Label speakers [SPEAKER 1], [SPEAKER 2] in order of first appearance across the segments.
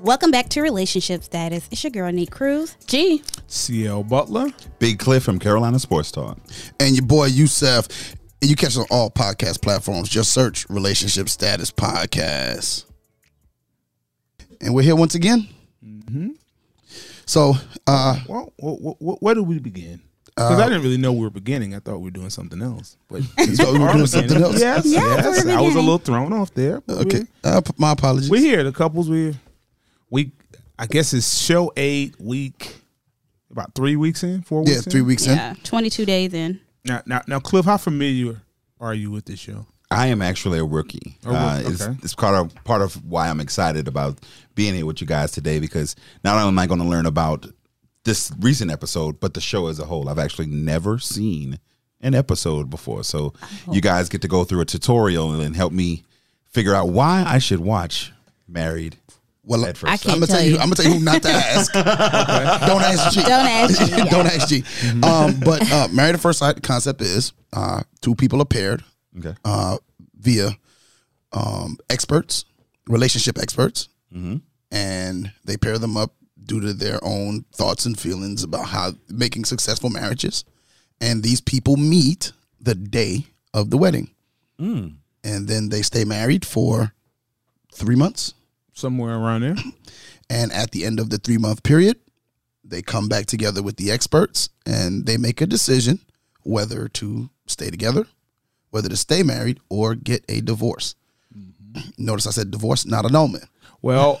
[SPEAKER 1] Welcome back to Relationship Status. It's your girl, Nate Cruz.
[SPEAKER 2] Gee,
[SPEAKER 3] CL Butler.
[SPEAKER 4] Big Cliff from Carolina Sports Talk.
[SPEAKER 5] and your boy Youssef. And you catch us on all podcast platforms. Just search Relationship Status Podcast. And we're here once again.
[SPEAKER 4] Mm-hmm.
[SPEAKER 5] So, uh,
[SPEAKER 3] Well, wh- wh- wh- where do we begin? Uh, Because I didn't really know we were beginning. I thought we were doing something else. But since
[SPEAKER 5] thought we were
[SPEAKER 3] are
[SPEAKER 5] doing
[SPEAKER 3] beginning-
[SPEAKER 5] something else?
[SPEAKER 3] Yes,
[SPEAKER 1] Yeah,
[SPEAKER 3] yes.
[SPEAKER 1] we're
[SPEAKER 3] I was
[SPEAKER 1] beginning.
[SPEAKER 3] a little thrown off there. but
[SPEAKER 5] okay. Uh, p- my apologies.
[SPEAKER 3] We're, we're here. The couples. We're we. I guess it's show eight week. About three weeks in, four
[SPEAKER 5] yeah,
[SPEAKER 3] weeks.
[SPEAKER 5] three
[SPEAKER 3] in?
[SPEAKER 5] weeks in.
[SPEAKER 2] yeah.
[SPEAKER 1] 22 days in.
[SPEAKER 3] Now, now, now, Cliff, how familiar are you with this show?
[SPEAKER 4] I am actually a rookie.
[SPEAKER 3] rookie,
[SPEAKER 4] Uh, it's,
[SPEAKER 3] okay.
[SPEAKER 4] it's part of part of why I'm excited about being here with you guys today because not only am I going to learn about this recent episode, but the show as a whole. I've actually never seen an episode before, so you guys get to go through a tutorial and help me figure out why I should watch Married.
[SPEAKER 5] Well,
[SPEAKER 4] At first I
[SPEAKER 1] can't
[SPEAKER 5] I'm gonna tell
[SPEAKER 1] tell
[SPEAKER 5] you.
[SPEAKER 1] you.
[SPEAKER 5] I'm gonna tell you who not to ask. Don't ask G.
[SPEAKER 1] Don't ask G, yeah.
[SPEAKER 5] Don't ask G.
[SPEAKER 4] Mm-hmm.
[SPEAKER 5] Um, but uh, married at first sight concept is uh, two people are paired
[SPEAKER 4] Okay.
[SPEAKER 5] uh, via um, experts, relationship experts, and they pair them up due to their own thoughts and feelings about how making successful marriages. And these people meet the day of the wedding, and then they stay married for three months.
[SPEAKER 3] Somewhere around there.
[SPEAKER 5] And at the end of the three month period, they come back together with the experts and they make a decision whether to stay together, whether to stay married, or get a divorce. Notice I said divorce, not annulment.
[SPEAKER 3] Well,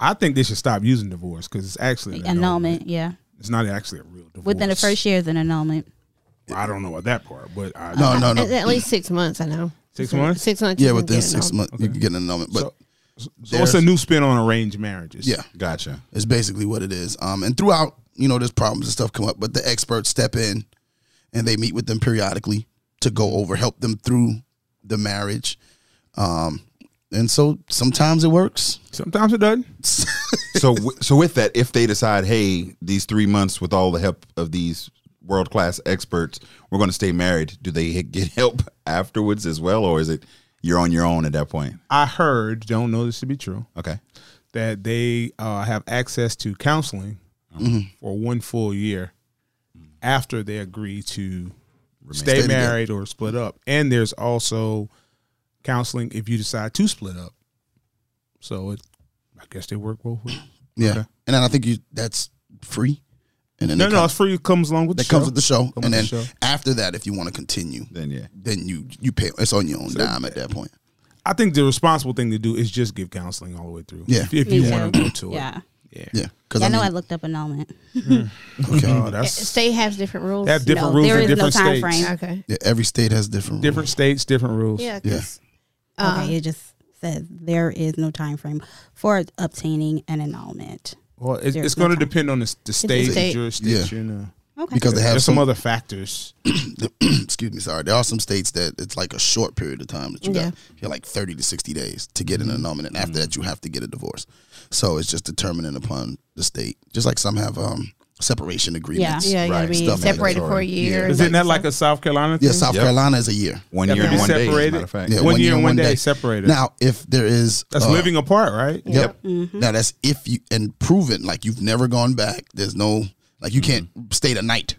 [SPEAKER 3] I think they should stop using divorce because it's actually an
[SPEAKER 1] Annulment, yeah.
[SPEAKER 3] It's not actually a real divorce.
[SPEAKER 1] Within the first year is an annulment.
[SPEAKER 3] I don't know about that part, but I,
[SPEAKER 5] No, no,
[SPEAKER 2] At,
[SPEAKER 5] no.
[SPEAKER 2] at least six months, I know.
[SPEAKER 3] Six months?
[SPEAKER 2] Six months.
[SPEAKER 5] Yeah,
[SPEAKER 2] you can
[SPEAKER 5] within
[SPEAKER 2] get it
[SPEAKER 5] six
[SPEAKER 2] all.
[SPEAKER 5] months, you can get an annulment. But
[SPEAKER 3] So- so it's a
[SPEAKER 5] there's-
[SPEAKER 3] new spin on arranged marriages.
[SPEAKER 5] yeah,
[SPEAKER 4] Gotcha.
[SPEAKER 5] it's basically what it is. Um, and throughout, you know, there's problems and stuff come up, but the experts step in and they meet with them periodically to go over, help them through the marriage. Um, and so sometimes it works.
[SPEAKER 3] Sometimes it doesn't.
[SPEAKER 4] so w- so with that, if they decide, hey, these three months with all the help of these world class experts, we're going to stay married. Do they h- get help afterwards as well, or is it you're on your own at that point?
[SPEAKER 3] I heard, don't know this to be true,
[SPEAKER 4] Okay,
[SPEAKER 3] that they uh, have access to counseling
[SPEAKER 5] Mm-hmm.
[SPEAKER 3] for one full year after they agree to stay,
[SPEAKER 5] Stay
[SPEAKER 3] married or split up. And there's also counseling if you decide to split up. So it, I guess they work both ways.
[SPEAKER 5] Yeah,
[SPEAKER 3] Okay.
[SPEAKER 5] and then I think you that's free, and then
[SPEAKER 3] No,
[SPEAKER 5] that
[SPEAKER 3] no,
[SPEAKER 5] comes,
[SPEAKER 3] it's free. It comes along with
[SPEAKER 5] that
[SPEAKER 3] the
[SPEAKER 5] comes
[SPEAKER 3] show.
[SPEAKER 5] with the show,
[SPEAKER 3] with
[SPEAKER 5] and
[SPEAKER 3] the
[SPEAKER 5] then
[SPEAKER 3] show.
[SPEAKER 5] after that, if you want to continue,
[SPEAKER 4] then yeah.
[SPEAKER 5] then you you pay. It's on your own dime at that point.
[SPEAKER 3] I think the responsible thing to do is just give counseling all the way through.
[SPEAKER 5] Yeah.
[SPEAKER 3] If, if
[SPEAKER 1] Me
[SPEAKER 3] you
[SPEAKER 1] too.
[SPEAKER 3] want to go to it.
[SPEAKER 1] Yeah.
[SPEAKER 5] Yeah, because
[SPEAKER 1] I
[SPEAKER 5] I
[SPEAKER 1] know I
[SPEAKER 5] mean,
[SPEAKER 1] looked up annulment.
[SPEAKER 3] Oh,
[SPEAKER 5] okay,
[SPEAKER 3] that's
[SPEAKER 2] State has different rules.
[SPEAKER 3] they have different
[SPEAKER 1] No,
[SPEAKER 3] rules
[SPEAKER 1] there is
[SPEAKER 3] in
[SPEAKER 1] no
[SPEAKER 3] different
[SPEAKER 1] time
[SPEAKER 3] states.
[SPEAKER 1] frame.
[SPEAKER 2] Okay.
[SPEAKER 5] yeah, every state has different
[SPEAKER 3] Different
[SPEAKER 5] rules.
[SPEAKER 3] states, different rules.
[SPEAKER 2] Yeah.
[SPEAKER 5] Yeah.
[SPEAKER 2] 'cause, uh,
[SPEAKER 1] okay, it just says there is no time frame for obtaining an annulment.
[SPEAKER 3] Well, it's,
[SPEAKER 1] There's
[SPEAKER 3] it's
[SPEAKER 1] no
[SPEAKER 3] going to
[SPEAKER 1] time.
[SPEAKER 3] depend on the, s- the state,
[SPEAKER 2] state.
[SPEAKER 3] jurisdiction. Uh,
[SPEAKER 1] Okay.
[SPEAKER 5] because they have
[SPEAKER 3] there's some,
[SPEAKER 5] some.
[SPEAKER 3] other factors.
[SPEAKER 5] excuse me, sorry. There are some states that it's like a short period of time that you
[SPEAKER 2] Yeah.
[SPEAKER 5] got. You're like thirty to sixty days to get an
[SPEAKER 3] Mm-hmm.
[SPEAKER 5] annulment, and after that, you have to get a divorce. So it's just determining upon the state, just like some have um separation
[SPEAKER 1] yeah.
[SPEAKER 5] agreements.
[SPEAKER 2] Yeah, you gotta
[SPEAKER 4] Right.
[SPEAKER 2] be
[SPEAKER 5] Stuff
[SPEAKER 2] separated
[SPEAKER 4] mandatory.
[SPEAKER 2] for a year.
[SPEAKER 3] Isn't that like a South Carolina thing?
[SPEAKER 5] Yeah, South
[SPEAKER 4] Yep.
[SPEAKER 5] Carolina is a year.
[SPEAKER 4] One
[SPEAKER 3] Yeah,
[SPEAKER 4] year and
[SPEAKER 3] they're
[SPEAKER 4] one day. As a
[SPEAKER 3] separated.
[SPEAKER 4] matter of fact.
[SPEAKER 5] Yeah,
[SPEAKER 3] One year and one day separated.
[SPEAKER 5] Now, if there is
[SPEAKER 3] That's
[SPEAKER 5] uh,
[SPEAKER 3] living apart, right?
[SPEAKER 5] Yep. Now that's if you and proven like you've never gone back. There's no like you can't stay the night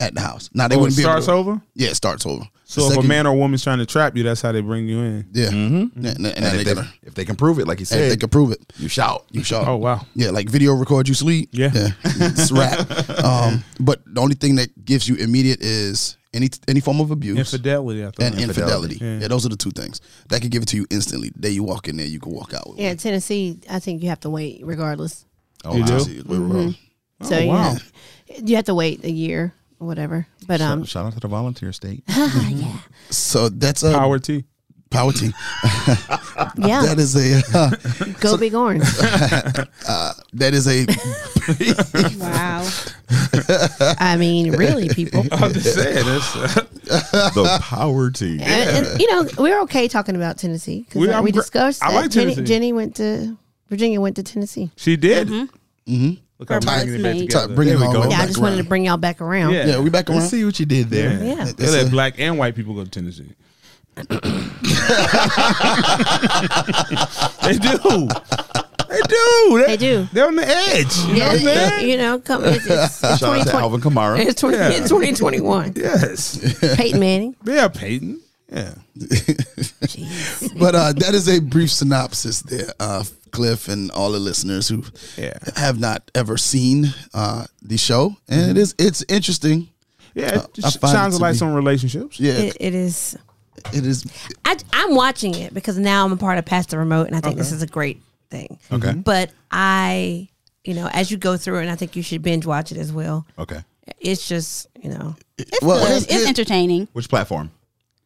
[SPEAKER 5] at the house. Now they
[SPEAKER 3] Mm-hmm. Oh, it
[SPEAKER 5] wouldn't be
[SPEAKER 3] starts
[SPEAKER 5] able to,
[SPEAKER 3] over.
[SPEAKER 5] Yeah, it starts over.
[SPEAKER 3] So
[SPEAKER 5] The
[SPEAKER 3] if
[SPEAKER 5] second-
[SPEAKER 3] a man Mm-hmm. or woman's trying to trap you, that's how they bring you in.
[SPEAKER 5] yeah, yeah, and, and,
[SPEAKER 4] And
[SPEAKER 5] they
[SPEAKER 4] if, they,
[SPEAKER 5] gotta-
[SPEAKER 4] if they can prove it, like you
[SPEAKER 5] and if
[SPEAKER 4] said,
[SPEAKER 5] they can prove it.
[SPEAKER 4] you shout.
[SPEAKER 5] You shall.
[SPEAKER 3] Oh wow.
[SPEAKER 5] Yeah, like video record you sleep.
[SPEAKER 3] Yeah.
[SPEAKER 5] it's a wrap. um, but the only thing that gives you immediate is any any form of abuse
[SPEAKER 3] Infidelity. I thought.
[SPEAKER 5] and infidelity. Yeah. those are the two things that can give it to you instantly. The day you walk in there, you can walk out. With
[SPEAKER 2] Yeah, Tennessee. I think you have to wait regardless.
[SPEAKER 4] Oh,
[SPEAKER 3] You
[SPEAKER 4] wow.
[SPEAKER 3] do?
[SPEAKER 5] See, we're wrong.
[SPEAKER 2] So
[SPEAKER 3] Oh, wow.
[SPEAKER 2] yeah, you have to wait a year or whatever. But um,
[SPEAKER 4] shout, shout out to the volunteer state.
[SPEAKER 5] So that's a
[SPEAKER 3] Power T.
[SPEAKER 5] power team.
[SPEAKER 2] yeah,
[SPEAKER 5] That is a uh,
[SPEAKER 2] go big orange.
[SPEAKER 5] that is a
[SPEAKER 1] Wow.
[SPEAKER 2] I mean, really, people.
[SPEAKER 3] I'm just saying. That's, uh,
[SPEAKER 4] the power team.
[SPEAKER 2] And, and, you know, we're okay talking about Tennessee because
[SPEAKER 3] We-
[SPEAKER 2] we,
[SPEAKER 3] I'm gr-
[SPEAKER 2] discussed
[SPEAKER 3] I
[SPEAKER 2] that
[SPEAKER 3] like
[SPEAKER 2] Jenny,
[SPEAKER 3] Tennessee.
[SPEAKER 2] Jenny went to Virginia, went to Tennessee.
[SPEAKER 3] she did. Look how
[SPEAKER 1] Mm-hmm. Her
[SPEAKER 3] I'm bringing it back
[SPEAKER 1] bridesmaid.
[SPEAKER 3] together.
[SPEAKER 5] Mm-hmm. Bring it
[SPEAKER 3] There we
[SPEAKER 5] all
[SPEAKER 3] go.
[SPEAKER 5] the way
[SPEAKER 2] Yeah, I
[SPEAKER 5] back
[SPEAKER 2] just wanted to
[SPEAKER 5] around.
[SPEAKER 2] bring y'all back around.
[SPEAKER 3] Yeah.
[SPEAKER 5] Yeah, we back around.
[SPEAKER 4] Let's see what you did there.
[SPEAKER 2] Yeah.
[SPEAKER 3] They let black and white people go to Tennessee. they do. They do. They,
[SPEAKER 2] They do.
[SPEAKER 3] They're on the edge. You know what I'm
[SPEAKER 2] Yeah,
[SPEAKER 3] saying?
[SPEAKER 2] you know, come it's, it's, it's
[SPEAKER 4] Shout out
[SPEAKER 2] 2020.
[SPEAKER 4] to Alvin Kamara.
[SPEAKER 2] It's 20, it's 2021.
[SPEAKER 3] Yes.
[SPEAKER 2] Peyton Manning.
[SPEAKER 3] Yeah, Peyton. Yeah.
[SPEAKER 5] but uh, that is a brief synopsis there, uh, Cliff, and all the listeners who
[SPEAKER 3] Yeah.
[SPEAKER 5] have not ever seen uh, the show, and
[SPEAKER 4] Mm-hmm.
[SPEAKER 5] it is it's interesting.
[SPEAKER 3] Yeah. It
[SPEAKER 5] I
[SPEAKER 3] just
[SPEAKER 5] find it
[SPEAKER 3] shines a
[SPEAKER 5] to
[SPEAKER 3] light
[SPEAKER 5] be-
[SPEAKER 3] on relationships.
[SPEAKER 5] Yeah,
[SPEAKER 2] It, it is.
[SPEAKER 5] it is.
[SPEAKER 2] I, I'm watching it because now I'm a part of Pass the Remote, and I think this is a great thing.
[SPEAKER 4] Okay.
[SPEAKER 2] But I, you know, as you go through it, and I think you should binge watch it as well.
[SPEAKER 4] Okay.
[SPEAKER 2] It's just, you know,
[SPEAKER 1] It's
[SPEAKER 5] Well,
[SPEAKER 1] good.
[SPEAKER 5] it is-
[SPEAKER 1] It's,
[SPEAKER 5] it-
[SPEAKER 1] entertaining.
[SPEAKER 4] Which platform?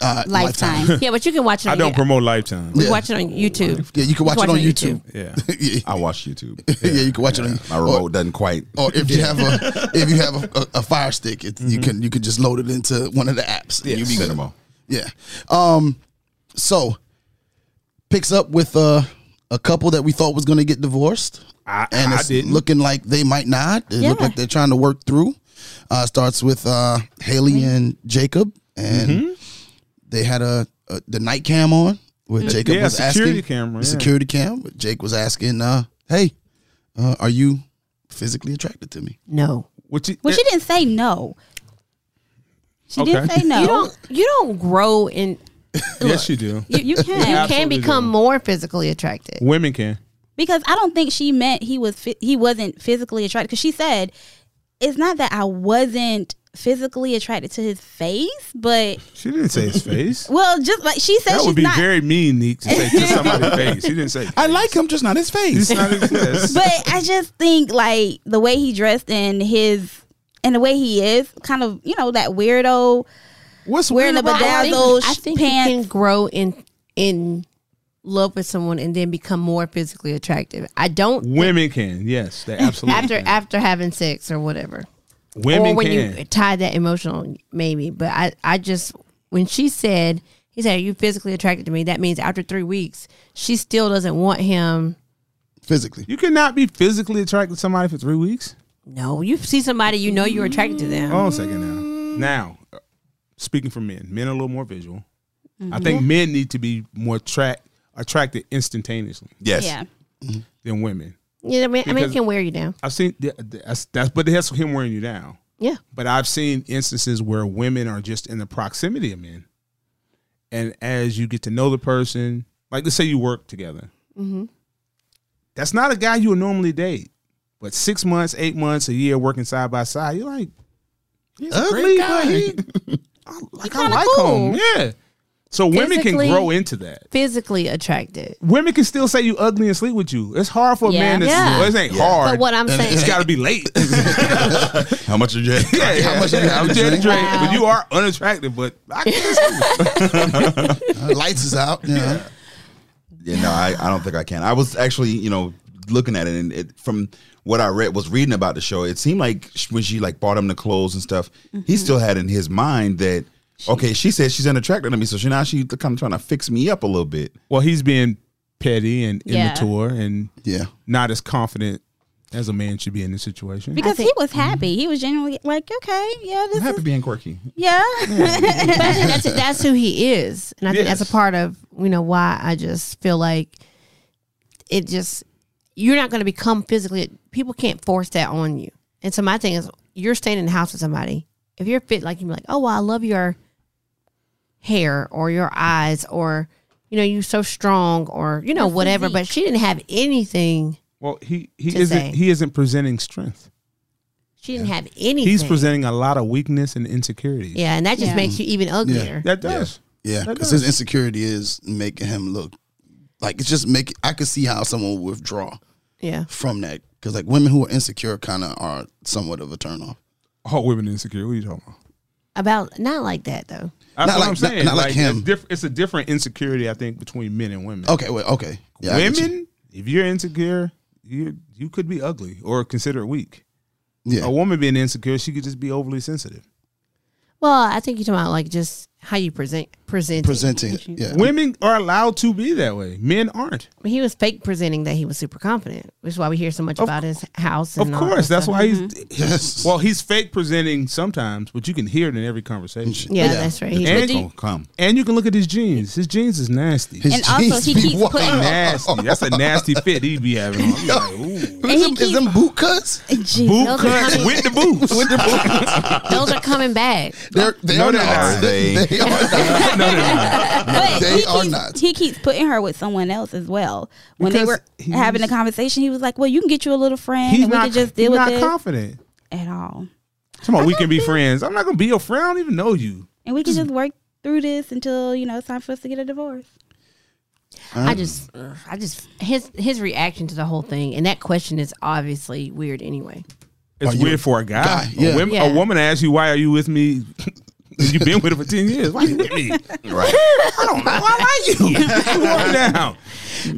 [SPEAKER 5] Uh,
[SPEAKER 1] Lifetime.
[SPEAKER 2] yeah, but you can watch it. On
[SPEAKER 3] I don't
[SPEAKER 2] your-
[SPEAKER 3] promote Lifetime.
[SPEAKER 2] you watch it on YouTube.
[SPEAKER 5] Yeah, you can watch, it on YouTube.
[SPEAKER 3] Yeah.
[SPEAKER 5] yeah.
[SPEAKER 4] I watch YouTube.
[SPEAKER 5] Yeah, you can watch it on.
[SPEAKER 4] My remote doesn't quite.
[SPEAKER 5] Or if you have a if you have a, a, a Fire Stick, it,
[SPEAKER 4] Mm-hmm.
[SPEAKER 5] you can you can just load it into one of the apps. and
[SPEAKER 4] You
[SPEAKER 5] you
[SPEAKER 4] be
[SPEAKER 5] be good.
[SPEAKER 4] cinema.
[SPEAKER 5] Yeah. Um. So picks up with uh, a couple that we thought was going to get divorced,
[SPEAKER 3] I-
[SPEAKER 5] and
[SPEAKER 3] I
[SPEAKER 5] it's
[SPEAKER 3] didn't.
[SPEAKER 5] looking like they might not. It look
[SPEAKER 2] Yeah.
[SPEAKER 5] like they're trying to work through. Uh, starts with uh, Haley and Jacob, and they had a, a the night cam on where Jacob
[SPEAKER 3] yeah,
[SPEAKER 5] was
[SPEAKER 3] security
[SPEAKER 5] asking
[SPEAKER 3] camera,
[SPEAKER 5] the
[SPEAKER 3] yeah.
[SPEAKER 5] security cam. where Jake was asking, uh, "Hey, uh, are you physically attracted to me?"
[SPEAKER 2] No,
[SPEAKER 3] Which it,
[SPEAKER 1] Well, she didn't say no. She didn't
[SPEAKER 3] Okay.
[SPEAKER 1] say no.
[SPEAKER 2] you don't. You don't grow in.
[SPEAKER 3] yes, you do.
[SPEAKER 1] You, you can
[SPEAKER 2] You can
[SPEAKER 3] absolutely
[SPEAKER 2] become
[SPEAKER 3] do.
[SPEAKER 2] more physically attracted.
[SPEAKER 3] Women can.
[SPEAKER 1] because I don't think she meant he was phy- he wasn't physically attracted. Because she said it's not that I wasn't physically attracted to his face, but
[SPEAKER 3] She didn't say his face.
[SPEAKER 1] well, just like she said,
[SPEAKER 3] that
[SPEAKER 1] she's
[SPEAKER 3] would be
[SPEAKER 1] not.
[SPEAKER 3] very mean, Neek, to say to somebody's face. She didn't say.
[SPEAKER 4] I like him, just not his face.
[SPEAKER 3] It's not exist.
[SPEAKER 1] but I just think like the way he dressed and his and the way he is, kind of you know that weirdo.
[SPEAKER 3] What's
[SPEAKER 1] Wearing
[SPEAKER 3] weird
[SPEAKER 1] a
[SPEAKER 3] about
[SPEAKER 1] bedazzle-
[SPEAKER 2] I
[SPEAKER 1] those
[SPEAKER 2] think, I think you
[SPEAKER 1] pants-
[SPEAKER 2] can grow in in love with someone and then become more physically attractive. I don't
[SPEAKER 3] Women can. Yes, they absolutely.
[SPEAKER 2] after
[SPEAKER 3] can.
[SPEAKER 2] after having sex or whatever.
[SPEAKER 3] women
[SPEAKER 2] or when
[SPEAKER 3] can.
[SPEAKER 2] you tie that emotional maybe but i i just when she said he said are you physically attracted to me that means after three weeks she still doesn't want him
[SPEAKER 5] Physically,
[SPEAKER 3] You cannot be physically attracted to somebody for three weeks.
[SPEAKER 2] no you see somebody you know you're attracted to them
[SPEAKER 3] Hold on a second now. Now, uh, speaking for men, men are a little more visual. I think men need to be more track attracted instantaneously
[SPEAKER 4] Yes.
[SPEAKER 1] Yeah,
[SPEAKER 3] than women.
[SPEAKER 2] you know what i mean i mean it
[SPEAKER 3] Because-
[SPEAKER 2] can wear you down
[SPEAKER 3] I've seen th- th- that's, that's but that's him wearing you down.
[SPEAKER 2] yeah
[SPEAKER 3] But I've seen instances where women are just in the proximity of men, and as you get to know the person, like let's say you work together,
[SPEAKER 2] Mm-hmm.
[SPEAKER 3] that's not a guy you would normally date. But six months, eight months, a year working side by side, you're like, he's a
[SPEAKER 5] Ugly
[SPEAKER 3] great
[SPEAKER 5] guy.
[SPEAKER 3] guy. He- I, like I
[SPEAKER 1] kinda
[SPEAKER 3] like
[SPEAKER 1] cool.
[SPEAKER 3] him, yeah. So women can
[SPEAKER 2] Physically-
[SPEAKER 3] grow into that.
[SPEAKER 2] physically attracted
[SPEAKER 3] Women can still say you ugly and sleep with you. It's hard for
[SPEAKER 1] Yeah.
[SPEAKER 3] a man. That's,
[SPEAKER 2] Yeah.
[SPEAKER 3] well, it ain't hard.
[SPEAKER 2] but what i'm saying
[SPEAKER 3] it's got to be late.
[SPEAKER 4] How much did you have?
[SPEAKER 3] Yeah, yeah,
[SPEAKER 5] much
[SPEAKER 3] yeah,
[SPEAKER 5] you had
[SPEAKER 3] I'm
[SPEAKER 5] to
[SPEAKER 3] Jenny
[SPEAKER 5] drink?
[SPEAKER 3] Drake, but you are unattractive. But I guess
[SPEAKER 5] Uh, lights is out. You know.
[SPEAKER 4] Yeah, no, I, I don't think I can. I was actually, you know, looking at it, and it, from what I read, was reading about the show. It seemed like sh- when she like bought him the clothes and stuff, he still had in his mind that okay, she says she's unattracted to me, so she now she kind of trying to fix me up a little bit.
[SPEAKER 3] well, he's being petty and
[SPEAKER 1] Yeah.
[SPEAKER 3] immature and
[SPEAKER 5] Yeah.
[SPEAKER 3] not as confident as a man should be in this situation.
[SPEAKER 1] because
[SPEAKER 2] think-
[SPEAKER 1] he was happy. He was genuinely like, okay, yeah,
[SPEAKER 4] I'm
[SPEAKER 1] this
[SPEAKER 4] happy
[SPEAKER 1] is
[SPEAKER 4] being quirky.
[SPEAKER 1] yeah.
[SPEAKER 2] But I think that's that's who he is, and I think that's
[SPEAKER 3] Yes.
[SPEAKER 2] a part of you know why I just feel like it just you're not going to become physically. People can't force that on you. And so my thing is, you're staying in the house with somebody. If you're fit, like you're like, oh, well, I love your hair or your eyes or you know you're so strong or you know
[SPEAKER 1] Your
[SPEAKER 2] whatever. But she didn't have anything.
[SPEAKER 3] Well, he he
[SPEAKER 2] To
[SPEAKER 3] isn't
[SPEAKER 2] say.
[SPEAKER 3] he isn't presenting strength.
[SPEAKER 2] She didn't have anything.
[SPEAKER 3] He's presenting a lot of weakness and insecurities.
[SPEAKER 2] Yeah, and that just
[SPEAKER 1] Yeah.
[SPEAKER 2] makes you even uglier.
[SPEAKER 3] that does.
[SPEAKER 5] Yeah,
[SPEAKER 3] That
[SPEAKER 5] because his insecurity is making him look like it's just make. I could see how someone would withdraw
[SPEAKER 2] Yeah.
[SPEAKER 5] from that because like women who are insecure kind of are somewhat of a turnoff.
[SPEAKER 3] All Oh, women insecure. What are you talking about?
[SPEAKER 2] about not like that though.
[SPEAKER 3] That's
[SPEAKER 5] Not
[SPEAKER 3] what
[SPEAKER 5] like-
[SPEAKER 3] I'm saying.
[SPEAKER 5] not- not like him.
[SPEAKER 3] It's, diff- it's a different insecurity, I think, between men and women.
[SPEAKER 5] Okay, well, okay, Yeah, I get you.
[SPEAKER 3] women, if you're insecure, you you could be ugly or considered weak.
[SPEAKER 5] yeah,
[SPEAKER 3] Oh, A woman being insecure, she could just be overly sensitive.
[SPEAKER 2] Well, I think you're talking about like just how you present present
[SPEAKER 5] presenting. it, Yeah.
[SPEAKER 3] Women are allowed to be that way. Men aren't.
[SPEAKER 2] He was fake presenting that he was super confident, which is why we hear so much about his house.
[SPEAKER 3] Of
[SPEAKER 2] And all
[SPEAKER 3] course,
[SPEAKER 2] that
[SPEAKER 3] that's
[SPEAKER 2] stuff.
[SPEAKER 3] why he's.
[SPEAKER 1] Mm-hmm.
[SPEAKER 5] Yes.
[SPEAKER 3] Well, he's fake presenting sometimes, but you can hear it in every conversation.
[SPEAKER 2] Yeah,
[SPEAKER 5] Yeah.
[SPEAKER 2] that's right. He-
[SPEAKER 3] And,
[SPEAKER 4] Oh, come.
[SPEAKER 3] and you can look at his jeans. His jeans is nasty.
[SPEAKER 5] His
[SPEAKER 1] And also,
[SPEAKER 5] jeans
[SPEAKER 1] he
[SPEAKER 5] be
[SPEAKER 1] keeps
[SPEAKER 5] wild.
[SPEAKER 1] putting-
[SPEAKER 3] nasty. That's a nasty fit he be having. on. I'm like, ooh.
[SPEAKER 1] And
[SPEAKER 5] Is
[SPEAKER 1] he
[SPEAKER 5] them, is
[SPEAKER 1] keep-
[SPEAKER 5] them boot cuts?
[SPEAKER 1] Jeez,
[SPEAKER 3] Boot
[SPEAKER 1] those are
[SPEAKER 3] cuts
[SPEAKER 1] coming-
[SPEAKER 3] with the boots. with the
[SPEAKER 2] those are coming back.
[SPEAKER 5] They're, they
[SPEAKER 3] No,
[SPEAKER 5] are
[SPEAKER 3] they're
[SPEAKER 5] not.
[SPEAKER 3] not.
[SPEAKER 5] They, they are not.
[SPEAKER 3] no, no, no.
[SPEAKER 1] But
[SPEAKER 5] They
[SPEAKER 1] he
[SPEAKER 5] are
[SPEAKER 1] keeps,
[SPEAKER 5] not.
[SPEAKER 1] He keeps putting her with someone else as well. When
[SPEAKER 3] Because
[SPEAKER 1] they were
[SPEAKER 3] he's-
[SPEAKER 1] having a conversation, he was like, "Well, you can get you a little friend,
[SPEAKER 3] He's
[SPEAKER 1] and we
[SPEAKER 3] not.
[SPEAKER 1] can just
[SPEAKER 3] he's
[SPEAKER 1] deal with
[SPEAKER 3] not
[SPEAKER 1] it
[SPEAKER 3] confident.
[SPEAKER 1] at all,
[SPEAKER 3] Come on, we can be friends. I'm not gonna be your friend. I don't even know you.
[SPEAKER 1] and we can just work through this until you know it's time for us to get a divorce."
[SPEAKER 2] I just, ugh, I just his his reaction to the whole thing and that question is obviously weird anyway.
[SPEAKER 3] It's
[SPEAKER 5] Are you-
[SPEAKER 3] weird for a guy.
[SPEAKER 5] Guy,
[SPEAKER 3] a,
[SPEAKER 5] yeah.
[SPEAKER 3] woman,
[SPEAKER 2] Yeah.
[SPEAKER 3] a woman asks you, "Why are you with me?" You've been with her for ten years. Why you with me?
[SPEAKER 4] Right.
[SPEAKER 3] Why are you? you walk down.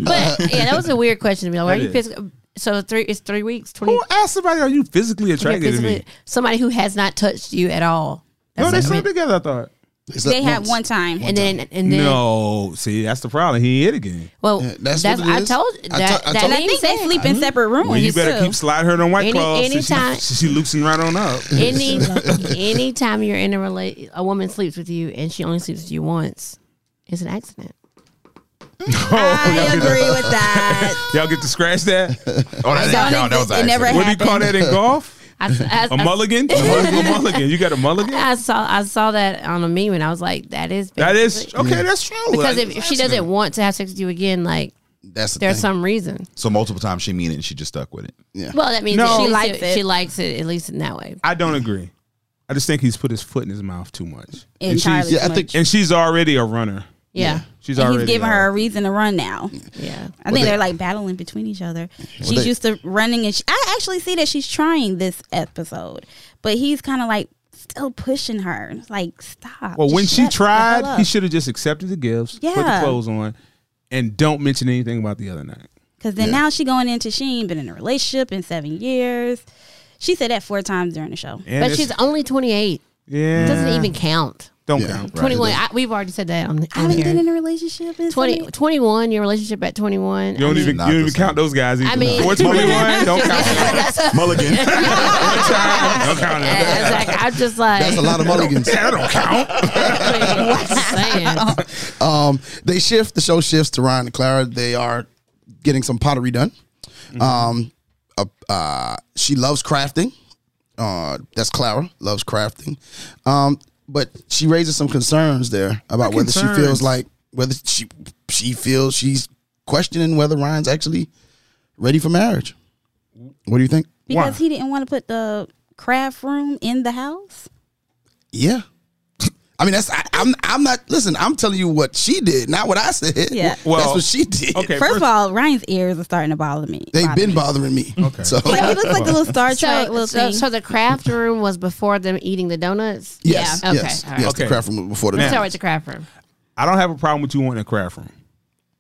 [SPEAKER 2] But yeah, that was a weird question to me.
[SPEAKER 3] That
[SPEAKER 2] Like, are you
[SPEAKER 3] is.
[SPEAKER 2] physical? So three, it's three weeks. Twenty.
[SPEAKER 3] Who asked somebody, "Are you physically attracted
[SPEAKER 2] physically-
[SPEAKER 3] to me?"
[SPEAKER 2] somebody who has not touched you at all.
[SPEAKER 3] No,
[SPEAKER 2] That's
[SPEAKER 3] they
[SPEAKER 2] like-
[SPEAKER 3] slept together. I thought.
[SPEAKER 5] slept
[SPEAKER 1] They had
[SPEAKER 5] once.
[SPEAKER 1] one time,
[SPEAKER 2] and then and then
[SPEAKER 3] No, see, that's the problem. He ain't it again.
[SPEAKER 2] well,
[SPEAKER 5] Yeah,
[SPEAKER 2] that's,
[SPEAKER 5] that's
[SPEAKER 2] that's
[SPEAKER 5] what it
[SPEAKER 2] I
[SPEAKER 5] is.
[SPEAKER 2] told
[SPEAKER 5] I
[SPEAKER 2] that.
[SPEAKER 5] to- I
[SPEAKER 2] that
[SPEAKER 1] and
[SPEAKER 5] told-
[SPEAKER 1] I
[SPEAKER 2] meme
[SPEAKER 1] think they
[SPEAKER 2] said-
[SPEAKER 1] sleep in separate rooms.
[SPEAKER 3] Well, you better
[SPEAKER 1] too.
[SPEAKER 3] keep sliding her on white
[SPEAKER 2] Oh, Any-
[SPEAKER 3] claws. since
[SPEAKER 2] anytime-
[SPEAKER 3] She, she loosening right on up.
[SPEAKER 2] Any anytime you're in a rela- a woman sleeps with you and she only sleeps with you once, it's an accident.
[SPEAKER 1] I agree with that.
[SPEAKER 3] Y'all get to scratch that.
[SPEAKER 4] Oh, that,
[SPEAKER 1] Don't
[SPEAKER 4] no, that was
[SPEAKER 1] exist. It
[SPEAKER 4] an
[SPEAKER 1] never
[SPEAKER 4] accident.
[SPEAKER 3] What do you call that in golf?
[SPEAKER 2] I, I-
[SPEAKER 3] A
[SPEAKER 2] I-
[SPEAKER 3] mulligan? A mulligan. You got a mulligan?
[SPEAKER 2] I saw I saw that on a meme and I was like, that is
[SPEAKER 3] That is
[SPEAKER 2] basically-
[SPEAKER 3] okay. That's true.
[SPEAKER 2] because
[SPEAKER 3] Like,
[SPEAKER 2] if, if she doesn't want to have sex with you again, like
[SPEAKER 5] That's the
[SPEAKER 2] there's
[SPEAKER 5] thing.
[SPEAKER 2] some reason.
[SPEAKER 4] So multiple times she mean it and she just stuck with it.
[SPEAKER 2] Well, that means
[SPEAKER 3] No.
[SPEAKER 2] that
[SPEAKER 3] She
[SPEAKER 2] she
[SPEAKER 1] likes
[SPEAKER 2] likes it.
[SPEAKER 1] it.
[SPEAKER 2] She likes it at least in that way.
[SPEAKER 3] I don't agree. I just think he's put his foot in his mouth too much. And
[SPEAKER 1] Entirely.
[SPEAKER 3] she's,
[SPEAKER 5] yeah, I think
[SPEAKER 3] and she's already a runner.
[SPEAKER 2] Yeah,
[SPEAKER 3] She's
[SPEAKER 1] And
[SPEAKER 3] already.
[SPEAKER 1] he's giving
[SPEAKER 3] a-
[SPEAKER 1] her a reason to run now.
[SPEAKER 2] yeah.
[SPEAKER 1] I think
[SPEAKER 5] they-
[SPEAKER 1] they, are like battling between each other. She's
[SPEAKER 5] they-
[SPEAKER 1] used to running, and she, I actually see that she's trying this episode, but he's kind of like still pushing her. It's Like, stop.
[SPEAKER 3] Well,
[SPEAKER 1] Just
[SPEAKER 3] when she
[SPEAKER 1] shut the hell
[SPEAKER 3] tried,
[SPEAKER 1] up.
[SPEAKER 3] he should have just accepted the gifts, put the
[SPEAKER 1] Yeah.
[SPEAKER 3] clothes on, and don't mention anything about the other night.
[SPEAKER 1] Because then now she going into she ain't been in a relationship in seven years. She said that four times during the show.
[SPEAKER 3] And
[SPEAKER 2] But
[SPEAKER 3] it's-
[SPEAKER 2] she's only 28.
[SPEAKER 3] yeah,
[SPEAKER 2] It doesn't even count.
[SPEAKER 3] don't
[SPEAKER 5] Yeah.
[SPEAKER 3] count.
[SPEAKER 2] 21. I, we've already said that on,
[SPEAKER 1] I
[SPEAKER 2] on
[SPEAKER 1] haven't
[SPEAKER 2] here.
[SPEAKER 1] been in a relationship in
[SPEAKER 2] 20,
[SPEAKER 1] 20.
[SPEAKER 2] 21, your relationship at 21.
[SPEAKER 3] You don't even you
[SPEAKER 4] not
[SPEAKER 3] don't
[SPEAKER 4] the
[SPEAKER 3] even
[SPEAKER 4] same.
[SPEAKER 3] count those guys. Either.
[SPEAKER 2] I mean-
[SPEAKER 3] four twenty one. Don't count. them.
[SPEAKER 4] Mulligan.
[SPEAKER 3] Don't count. them.
[SPEAKER 2] Yeah, it's like, I'm just like,
[SPEAKER 5] that's a lot of mulligans.
[SPEAKER 3] That don't count.
[SPEAKER 2] I mean,
[SPEAKER 5] Um, they shift. The show shifts to Ryan and Clara. They are getting some pottery done.
[SPEAKER 3] Mm-hmm.
[SPEAKER 5] Um, uh, uh, she loves crafting. Uh, that's Clara loves crafting. Um, but she raises some concerns there about
[SPEAKER 3] What
[SPEAKER 5] whether
[SPEAKER 3] concerns?
[SPEAKER 5] she feels like whether she she feels she's questioning whether Ryan's actually ready for marriage. What do you think?
[SPEAKER 1] Because
[SPEAKER 3] Why?
[SPEAKER 1] he didn't want to put the craft room in the house.
[SPEAKER 5] Yeah. I mean, that's I, I'm. I'm not. Listen, I'm telling you what she did, not what I said.
[SPEAKER 1] Yeah.
[SPEAKER 3] Well,
[SPEAKER 5] that's what she did.
[SPEAKER 3] okay.
[SPEAKER 1] First,
[SPEAKER 3] first-
[SPEAKER 1] of all, Ryan's ears are starting to bother me.
[SPEAKER 5] They've
[SPEAKER 1] bother
[SPEAKER 5] been
[SPEAKER 1] me.
[SPEAKER 5] bothering me. Okay. So
[SPEAKER 1] Like, he looks like the little Star Trek
[SPEAKER 2] so,
[SPEAKER 1] little
[SPEAKER 2] so,
[SPEAKER 1] thing.
[SPEAKER 2] so the craft room was before them eating the donuts?
[SPEAKER 5] yes,
[SPEAKER 2] Yeah. Okay.
[SPEAKER 5] yes,
[SPEAKER 2] All right.
[SPEAKER 5] yes.
[SPEAKER 3] Okay.
[SPEAKER 5] The craft room was before the
[SPEAKER 2] It's
[SPEAKER 3] Now-
[SPEAKER 2] always a craft room.
[SPEAKER 3] I don't have a problem with you wanting a craft room,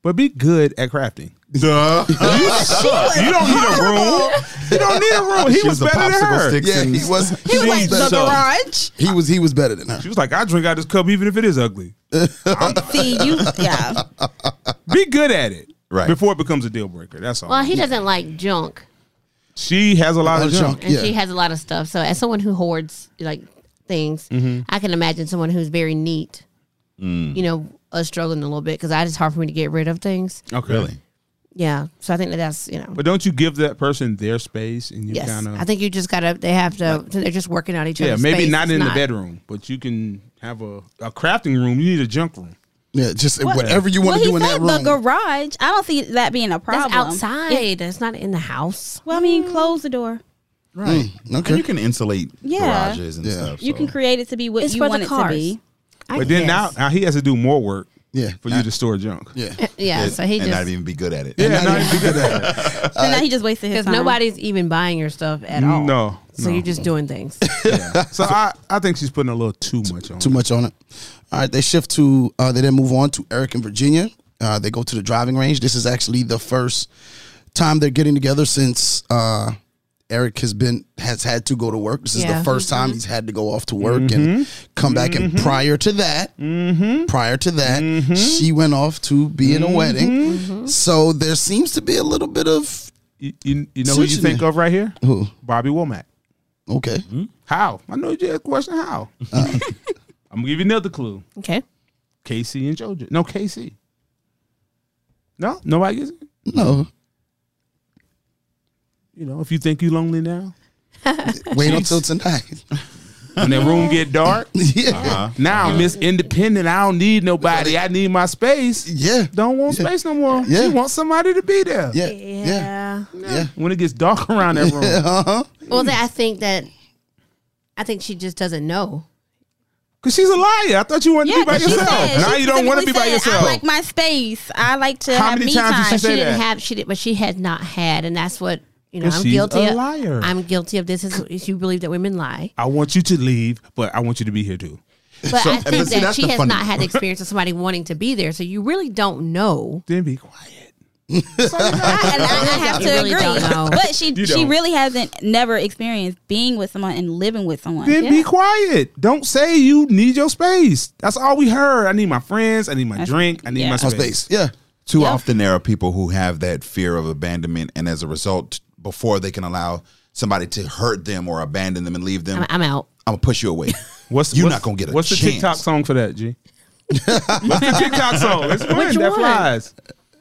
[SPEAKER 3] but be good at crafting.
[SPEAKER 4] Duh.
[SPEAKER 3] You don't need a room. You don't need a room. He
[SPEAKER 4] She
[SPEAKER 3] was
[SPEAKER 4] was a
[SPEAKER 3] better than
[SPEAKER 4] popsicle
[SPEAKER 3] her.
[SPEAKER 4] stick.
[SPEAKER 5] Yeah, he was. He
[SPEAKER 3] was like,
[SPEAKER 5] better-
[SPEAKER 3] the So-
[SPEAKER 1] garage.
[SPEAKER 5] He was. He was better than her.
[SPEAKER 3] She was like, I drink out this cup even if it is ugly.
[SPEAKER 1] See you, yeah.
[SPEAKER 3] Be good at it.
[SPEAKER 4] Right.
[SPEAKER 3] Before it becomes a deal breaker. That's all.
[SPEAKER 2] Well, he doesn't like junk,
[SPEAKER 3] she has a lot of
[SPEAKER 5] Lot of
[SPEAKER 3] junk.
[SPEAKER 5] junk.
[SPEAKER 2] and
[SPEAKER 5] Yeah.
[SPEAKER 2] she has a lot of stuff. So, as someone who hoards like things,
[SPEAKER 3] Mm-hmm.
[SPEAKER 2] I can imagine someone who's very neat.
[SPEAKER 3] Mm.
[SPEAKER 2] You know, us struggling a little bit because it's hard for me to get rid of things.
[SPEAKER 3] Okay.
[SPEAKER 4] Really?
[SPEAKER 2] Yeah, so I think that that's you know.
[SPEAKER 3] But don't you give that person their space and you
[SPEAKER 2] Yes,
[SPEAKER 3] kind of
[SPEAKER 2] I think you just gotta. They have to. They're just working out each other.
[SPEAKER 3] yeah, maybe not in the bedroom, but you can have a, a crafting room. You need a junk room.
[SPEAKER 5] Yeah, just
[SPEAKER 1] What-
[SPEAKER 5] whatever you
[SPEAKER 1] Well,
[SPEAKER 5] want to
[SPEAKER 1] he
[SPEAKER 5] do in
[SPEAKER 1] said
[SPEAKER 5] that room.
[SPEAKER 1] the garage. I don't see that being a problem.
[SPEAKER 2] That's outside. Mm. It's not in the house.
[SPEAKER 1] Well, I mean, close the door.
[SPEAKER 5] right.
[SPEAKER 4] And you
[SPEAKER 5] Mm, okay.
[SPEAKER 4] can insulate
[SPEAKER 1] Yeah.
[SPEAKER 4] garages and
[SPEAKER 5] Yeah.
[SPEAKER 4] stuff.
[SPEAKER 1] You
[SPEAKER 4] so.
[SPEAKER 1] can create it to be what
[SPEAKER 2] It's
[SPEAKER 1] you
[SPEAKER 2] for
[SPEAKER 1] want
[SPEAKER 2] the
[SPEAKER 1] it
[SPEAKER 2] cars.
[SPEAKER 1] to be.
[SPEAKER 2] I
[SPEAKER 3] But then now,
[SPEAKER 2] guess.
[SPEAKER 3] now he has to do more work
[SPEAKER 5] Yeah.
[SPEAKER 3] for you to store junk.
[SPEAKER 5] Yeah.
[SPEAKER 2] yeah.
[SPEAKER 4] and,
[SPEAKER 2] So he
[SPEAKER 4] and
[SPEAKER 2] just
[SPEAKER 4] not even be good at it.
[SPEAKER 3] Yeah,
[SPEAKER 5] And
[SPEAKER 3] no,
[SPEAKER 5] I didn't
[SPEAKER 3] you
[SPEAKER 5] do that.
[SPEAKER 1] So
[SPEAKER 3] Uh,
[SPEAKER 1] now he just wasted his
[SPEAKER 2] because
[SPEAKER 1] time.
[SPEAKER 2] nobody's even buying your stuff at all.
[SPEAKER 3] No,
[SPEAKER 2] So
[SPEAKER 3] no.
[SPEAKER 2] you're just doing things.
[SPEAKER 3] yeah. So I, I think she's putting a little too much on.
[SPEAKER 5] Too
[SPEAKER 3] it.
[SPEAKER 5] much on it. All right. They shift to. Uh, they then move on to Eric and Virginia. Uh, they go to the driving range. This is actually the first time they're getting together since uh, Eric has been has had to go to work. This is
[SPEAKER 2] Yeah.
[SPEAKER 5] the first time he's had to go off to work and come back. And prior to that, prior to that, she went off to be in a wedding. So there seems to be a little bit of
[SPEAKER 3] You, you, you know who you
[SPEAKER 5] Switching
[SPEAKER 3] think
[SPEAKER 5] it.
[SPEAKER 3] of right here?
[SPEAKER 5] Who?
[SPEAKER 3] Bobby Womack.
[SPEAKER 5] okay.
[SPEAKER 3] How? I know you asked the question. How?
[SPEAKER 5] Uh-huh.
[SPEAKER 3] I'm gonna give you another clue.
[SPEAKER 2] Okay.
[SPEAKER 3] KC and JoJo. No, KC. No, nobody gets it.
[SPEAKER 5] No,
[SPEAKER 3] You know, if you think you lonely now,
[SPEAKER 5] wait until tonight.
[SPEAKER 3] when that room get dark,
[SPEAKER 5] yeah,
[SPEAKER 3] now Miss Independent, I don't need nobody. I need my space.
[SPEAKER 5] yeah,
[SPEAKER 3] Don't want space no more.
[SPEAKER 5] Yeah.
[SPEAKER 3] She wants somebody to be there.
[SPEAKER 5] yeah,
[SPEAKER 2] Yeah.
[SPEAKER 5] yeah, yeah.
[SPEAKER 3] When it gets dark around that room,
[SPEAKER 5] Uh huh.
[SPEAKER 2] Well, then I think that I think she just doesn't know.
[SPEAKER 3] cause she's a liar. I thought you wanted to
[SPEAKER 1] Yeah,
[SPEAKER 3] be by
[SPEAKER 1] 'cause she
[SPEAKER 3] yourself.
[SPEAKER 1] said-
[SPEAKER 3] now
[SPEAKER 1] she
[SPEAKER 3] you don't want to be by
[SPEAKER 1] specifically said,
[SPEAKER 3] yourself.
[SPEAKER 1] I like my space. I like to
[SPEAKER 3] How
[SPEAKER 1] have
[SPEAKER 3] many
[SPEAKER 1] me
[SPEAKER 3] times did
[SPEAKER 1] time.
[SPEAKER 3] she
[SPEAKER 2] She
[SPEAKER 3] say
[SPEAKER 2] didn't
[SPEAKER 3] that?
[SPEAKER 2] have. She did, but she had not had, and that's what you know.
[SPEAKER 3] 'Cause
[SPEAKER 2] I'm
[SPEAKER 3] she's
[SPEAKER 2] guilty.
[SPEAKER 3] a
[SPEAKER 2] of-
[SPEAKER 3] liar.
[SPEAKER 2] I'm guilty of this. Is is you believe that women lie?
[SPEAKER 3] I want you to leave, but I want you to be here too.
[SPEAKER 2] But
[SPEAKER 4] So-
[SPEAKER 2] I
[SPEAKER 4] and
[SPEAKER 2] think
[SPEAKER 4] see,
[SPEAKER 2] that
[SPEAKER 4] that's
[SPEAKER 2] she
[SPEAKER 4] the
[SPEAKER 2] has
[SPEAKER 4] funny-
[SPEAKER 2] not had the experience of somebody wanting to be there. So you really don't know.
[SPEAKER 3] Then be quiet.
[SPEAKER 1] I, and I, I have
[SPEAKER 2] You
[SPEAKER 1] to
[SPEAKER 2] really don't know.
[SPEAKER 1] agree. But she
[SPEAKER 3] You
[SPEAKER 1] she
[SPEAKER 3] don't.
[SPEAKER 1] really hasn't never experienced being with someone and living with someone.
[SPEAKER 3] Then be quiet. Don't say you need your space. That's all we heard. I need my friends. I need my drink. I need
[SPEAKER 1] yeah.
[SPEAKER 3] my
[SPEAKER 5] My
[SPEAKER 3] space.
[SPEAKER 5] space. Yeah,
[SPEAKER 4] Too often there are people who have that fear of abandonment, and as a result, before they can allow somebody to hurt them or abandon them and leave them,
[SPEAKER 2] I'm, I'm out.
[SPEAKER 4] I'm gonna push you away.
[SPEAKER 3] What's
[SPEAKER 4] You're
[SPEAKER 3] what's-
[SPEAKER 4] not gonna get a
[SPEAKER 3] What's the
[SPEAKER 4] chance.
[SPEAKER 3] TikTok song for that, G? what's the TikTok song? It's one
[SPEAKER 2] Which
[SPEAKER 3] that
[SPEAKER 2] one?
[SPEAKER 3] flies.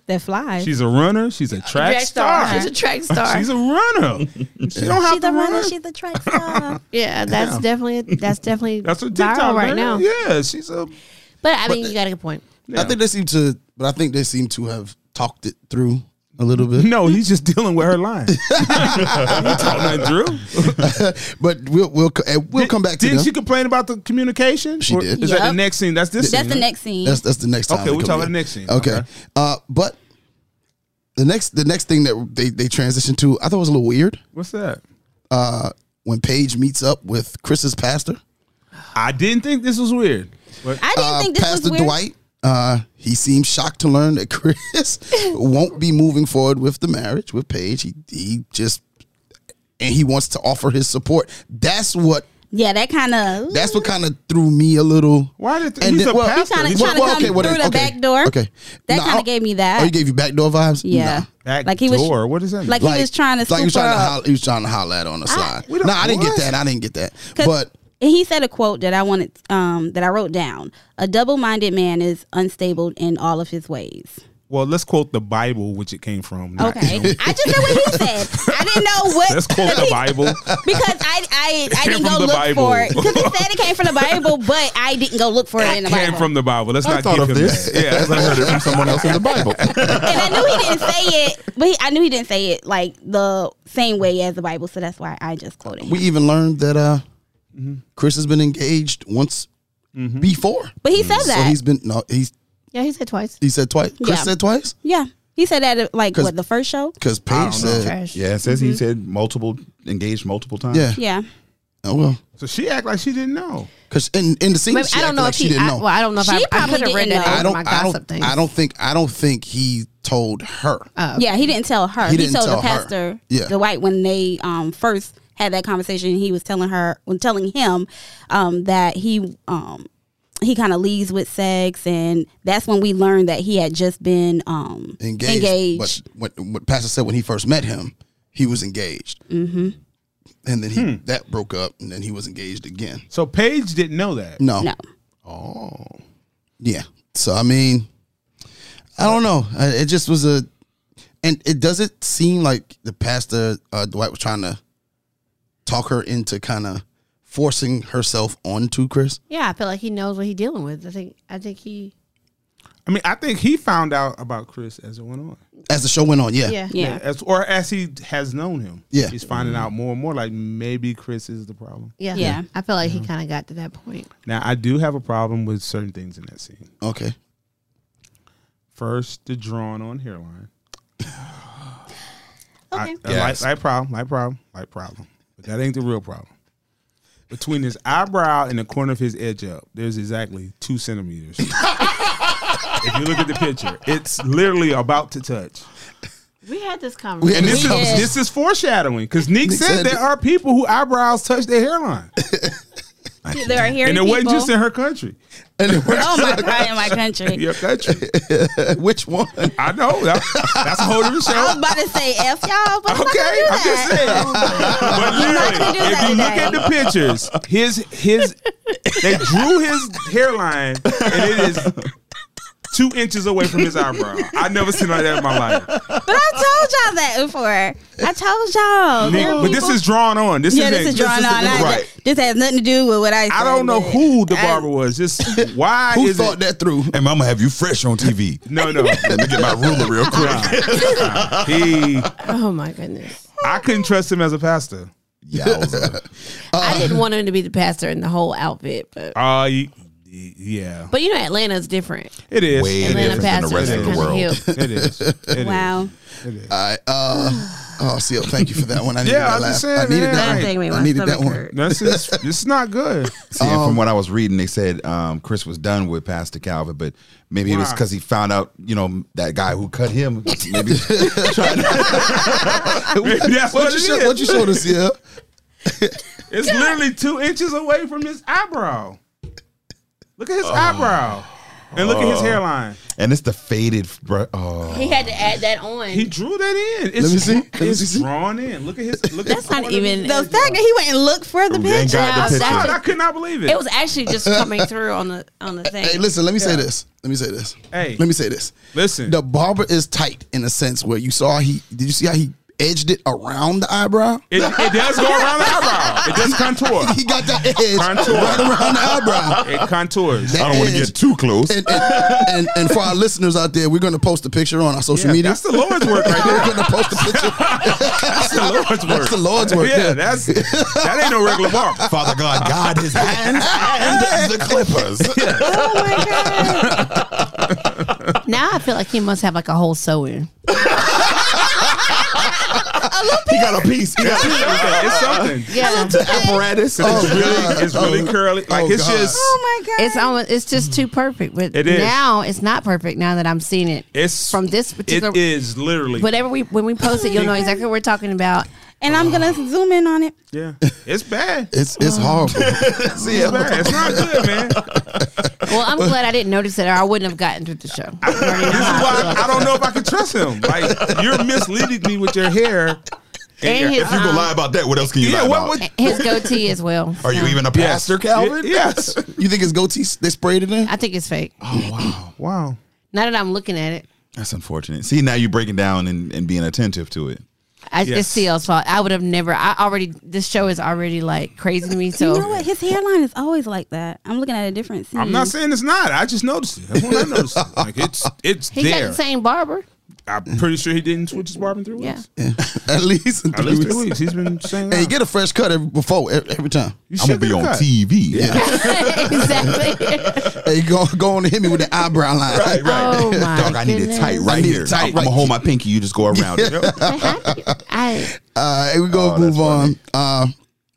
[SPEAKER 1] That flies.
[SPEAKER 3] She's a runner. She's a track, star.
[SPEAKER 2] She's a track star.
[SPEAKER 3] She's a runner. She don't have
[SPEAKER 1] She's the
[SPEAKER 3] to run.
[SPEAKER 1] runner. She's the track star.
[SPEAKER 2] yeah, that's definitely that's definitely
[SPEAKER 3] That's her TikTok
[SPEAKER 2] viral
[SPEAKER 3] man.
[SPEAKER 2] right now.
[SPEAKER 3] Yeah, she's a.
[SPEAKER 2] But I mean, you got a good point.
[SPEAKER 5] I think they seem to, but I think they seem to have talked it through a little bit.
[SPEAKER 3] No, he's just dealing with her line. you talking to Drew?
[SPEAKER 5] But we'll we'll co- and we'll come back to
[SPEAKER 3] Did
[SPEAKER 5] them.
[SPEAKER 3] she complain about the communication?
[SPEAKER 5] She did.
[SPEAKER 3] Is that the
[SPEAKER 1] Yep.
[SPEAKER 3] next scene? That's this.
[SPEAKER 1] That's
[SPEAKER 3] scene.
[SPEAKER 1] the next scene.
[SPEAKER 5] that's that's the next time.
[SPEAKER 3] Okay,
[SPEAKER 5] we
[SPEAKER 3] we're
[SPEAKER 5] come
[SPEAKER 3] talking
[SPEAKER 5] back.
[SPEAKER 3] the next scene.
[SPEAKER 5] Okay,
[SPEAKER 3] Okay.
[SPEAKER 5] Uh, but the next the next thing that they they transitioned to, I thought was a little weird.
[SPEAKER 3] What's that?
[SPEAKER 5] Uh, when Paige meets up with Chris's pastor,
[SPEAKER 3] I didn't think this was weird. But
[SPEAKER 1] I didn't
[SPEAKER 5] uh,
[SPEAKER 1] think this
[SPEAKER 5] Pastor
[SPEAKER 1] was weird.
[SPEAKER 5] Dwight. Uh, he seems shocked to learn that Chris won't be moving forward with the marriage with Paige. He he just and he wants to offer his support. That's what
[SPEAKER 1] Yeah, that kind of.
[SPEAKER 5] that's what kind of threw me a little.
[SPEAKER 3] why did
[SPEAKER 5] And
[SPEAKER 3] he's
[SPEAKER 5] then-
[SPEAKER 3] a
[SPEAKER 5] well, he
[SPEAKER 3] pastor?
[SPEAKER 1] kinda-
[SPEAKER 3] He's
[SPEAKER 1] kinda come
[SPEAKER 5] then-
[SPEAKER 1] through the back door.
[SPEAKER 5] Okay,
[SPEAKER 1] That
[SPEAKER 5] Nah,
[SPEAKER 1] kinda
[SPEAKER 5] I-
[SPEAKER 1] gave me that.
[SPEAKER 5] Oh, you gave you back door vibes.
[SPEAKER 1] Yeah.
[SPEAKER 5] Nah.
[SPEAKER 3] back
[SPEAKER 1] like he was.
[SPEAKER 3] door. What is that? mean?
[SPEAKER 1] Like, he was trying to.
[SPEAKER 5] like he was
[SPEAKER 1] scoop her
[SPEAKER 5] trying to
[SPEAKER 1] up.
[SPEAKER 5] holler, he was trying to holler at her on the side.
[SPEAKER 3] we
[SPEAKER 5] No,
[SPEAKER 3] don't-
[SPEAKER 5] I didn't
[SPEAKER 3] what?
[SPEAKER 5] get that. I didn't get that.
[SPEAKER 1] 'Cause-
[SPEAKER 5] But
[SPEAKER 1] and he said a quote that I wanted, um, that I wrote down. A double-minded man is unstable in all of his ways.
[SPEAKER 3] well, let's quote the Bible, which it came from. not
[SPEAKER 1] Okay,
[SPEAKER 3] him.
[SPEAKER 1] I just said what he said. I didn't know what
[SPEAKER 3] Let's quote the Bible.
[SPEAKER 1] because I I, I
[SPEAKER 3] came
[SPEAKER 1] didn't
[SPEAKER 3] from
[SPEAKER 1] go
[SPEAKER 3] the
[SPEAKER 1] look
[SPEAKER 3] Bible.
[SPEAKER 1] for it because it said it came from the Bible, but I didn't go look for it in the
[SPEAKER 3] Came
[SPEAKER 1] Bible.
[SPEAKER 3] from the Bible. Let's
[SPEAKER 4] I
[SPEAKER 3] not
[SPEAKER 4] thought
[SPEAKER 3] give
[SPEAKER 4] of
[SPEAKER 3] him
[SPEAKER 4] this
[SPEAKER 3] that. Yeah.
[SPEAKER 4] as I heard it from someone else in the Bible.
[SPEAKER 1] and I knew he didn't say it, but he, I knew he didn't say it like the same way as the Bible, so that's why I just quoted him.
[SPEAKER 5] we even learned that uh,
[SPEAKER 3] Mm-hmm.
[SPEAKER 5] Chris has been engaged once before.
[SPEAKER 1] But he said
[SPEAKER 5] Mm. So
[SPEAKER 1] that,
[SPEAKER 5] he's been no. He's
[SPEAKER 2] Yeah, he said twice.
[SPEAKER 5] he said twice. Chris
[SPEAKER 1] Yeah.
[SPEAKER 5] said twice
[SPEAKER 1] yeah, he said that at, like
[SPEAKER 5] 'Cause-
[SPEAKER 1] what the first show,
[SPEAKER 5] because Paige said,
[SPEAKER 2] Trash.
[SPEAKER 4] Yeah, it says
[SPEAKER 5] Mm-hmm.
[SPEAKER 4] he said multiple engaged multiple times.
[SPEAKER 5] yeah.
[SPEAKER 1] yeah.
[SPEAKER 5] Oh well,
[SPEAKER 3] So she act like she didn't know.
[SPEAKER 5] because in in the scene,
[SPEAKER 2] Maybe-
[SPEAKER 5] she
[SPEAKER 2] I
[SPEAKER 5] acted
[SPEAKER 2] don't know
[SPEAKER 5] like
[SPEAKER 2] if
[SPEAKER 5] she
[SPEAKER 2] he.
[SPEAKER 5] didn't
[SPEAKER 2] I,
[SPEAKER 5] know.
[SPEAKER 2] well, I don't know if
[SPEAKER 1] She
[SPEAKER 2] I, I
[SPEAKER 1] probably
[SPEAKER 2] could have read
[SPEAKER 1] didn't
[SPEAKER 2] that.
[SPEAKER 1] know.
[SPEAKER 2] out
[SPEAKER 5] I
[SPEAKER 2] of
[SPEAKER 5] don't.
[SPEAKER 2] My
[SPEAKER 5] I
[SPEAKER 2] gossip
[SPEAKER 5] don't.
[SPEAKER 2] things.
[SPEAKER 5] I don't think. I don't think he told her.
[SPEAKER 1] Yeah, he didn't tell her.
[SPEAKER 5] He
[SPEAKER 1] He,
[SPEAKER 5] didn't
[SPEAKER 1] told
[SPEAKER 5] tell
[SPEAKER 1] the
[SPEAKER 5] her.
[SPEAKER 1] pastor,
[SPEAKER 5] Yeah.
[SPEAKER 1] the white, when they um, first had that conversation. He was telling her, when telling him um, that he um, he kind of leaves with sex, and that's when we learned that he had just been um,
[SPEAKER 5] engaged.
[SPEAKER 1] engaged.
[SPEAKER 5] But what, what Pastor said when he first met him, he was engaged. Mm-hmm. And then he that broke up, and then he was engaged again.
[SPEAKER 3] So Paige didn't know that.
[SPEAKER 5] No.
[SPEAKER 1] No,
[SPEAKER 5] Yeah. So I mean, I don't know. I, it just was a, and it doesn't seem like the pastor uh, Dwight was trying to talk her into kind of forcing herself onto Chris.
[SPEAKER 2] Yeah, I feel like he knows what he's dealing with. I think. I think he.
[SPEAKER 3] I mean, I think he found out about Chris as it went on,
[SPEAKER 5] As the show went on, yeah,
[SPEAKER 2] Yeah.
[SPEAKER 1] yeah.
[SPEAKER 3] as, or as he has known him.
[SPEAKER 5] Yeah.
[SPEAKER 3] he's finding out more and more. Like maybe Chris is the problem.
[SPEAKER 2] Yeah.
[SPEAKER 1] Yeah.
[SPEAKER 2] I feel like he kind of got to that point.
[SPEAKER 3] Now I do have a problem with certain things in that scene.
[SPEAKER 5] Okay.
[SPEAKER 3] First, the drawing on hairline.
[SPEAKER 1] Okay.
[SPEAKER 3] I,
[SPEAKER 4] Yes.
[SPEAKER 3] light, light problem, light problem, light problem. But that ain't the real problem. Between his eyebrow and the corner of his edge up, there's exactly two centimeters. if you look at the picture, it's literally about to touch.
[SPEAKER 2] We had this
[SPEAKER 5] And
[SPEAKER 2] conversation.
[SPEAKER 5] this
[SPEAKER 3] This is,
[SPEAKER 1] We did.
[SPEAKER 3] this is foreshadowing because Nick said
[SPEAKER 5] said
[SPEAKER 3] there
[SPEAKER 5] it.
[SPEAKER 3] are people who eyebrows touch their hairline,
[SPEAKER 1] There are hearing
[SPEAKER 3] and it wasn't
[SPEAKER 1] people.
[SPEAKER 3] just in her country,
[SPEAKER 1] oh my god, in my country.
[SPEAKER 3] your country.
[SPEAKER 5] Which one?
[SPEAKER 3] I know that, that's a whole different show.
[SPEAKER 1] I was about to say F y'all, but I'm not gonna
[SPEAKER 3] Okay,
[SPEAKER 1] do
[SPEAKER 3] I'm
[SPEAKER 1] that. Oh
[SPEAKER 3] just
[SPEAKER 1] gonna
[SPEAKER 3] saying. but
[SPEAKER 1] do
[SPEAKER 3] literally, if
[SPEAKER 1] that
[SPEAKER 3] you look
[SPEAKER 1] today.
[SPEAKER 3] at the pictures, his his they drew his hairline, and it is two inches away from his eyebrow. I never seen like that in my life.
[SPEAKER 1] But I told y'all that before. I told y'all.
[SPEAKER 3] Nick,
[SPEAKER 1] There are
[SPEAKER 3] but this
[SPEAKER 1] people-
[SPEAKER 3] is drawn on. This
[SPEAKER 1] yeah,
[SPEAKER 3] isn't-
[SPEAKER 1] this is drawn on.
[SPEAKER 3] isn't
[SPEAKER 1] I-
[SPEAKER 3] right.
[SPEAKER 1] This has nothing to do with what I.
[SPEAKER 3] I
[SPEAKER 1] said,
[SPEAKER 3] don't know
[SPEAKER 1] but-
[SPEAKER 3] who the
[SPEAKER 1] I-
[SPEAKER 3] barber was. Just why
[SPEAKER 5] Who
[SPEAKER 3] is
[SPEAKER 5] thought
[SPEAKER 3] it?
[SPEAKER 5] that through?
[SPEAKER 4] And Mama have you fresh on TV.
[SPEAKER 3] No, no.
[SPEAKER 4] Let me get my ruler real quick.
[SPEAKER 3] Nah. he,
[SPEAKER 2] oh my goodness.
[SPEAKER 3] I couldn't trust him as a pastor.
[SPEAKER 4] Yowza.
[SPEAKER 2] I didn't want him to be the pastor in the whole outfit, but
[SPEAKER 3] Uh, y- y- yeah,
[SPEAKER 2] but you know Atlanta's different.
[SPEAKER 3] it is.
[SPEAKER 4] Way
[SPEAKER 3] it
[SPEAKER 2] Atlanta
[SPEAKER 4] different
[SPEAKER 3] is.
[SPEAKER 4] than the rest
[SPEAKER 2] pastors
[SPEAKER 4] of
[SPEAKER 2] are
[SPEAKER 4] the
[SPEAKER 2] kind of
[SPEAKER 4] world.
[SPEAKER 2] hip.
[SPEAKER 3] It is. It is.
[SPEAKER 1] Wow.
[SPEAKER 5] All right. Uh, oh, CL, thank you for that one. I needed
[SPEAKER 3] Yeah,
[SPEAKER 5] that
[SPEAKER 3] I'm
[SPEAKER 5] last.
[SPEAKER 3] just saying,
[SPEAKER 5] I
[SPEAKER 3] man.
[SPEAKER 5] needed that
[SPEAKER 1] That
[SPEAKER 5] one.
[SPEAKER 1] thing made
[SPEAKER 5] I
[SPEAKER 1] my
[SPEAKER 5] needed that
[SPEAKER 1] stomach
[SPEAKER 5] one.
[SPEAKER 1] hurt.
[SPEAKER 3] This is this is not good.
[SPEAKER 4] See, and
[SPEAKER 5] Um,
[SPEAKER 4] from what I was reading, they said um, Chris was done with Pastor Calvin, but maybe it was
[SPEAKER 3] Why?
[SPEAKER 4] because he found out, you know, that guy who cut him. Maybe
[SPEAKER 3] Maybe that's what,
[SPEAKER 5] What
[SPEAKER 3] it
[SPEAKER 5] you
[SPEAKER 3] is.
[SPEAKER 5] show, what you showed us, yeah.
[SPEAKER 3] It's literally two inches away from his eyebrow. Look at
[SPEAKER 5] Oh.
[SPEAKER 3] his eyebrow, and look at his hairline.
[SPEAKER 4] and it's the faded. Bro- oh,
[SPEAKER 2] He had to add that on.
[SPEAKER 3] He drew that in. It's,
[SPEAKER 5] Let me see. Let me
[SPEAKER 3] it's
[SPEAKER 5] see.
[SPEAKER 3] drawn in. Look at his. Look
[SPEAKER 2] That's
[SPEAKER 3] at his
[SPEAKER 2] not
[SPEAKER 3] corner.
[SPEAKER 2] even-
[SPEAKER 1] The fact that he went and looked for
[SPEAKER 5] Oh,
[SPEAKER 1] the
[SPEAKER 4] They ain't
[SPEAKER 1] picture.
[SPEAKER 4] got the
[SPEAKER 2] That's-
[SPEAKER 4] picture.
[SPEAKER 3] God, I could not believe it.
[SPEAKER 2] it was actually just coming through on the on the thing.
[SPEAKER 5] Hey, listen. Let me say this. Let me say this.
[SPEAKER 3] Hey.
[SPEAKER 5] Let me say this.
[SPEAKER 3] Listen.
[SPEAKER 5] The barber is tight in a sense where you saw he. Did you see how he edged it around the eyebrow?
[SPEAKER 3] It, it does go around the eyebrow. It does contour.
[SPEAKER 5] He got that edge
[SPEAKER 3] Contour.
[SPEAKER 5] right around the eyebrow.
[SPEAKER 3] It contours. Um,
[SPEAKER 5] That
[SPEAKER 4] I don't want to
[SPEAKER 5] edge.
[SPEAKER 4] get too close.
[SPEAKER 5] And, and, and, and for our listeners out there, we're going to post a picture on our social
[SPEAKER 3] Yeah,
[SPEAKER 5] media.
[SPEAKER 3] that's the Lord's work right there.
[SPEAKER 5] we're going to post a picture.
[SPEAKER 3] That's the Lord's work.
[SPEAKER 5] That's the Lord's work.
[SPEAKER 3] Yeah,
[SPEAKER 5] Yeah.
[SPEAKER 3] that's that ain't no regular bar.
[SPEAKER 4] Father God, God his hands and the clippers.
[SPEAKER 1] Oh my god.
[SPEAKER 2] Now I feel like he must have like a whole sew in.
[SPEAKER 4] he got a piece.
[SPEAKER 3] Uh-huh.
[SPEAKER 4] He got
[SPEAKER 3] It's something.
[SPEAKER 2] Yeah.
[SPEAKER 3] It's
[SPEAKER 4] apparatus.
[SPEAKER 5] Oh, God.
[SPEAKER 3] really, it's really
[SPEAKER 5] Oh,
[SPEAKER 3] curly. Like
[SPEAKER 5] oh,
[SPEAKER 3] it's
[SPEAKER 5] God.
[SPEAKER 3] just,
[SPEAKER 1] Oh my god.
[SPEAKER 2] It's almost it's just too perfect. But
[SPEAKER 3] It is.
[SPEAKER 2] now it's not perfect now that I'm seeing it.
[SPEAKER 3] it's
[SPEAKER 2] from this particular
[SPEAKER 3] It is literally.
[SPEAKER 2] whatever we when we post it, you'll know exactly what we're talking about.
[SPEAKER 1] and I'm gonna
[SPEAKER 5] Oh.
[SPEAKER 1] zoom in on it.
[SPEAKER 3] yeah, it's bad.
[SPEAKER 5] It's it's horrible.
[SPEAKER 3] It's bad. It's not good, man.
[SPEAKER 2] Well, I'm glad I didn't notice it or I wouldn't have gotten through the show. I already know
[SPEAKER 3] This is
[SPEAKER 2] how I feel
[SPEAKER 3] why
[SPEAKER 2] about
[SPEAKER 3] I don't know if I can trust him. Like you're misleading me with your hair.
[SPEAKER 2] And his,
[SPEAKER 4] If you gonna
[SPEAKER 2] um,
[SPEAKER 4] lie about that, what else can you
[SPEAKER 3] Yeah,
[SPEAKER 4] lie
[SPEAKER 3] what
[SPEAKER 4] about?
[SPEAKER 3] would-
[SPEAKER 2] his goatee as well.
[SPEAKER 4] Are you
[SPEAKER 2] So,
[SPEAKER 4] even a
[SPEAKER 3] Yes.
[SPEAKER 4] pastor, Calvin?
[SPEAKER 3] Y- Yes.
[SPEAKER 5] You think his goatee s- they sprayed it in?
[SPEAKER 2] I think it's fake.
[SPEAKER 3] Wow.
[SPEAKER 2] Now that I'm looking at it,
[SPEAKER 4] That's unfortunate. See, now you're breaking down and, and being attentive to it.
[SPEAKER 2] I,
[SPEAKER 3] Yes.
[SPEAKER 2] it's CL's fault. I would have never. I already. This show is already like crazy to me. So
[SPEAKER 1] You know what? His hairline is always like that. I'm looking at a different scene.
[SPEAKER 3] I'm not
[SPEAKER 2] Mm.
[SPEAKER 3] saying it's not. I just noticed it. That's when I noticed it. Like it's it's
[SPEAKER 2] he got
[SPEAKER 3] there.
[SPEAKER 2] the same barber.
[SPEAKER 3] I'm pretty sure he didn't switch his barb in three
[SPEAKER 2] Yeah.
[SPEAKER 3] weeks.
[SPEAKER 5] At least in
[SPEAKER 3] At
[SPEAKER 5] three
[SPEAKER 3] least three weeks.
[SPEAKER 5] weeks.
[SPEAKER 3] He's been saying
[SPEAKER 5] Hey,
[SPEAKER 3] that.
[SPEAKER 5] get a fresh cut every, before every, every time.
[SPEAKER 3] You
[SPEAKER 4] I'm
[SPEAKER 3] should
[SPEAKER 4] gonna be
[SPEAKER 3] get a
[SPEAKER 4] on
[SPEAKER 3] cut.
[SPEAKER 4] TV.
[SPEAKER 2] exactly.
[SPEAKER 5] Hey, go go on and hit me with the eyebrow line.
[SPEAKER 4] Right, right.
[SPEAKER 2] Oh my
[SPEAKER 4] Dog, I need it
[SPEAKER 2] goodness.
[SPEAKER 4] tight
[SPEAKER 5] I
[SPEAKER 4] right
[SPEAKER 5] need it
[SPEAKER 4] here.
[SPEAKER 5] tight
[SPEAKER 4] I'm, I'm gonna
[SPEAKER 5] right
[SPEAKER 4] hold my pinky. You just go around it.
[SPEAKER 2] I,
[SPEAKER 5] Uh, and we go
[SPEAKER 4] Oh, that's
[SPEAKER 5] move on. Uh,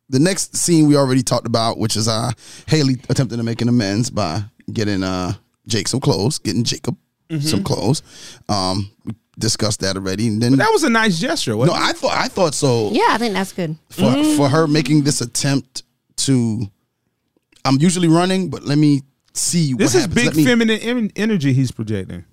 [SPEAKER 5] the next scene we already talked about, which is uh, Haley attempting to make an amends by getting uh, Jake some clothes, getting Jacob
[SPEAKER 3] Mm-hmm.
[SPEAKER 5] some clothes. Um, we discussed that already, and then
[SPEAKER 3] That was a nice gesture.
[SPEAKER 5] no,
[SPEAKER 3] Wasn't
[SPEAKER 5] I thought I thought so
[SPEAKER 2] yeah, I think that's good.
[SPEAKER 5] for for her making this attempt to. I'm usually running, but let me see.
[SPEAKER 3] This
[SPEAKER 5] what
[SPEAKER 3] is
[SPEAKER 5] happens.
[SPEAKER 3] big
[SPEAKER 5] Let me-
[SPEAKER 3] feminine em- energy he's projecting.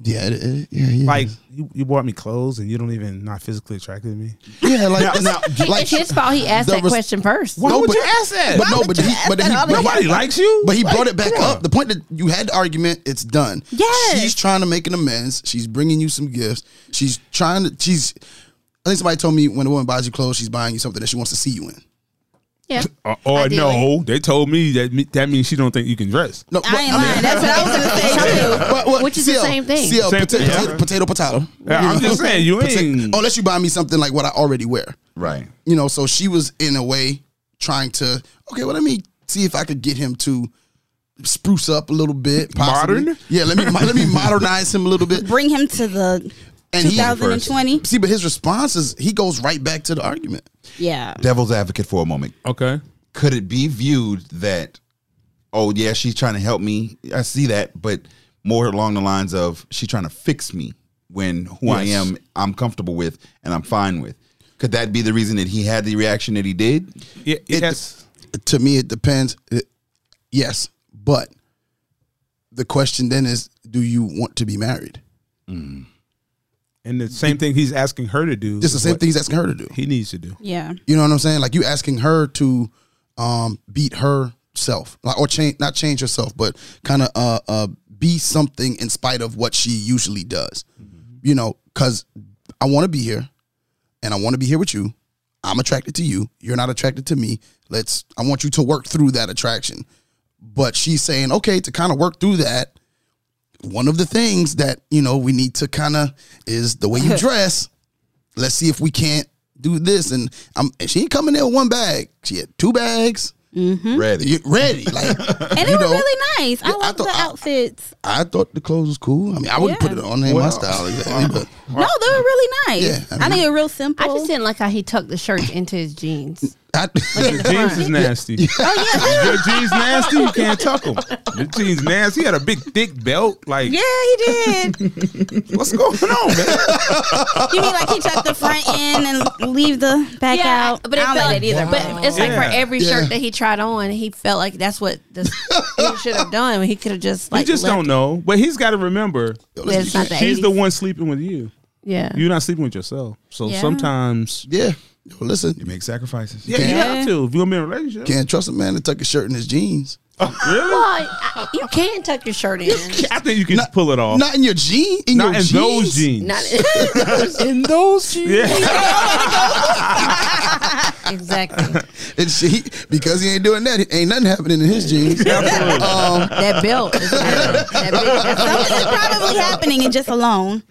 [SPEAKER 5] Yeah, it, it, yeah, yeah.
[SPEAKER 3] Like you, you bought me clothes and you don't even not physically attracted to me.
[SPEAKER 5] yeah, like
[SPEAKER 4] Now- now-
[SPEAKER 5] like
[SPEAKER 2] it's his fault. He asked
[SPEAKER 5] the
[SPEAKER 2] that
[SPEAKER 5] res-
[SPEAKER 2] question first.
[SPEAKER 3] Why
[SPEAKER 5] No,
[SPEAKER 3] would
[SPEAKER 5] but-
[SPEAKER 3] you ask that?
[SPEAKER 5] But no, but he, but he, but he-
[SPEAKER 3] Nobody likes you.
[SPEAKER 5] But he
[SPEAKER 3] Like,
[SPEAKER 5] brought it back
[SPEAKER 3] come on.
[SPEAKER 5] up. The point that you had the argument, it's done.
[SPEAKER 1] Yes.
[SPEAKER 5] She's trying to make an amends. She's bringing you some gifts. She's trying to, she's, I think somebody told me when a woman buys you clothes, she's buying you something that she wants to see you in.
[SPEAKER 2] Yeah.
[SPEAKER 3] Uh, or no,
[SPEAKER 2] Ideally.
[SPEAKER 3] they told me that me- that means she don't think you can dress.
[SPEAKER 5] No,
[SPEAKER 1] I ain't lying. That's what I was gonna say too.
[SPEAKER 5] but what-
[SPEAKER 2] Which is the
[SPEAKER 5] CL,
[SPEAKER 2] same thing.
[SPEAKER 5] CL,
[SPEAKER 3] Same
[SPEAKER 5] potato,
[SPEAKER 3] thing, yeah.
[SPEAKER 5] potato, potato, potato.
[SPEAKER 3] Yeah, I'm just saying you ain't.
[SPEAKER 5] Oh, Unless you buy me something like what I already wear.
[SPEAKER 4] Right.
[SPEAKER 5] You know, so she was in a way trying to, okay, well, let me see if I could get him to spruce up a little bit. possibly.
[SPEAKER 3] Modern?
[SPEAKER 5] Yeah, let me let me modernize him a little bit.
[SPEAKER 1] Bring him to the
[SPEAKER 5] And he-
[SPEAKER 1] 2020.
[SPEAKER 5] See, but his response is he goes right back to the argument.
[SPEAKER 1] Yeah.
[SPEAKER 4] Devil's advocate for a moment.
[SPEAKER 3] Okay.
[SPEAKER 4] Could it be viewed that, oh yeah, she's trying to help me? I see that, but more along the lines of she's trying to fix me. when who I
[SPEAKER 3] Yes.
[SPEAKER 4] am I'm comfortable with and I'm fine with. Could that be the reason that he had the reaction that he did?
[SPEAKER 3] Yeah,
[SPEAKER 5] It-
[SPEAKER 3] yes.
[SPEAKER 5] to me it depends It- yes but the question then is do you want to be married
[SPEAKER 3] And the same thing he's asking her to do.
[SPEAKER 5] it's the
[SPEAKER 3] is
[SPEAKER 5] same
[SPEAKER 3] what
[SPEAKER 5] thing he's asking her to do
[SPEAKER 3] he needs to do.
[SPEAKER 1] Yeah.
[SPEAKER 5] you know what i'm saying like you asking her to um beat herself like or change not change herself but kind of uh uh be something in spite of what she usually does you know because i want to be here and i want to be here with you i'm attracted to you you're not attracted to me let's i want you to work through that attraction but she's saying okay to kind of work through that one of the things that you know we need to kind of is the way you dress. Let's see if we can't do this. And I'm and she ain't coming in with one bag. She had two bags.
[SPEAKER 3] Hmm?
[SPEAKER 4] Ready.
[SPEAKER 5] You ready? Like
[SPEAKER 1] And
[SPEAKER 5] you
[SPEAKER 1] they were
[SPEAKER 5] know,
[SPEAKER 1] really nice. I
[SPEAKER 5] Yeah, I
[SPEAKER 1] like the
[SPEAKER 5] thought- I-
[SPEAKER 1] outfits.
[SPEAKER 5] I thought the clothes was cool. I mean, I wouldn't
[SPEAKER 1] Yeah.
[SPEAKER 5] put it on in my style exactly, but
[SPEAKER 1] no, they were really nice.
[SPEAKER 5] Yeah, I
[SPEAKER 1] I, think they're real simple.
[SPEAKER 2] I just didn't like how he tucked the shirt into his jeans.
[SPEAKER 5] I,
[SPEAKER 3] Your jeans is nasty. Your jeans nasty. You can't tuck them. Your jeans nasty. He had a big thick belt. Like
[SPEAKER 1] yeah, he did.
[SPEAKER 3] what's going on, man?
[SPEAKER 1] you mean like he tucked the front in and leave the back out?
[SPEAKER 2] but it
[SPEAKER 1] I don't
[SPEAKER 2] felt
[SPEAKER 1] like that either.
[SPEAKER 2] But it's like
[SPEAKER 3] Yeah.
[SPEAKER 2] for every
[SPEAKER 5] Yeah.
[SPEAKER 2] shirt that he tried on, he felt like that's what this, he should have done. He could have just
[SPEAKER 3] You
[SPEAKER 2] like
[SPEAKER 3] just
[SPEAKER 2] left
[SPEAKER 3] don't know. But he's got to remember,
[SPEAKER 2] it. It's not the
[SPEAKER 3] she's
[SPEAKER 2] 80s.
[SPEAKER 3] the one sleeping with you.
[SPEAKER 2] Yeah.
[SPEAKER 3] You're not sleeping with yourself. So
[SPEAKER 1] Yeah.
[SPEAKER 3] sometimes,
[SPEAKER 5] yeah. Yo, listen,
[SPEAKER 4] You make sacrifices.
[SPEAKER 3] yeah, you have to. If you're gonna be in a relationship, Oh,
[SPEAKER 5] can't trust a man to tuck his shirt in his jeans.
[SPEAKER 3] really,
[SPEAKER 2] Well, I- you can tuck your shirt in.
[SPEAKER 3] I think you can pull it off. Not,
[SPEAKER 5] Not in your jean. In your
[SPEAKER 3] Oh. in
[SPEAKER 5] jeans.
[SPEAKER 3] those jeans.
[SPEAKER 2] Not
[SPEAKER 4] In those jeans.
[SPEAKER 3] yeah,
[SPEAKER 2] exactly.
[SPEAKER 5] And she, because he ain't doing that, ain't nothing happening in his jeans.
[SPEAKER 3] absolutely.
[SPEAKER 5] Um,
[SPEAKER 2] That belt. Is that big,
[SPEAKER 1] Something is probably happening in just alone.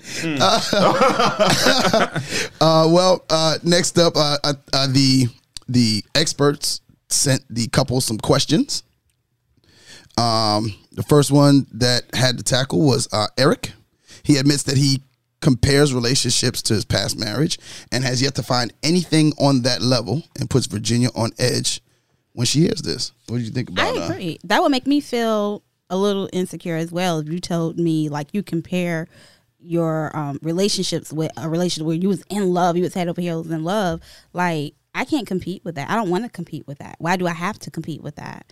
[SPEAKER 5] Uh, well, uh, next up, uh, uh, uh, the the experts sent the couple some questions. Um, the first one that had to tackle was uh, Eric. He admits that he compares relationships to his past marriage and has yet to find anything on that level, and puts Virginia on edge when she hears this. What do you think
[SPEAKER 1] I
[SPEAKER 5] about? uh,
[SPEAKER 1] agree. That would make me feel a little insecure as well. If you told me like you compare your um, relationships with a relationship where you was in love, you was head over heels in love, like I can't compete with that. I don't want to compete with that. Why do I have to compete with that?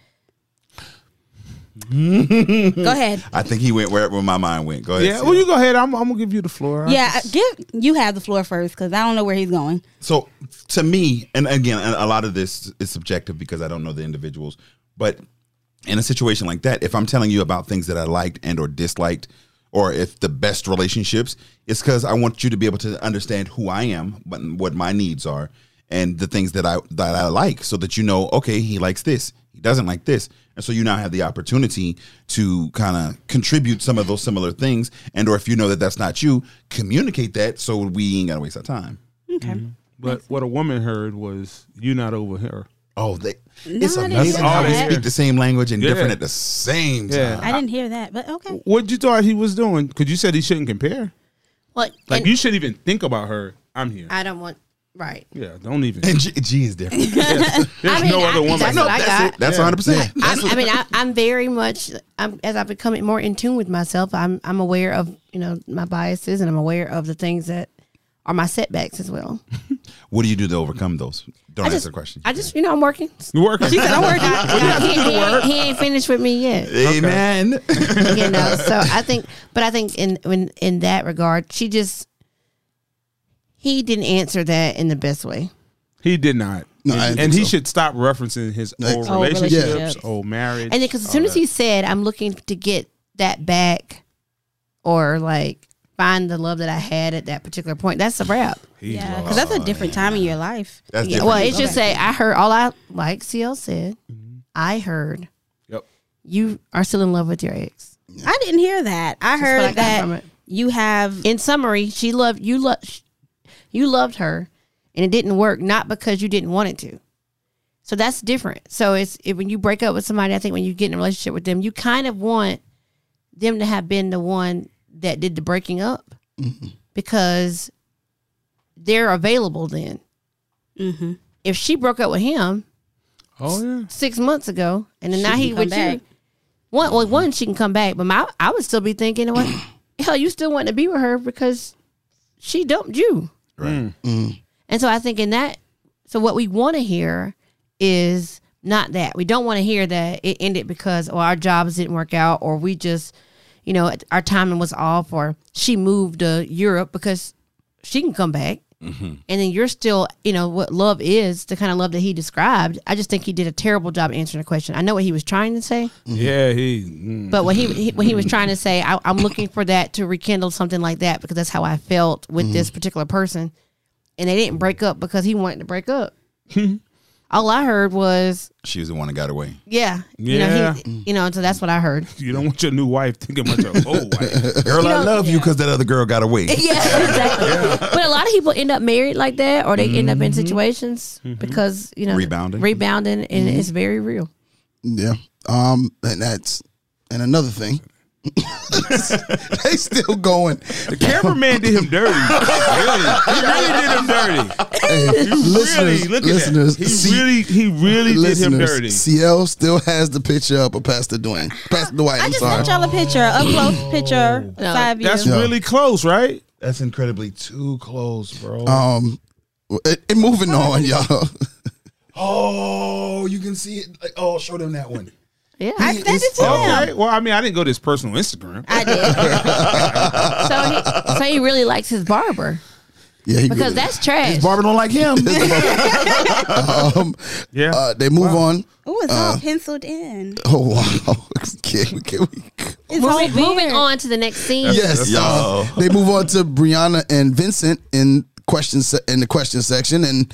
[SPEAKER 1] go ahead.
[SPEAKER 4] I think he went where, where my mind went. Go ahead.
[SPEAKER 3] yeah.
[SPEAKER 4] Sia.
[SPEAKER 3] Well, you go ahead. I'm, I'm gonna give you the floor.
[SPEAKER 1] Yeah, I- give you have the floor first because I don't know where he's going.
[SPEAKER 4] So to me, and again, a a lot of this is subjective because I don't know the individuals, but in a situation like that, if I'm telling you about things that I liked and or disliked, or if the best relationships, it's because I want you to be able to understand who I am, but what my needs are, and the things that I that I like, so that you know, okay, he likes this, he doesn't like this, and so you now have the opportunity to kind of contribute some of those similar things, and or if you know that that's not you, communicate that so we ain't gotta waste our time.
[SPEAKER 1] Okay.
[SPEAKER 3] But what a woman heard was you not over her.
[SPEAKER 4] Oh, they, it's
[SPEAKER 1] Not
[SPEAKER 4] amazing
[SPEAKER 1] even
[SPEAKER 4] how we
[SPEAKER 1] that.
[SPEAKER 4] speak the same language and
[SPEAKER 3] Yeah.
[SPEAKER 4] different at the same time.
[SPEAKER 3] Yeah.
[SPEAKER 1] I didn't hear that, but okay.
[SPEAKER 3] What you thought he was doing? Because you said he shouldn't compare.
[SPEAKER 2] What?
[SPEAKER 3] Like
[SPEAKER 2] and
[SPEAKER 3] you should even think about her. I'm here.
[SPEAKER 2] I don't want. Right.
[SPEAKER 3] yeah, don't even.
[SPEAKER 4] And G, G is different.
[SPEAKER 3] There's
[SPEAKER 2] I mean,
[SPEAKER 3] no
[SPEAKER 2] I
[SPEAKER 3] other woman.
[SPEAKER 2] think that's what I
[SPEAKER 4] that's
[SPEAKER 2] got.
[SPEAKER 4] it. That's
[SPEAKER 3] Yeah.
[SPEAKER 4] 100%.
[SPEAKER 2] I'm, I mean, I, I'm very much I'm, as I've become more in tune with myself. I'm I'm aware of you know my biases and I'm aware of the things that are my setbacks as well.
[SPEAKER 4] What do you do to overcome those? Don't
[SPEAKER 2] I
[SPEAKER 4] answer
[SPEAKER 2] just
[SPEAKER 4] the question.
[SPEAKER 2] I just you know I'm working.
[SPEAKER 3] You're working.
[SPEAKER 2] She said I'm working. he, he ain't- he ain't finished with me yet.
[SPEAKER 4] Amen.
[SPEAKER 2] you know so i think but i think in when in that regard she just he didn't answer that in the best way
[SPEAKER 3] He did not.
[SPEAKER 5] No, I
[SPEAKER 3] and
[SPEAKER 5] didn't
[SPEAKER 3] and
[SPEAKER 5] think
[SPEAKER 3] he
[SPEAKER 5] so.
[SPEAKER 3] should stop referencing his
[SPEAKER 1] Old
[SPEAKER 3] old relationships,
[SPEAKER 1] relationships.
[SPEAKER 3] old marriage.
[SPEAKER 2] Oh, and because as soon as he said i'm looking to get that back or like find the love that i had at that particular point that's a wrap
[SPEAKER 1] Yeah, because that's a different time in your life.
[SPEAKER 4] That's
[SPEAKER 2] Yeah,
[SPEAKER 4] different.
[SPEAKER 2] well it's just say i heard all i like cl said i heard
[SPEAKER 3] Yep.
[SPEAKER 2] you are still in love with your ex
[SPEAKER 1] I didn't hear that. I
[SPEAKER 2] what I
[SPEAKER 1] heard
[SPEAKER 2] got from
[SPEAKER 1] that
[SPEAKER 2] it.
[SPEAKER 1] you have
[SPEAKER 2] in summary she loved you loved you loved her and it didn't work not because you didn't want it to so that's different so it's it, when you break up with somebody i think when you get in a relationship with them you kind of want them to have been the one that did the breaking up because they're available then
[SPEAKER 1] mm-hmm.
[SPEAKER 2] if she broke up with him
[SPEAKER 3] oh yeah,
[SPEAKER 2] six months ago and then now
[SPEAKER 1] can
[SPEAKER 2] he
[SPEAKER 1] come
[SPEAKER 2] with
[SPEAKER 1] back.
[SPEAKER 2] you one, well, one she can come back but my, i would still be thinking what hell, you still want to be with her because she dumped you. Mm.
[SPEAKER 4] Right.
[SPEAKER 2] And so I think in that, so what we want to hear is not that. We don't want to hear that it ended because or our jobs didn't work out or we just, you know, our timing was off or she moved to Europe because she can come back. And then you're still, you know, what love is, the kind of love that he described. I just think he did a terrible job answering the question. I know what he was trying to say.
[SPEAKER 5] Mm-hmm.
[SPEAKER 3] Yeah, he. mm.
[SPEAKER 2] But what he, he what he was trying to say, I, I'm looking for that to rekindle something like that because that's how I felt with this particular person, and they didn't break up because he wanted to break up. All I heard was,
[SPEAKER 4] She was the one that got away.
[SPEAKER 2] yeah, you know, he, you know. So that's what I heard.
[SPEAKER 3] You don't want your new wife thinking about your old wife.
[SPEAKER 4] Girl, I love you because that other girl got away.
[SPEAKER 2] Yeah, Mm-hmm. exactly. But a lot of people end up married like that, or they end up in situations because you know
[SPEAKER 4] Rebounding.
[SPEAKER 2] rebounding, and it's very real.
[SPEAKER 5] Yeah. Um, and that's and another thing. they still going.
[SPEAKER 3] The cameraman did him dirty. Really, he really did him dirty.
[SPEAKER 5] Hey, listeners,
[SPEAKER 3] really, look at
[SPEAKER 5] listeners,
[SPEAKER 3] that. He
[SPEAKER 5] see-
[SPEAKER 3] really, he really did him
[SPEAKER 5] listeners,
[SPEAKER 3] dirty.
[SPEAKER 5] CL still has the picture up of Pastor Dwayne. Pastor Dwight,
[SPEAKER 1] I
[SPEAKER 5] I'm
[SPEAKER 1] just sent
[SPEAKER 5] sorry.
[SPEAKER 1] y'all a picture, up close picture, side view.
[SPEAKER 3] That's
[SPEAKER 5] Yeah.
[SPEAKER 3] really close, right?
[SPEAKER 4] That's incredibly too close, bro.
[SPEAKER 5] Um, and and moving on, y'all.
[SPEAKER 4] oh, you can see it. Like, oh, show them that one.
[SPEAKER 2] Yeah,
[SPEAKER 1] I sent it to him.
[SPEAKER 3] Okay. Well, I mean, I didn't go to his personal Instagram.
[SPEAKER 2] I did. so he, so he really likes his barber
[SPEAKER 5] Yeah, he
[SPEAKER 2] because
[SPEAKER 5] really-
[SPEAKER 2] that's trash.
[SPEAKER 4] Barbara don't like him.
[SPEAKER 5] um,
[SPEAKER 3] Yeah.
[SPEAKER 5] uh, they move on.
[SPEAKER 1] Oh, it's
[SPEAKER 5] Uh,
[SPEAKER 1] all penciled in.
[SPEAKER 5] Oh wow! can we, can we
[SPEAKER 1] It's all
[SPEAKER 2] Moving, moving
[SPEAKER 1] beard.
[SPEAKER 2] on to the next scene.
[SPEAKER 5] yes,
[SPEAKER 4] Yo.
[SPEAKER 5] uh, they move on to Brianna and Vincent in question se- in the question section, and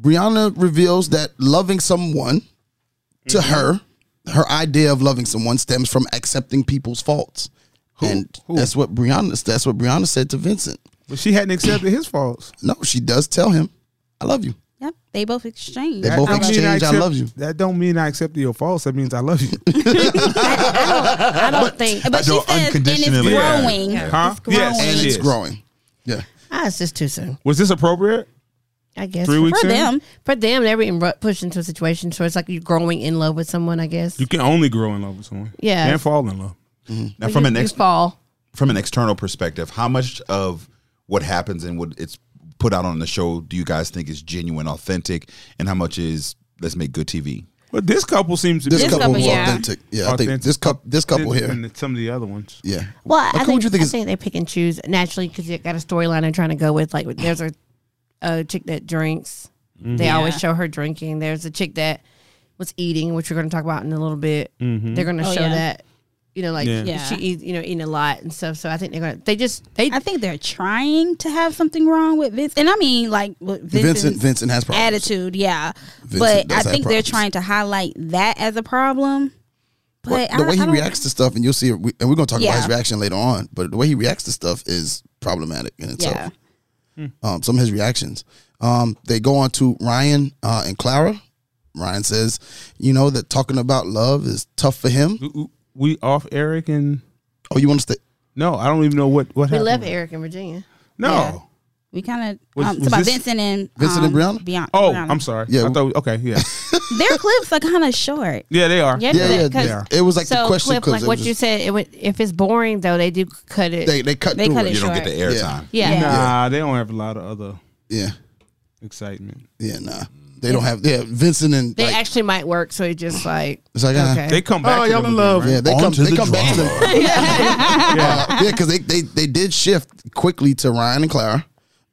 [SPEAKER 5] Brianna reveals that loving someone to her, her idea of loving someone stems from accepting people's faults, and that's what Brianna that's what Brianna said to Vincent.
[SPEAKER 3] But she hadn't accepted his faults.
[SPEAKER 5] No, she does tell him, "I love you."
[SPEAKER 1] Yep, they both exchange.
[SPEAKER 5] They both
[SPEAKER 3] That don't mean
[SPEAKER 5] exchange, "I
[SPEAKER 3] accept-
[SPEAKER 5] love you."
[SPEAKER 3] That don't mean I accepted your faults. That means I love you.
[SPEAKER 2] I don't think.
[SPEAKER 1] But she
[SPEAKER 4] don't
[SPEAKER 1] says, and it's
[SPEAKER 4] unconditionally- Yeah.
[SPEAKER 1] growing.
[SPEAKER 3] Huh?
[SPEAKER 1] It's growing.
[SPEAKER 3] Yes.
[SPEAKER 5] And
[SPEAKER 3] It
[SPEAKER 5] it's
[SPEAKER 3] is.
[SPEAKER 5] growing. Yeah,
[SPEAKER 2] Ah, it's just too soon.
[SPEAKER 3] Was this appropriate?
[SPEAKER 2] I guess
[SPEAKER 3] Three
[SPEAKER 2] for,
[SPEAKER 3] weeks
[SPEAKER 1] For
[SPEAKER 3] in?
[SPEAKER 1] them.
[SPEAKER 2] for them, they're being ru- pushed into a situation so it's like you're growing in love with someone. I guess.
[SPEAKER 3] You can only grow in love with someone.
[SPEAKER 2] Yeah.
[SPEAKER 3] And fall in love.
[SPEAKER 4] now, from
[SPEAKER 2] you,
[SPEAKER 4] an
[SPEAKER 2] you
[SPEAKER 4] ex-
[SPEAKER 2] fall.
[SPEAKER 4] from an external perspective, how much of what happens and what it's put out on the show do you guys think is genuine, authentic, and how much is let's make good TV?
[SPEAKER 3] But this couple seems to
[SPEAKER 5] this,
[SPEAKER 3] be
[SPEAKER 5] couple,
[SPEAKER 2] couple,
[SPEAKER 5] was
[SPEAKER 2] yeah.
[SPEAKER 5] authentic. Yeah, I think
[SPEAKER 3] Authentic.
[SPEAKER 5] this couple, this couple here.
[SPEAKER 3] than some of the other ones.
[SPEAKER 5] Yeah,
[SPEAKER 2] Well, I
[SPEAKER 5] who
[SPEAKER 2] think,
[SPEAKER 5] would you think
[SPEAKER 2] I
[SPEAKER 5] is-
[SPEAKER 2] think they pick and choose naturally because you got a storyline they're trying to go with. Like there's a, a chick that drinks.
[SPEAKER 5] Mm-hmm.
[SPEAKER 2] They always show her drinking. There's a chick that was eating, which we're going to talk about in a little bit.
[SPEAKER 5] Mm-hmm.
[SPEAKER 2] They're going to
[SPEAKER 1] Oh,
[SPEAKER 2] show
[SPEAKER 1] yeah.
[SPEAKER 2] that. You know, like
[SPEAKER 3] Yeah.
[SPEAKER 1] Yeah.
[SPEAKER 2] she eat, you know, eating a lot and stuff. So I think they're gonna. They just they
[SPEAKER 1] I think they're trying to have something wrong with Vince, and I mean like with Vincent's
[SPEAKER 5] Vincent. Vincent has problems.
[SPEAKER 1] attitude, yeah.
[SPEAKER 5] Vincent
[SPEAKER 1] but I
[SPEAKER 5] does have
[SPEAKER 1] think they're
[SPEAKER 5] problems.
[SPEAKER 1] trying to highlight that as a problem. But
[SPEAKER 5] Well, the
[SPEAKER 1] I,
[SPEAKER 5] way
[SPEAKER 1] I
[SPEAKER 5] he
[SPEAKER 1] don't-
[SPEAKER 5] reacts to stuff, and you'll see, it, we- and we're gonna talk about
[SPEAKER 1] Yeah.
[SPEAKER 5] his reaction later on. But the way he reacts to stuff is problematic in itself.
[SPEAKER 1] yeah,
[SPEAKER 5] Um, some of his reactions. Um, they go on to Ryan uh, and Clara. Ryan says, "You know that talking about love is tough for him."
[SPEAKER 3] We- We off Eric and
[SPEAKER 5] Oh, you want to stay?
[SPEAKER 3] no, I don't even know what what
[SPEAKER 2] we
[SPEAKER 3] happened.
[SPEAKER 2] left Eric in Virginia.
[SPEAKER 3] No.
[SPEAKER 1] Yeah. we kind of
[SPEAKER 3] Was-
[SPEAKER 1] um, it's
[SPEAKER 3] was
[SPEAKER 1] about
[SPEAKER 3] this-
[SPEAKER 1] Vincent and
[SPEAKER 5] Vincent and
[SPEAKER 1] um,
[SPEAKER 5] Brianna?
[SPEAKER 1] Beyond,
[SPEAKER 3] Oh,
[SPEAKER 1] Brianna.
[SPEAKER 3] I'm sorry.
[SPEAKER 5] Yeah.
[SPEAKER 3] I thought, okay, yeah,
[SPEAKER 1] Their clips are kind of short.
[SPEAKER 3] yeah, they are.
[SPEAKER 2] Yeah,
[SPEAKER 5] Yeah, yeah.
[SPEAKER 2] that- 'cause-
[SPEAKER 5] th- It was like
[SPEAKER 2] so
[SPEAKER 5] the question
[SPEAKER 2] Cliff, like
[SPEAKER 5] it
[SPEAKER 2] what
[SPEAKER 5] was
[SPEAKER 2] you
[SPEAKER 5] just-
[SPEAKER 2] said, it would, if it's boring though, they do cut it.
[SPEAKER 5] They they cut
[SPEAKER 1] They
[SPEAKER 5] through
[SPEAKER 1] cut
[SPEAKER 5] it.
[SPEAKER 1] it
[SPEAKER 4] You don't
[SPEAKER 1] Sure.
[SPEAKER 4] get the airtime.
[SPEAKER 5] Yeah.
[SPEAKER 2] yeah.
[SPEAKER 1] Yeah.
[SPEAKER 3] Nah, they don't have a lot of other
[SPEAKER 5] Yeah,
[SPEAKER 3] excitement.
[SPEAKER 5] yeah, nah. They don't have. Yeah, Vincent and
[SPEAKER 2] they
[SPEAKER 5] like,
[SPEAKER 2] actually might work. So it just like
[SPEAKER 5] it's like, ah.
[SPEAKER 2] okay.
[SPEAKER 3] They come back.
[SPEAKER 4] Oh,
[SPEAKER 3] to
[SPEAKER 4] y'all
[SPEAKER 3] them
[SPEAKER 4] in
[SPEAKER 3] again,
[SPEAKER 4] love.
[SPEAKER 3] right?
[SPEAKER 5] Yeah, they
[SPEAKER 4] On
[SPEAKER 5] come.
[SPEAKER 4] to
[SPEAKER 5] They
[SPEAKER 4] the
[SPEAKER 5] come back to
[SPEAKER 4] drama.
[SPEAKER 5] them. Uh, yeah, because they, they they did shift quickly to Ryan and Clara.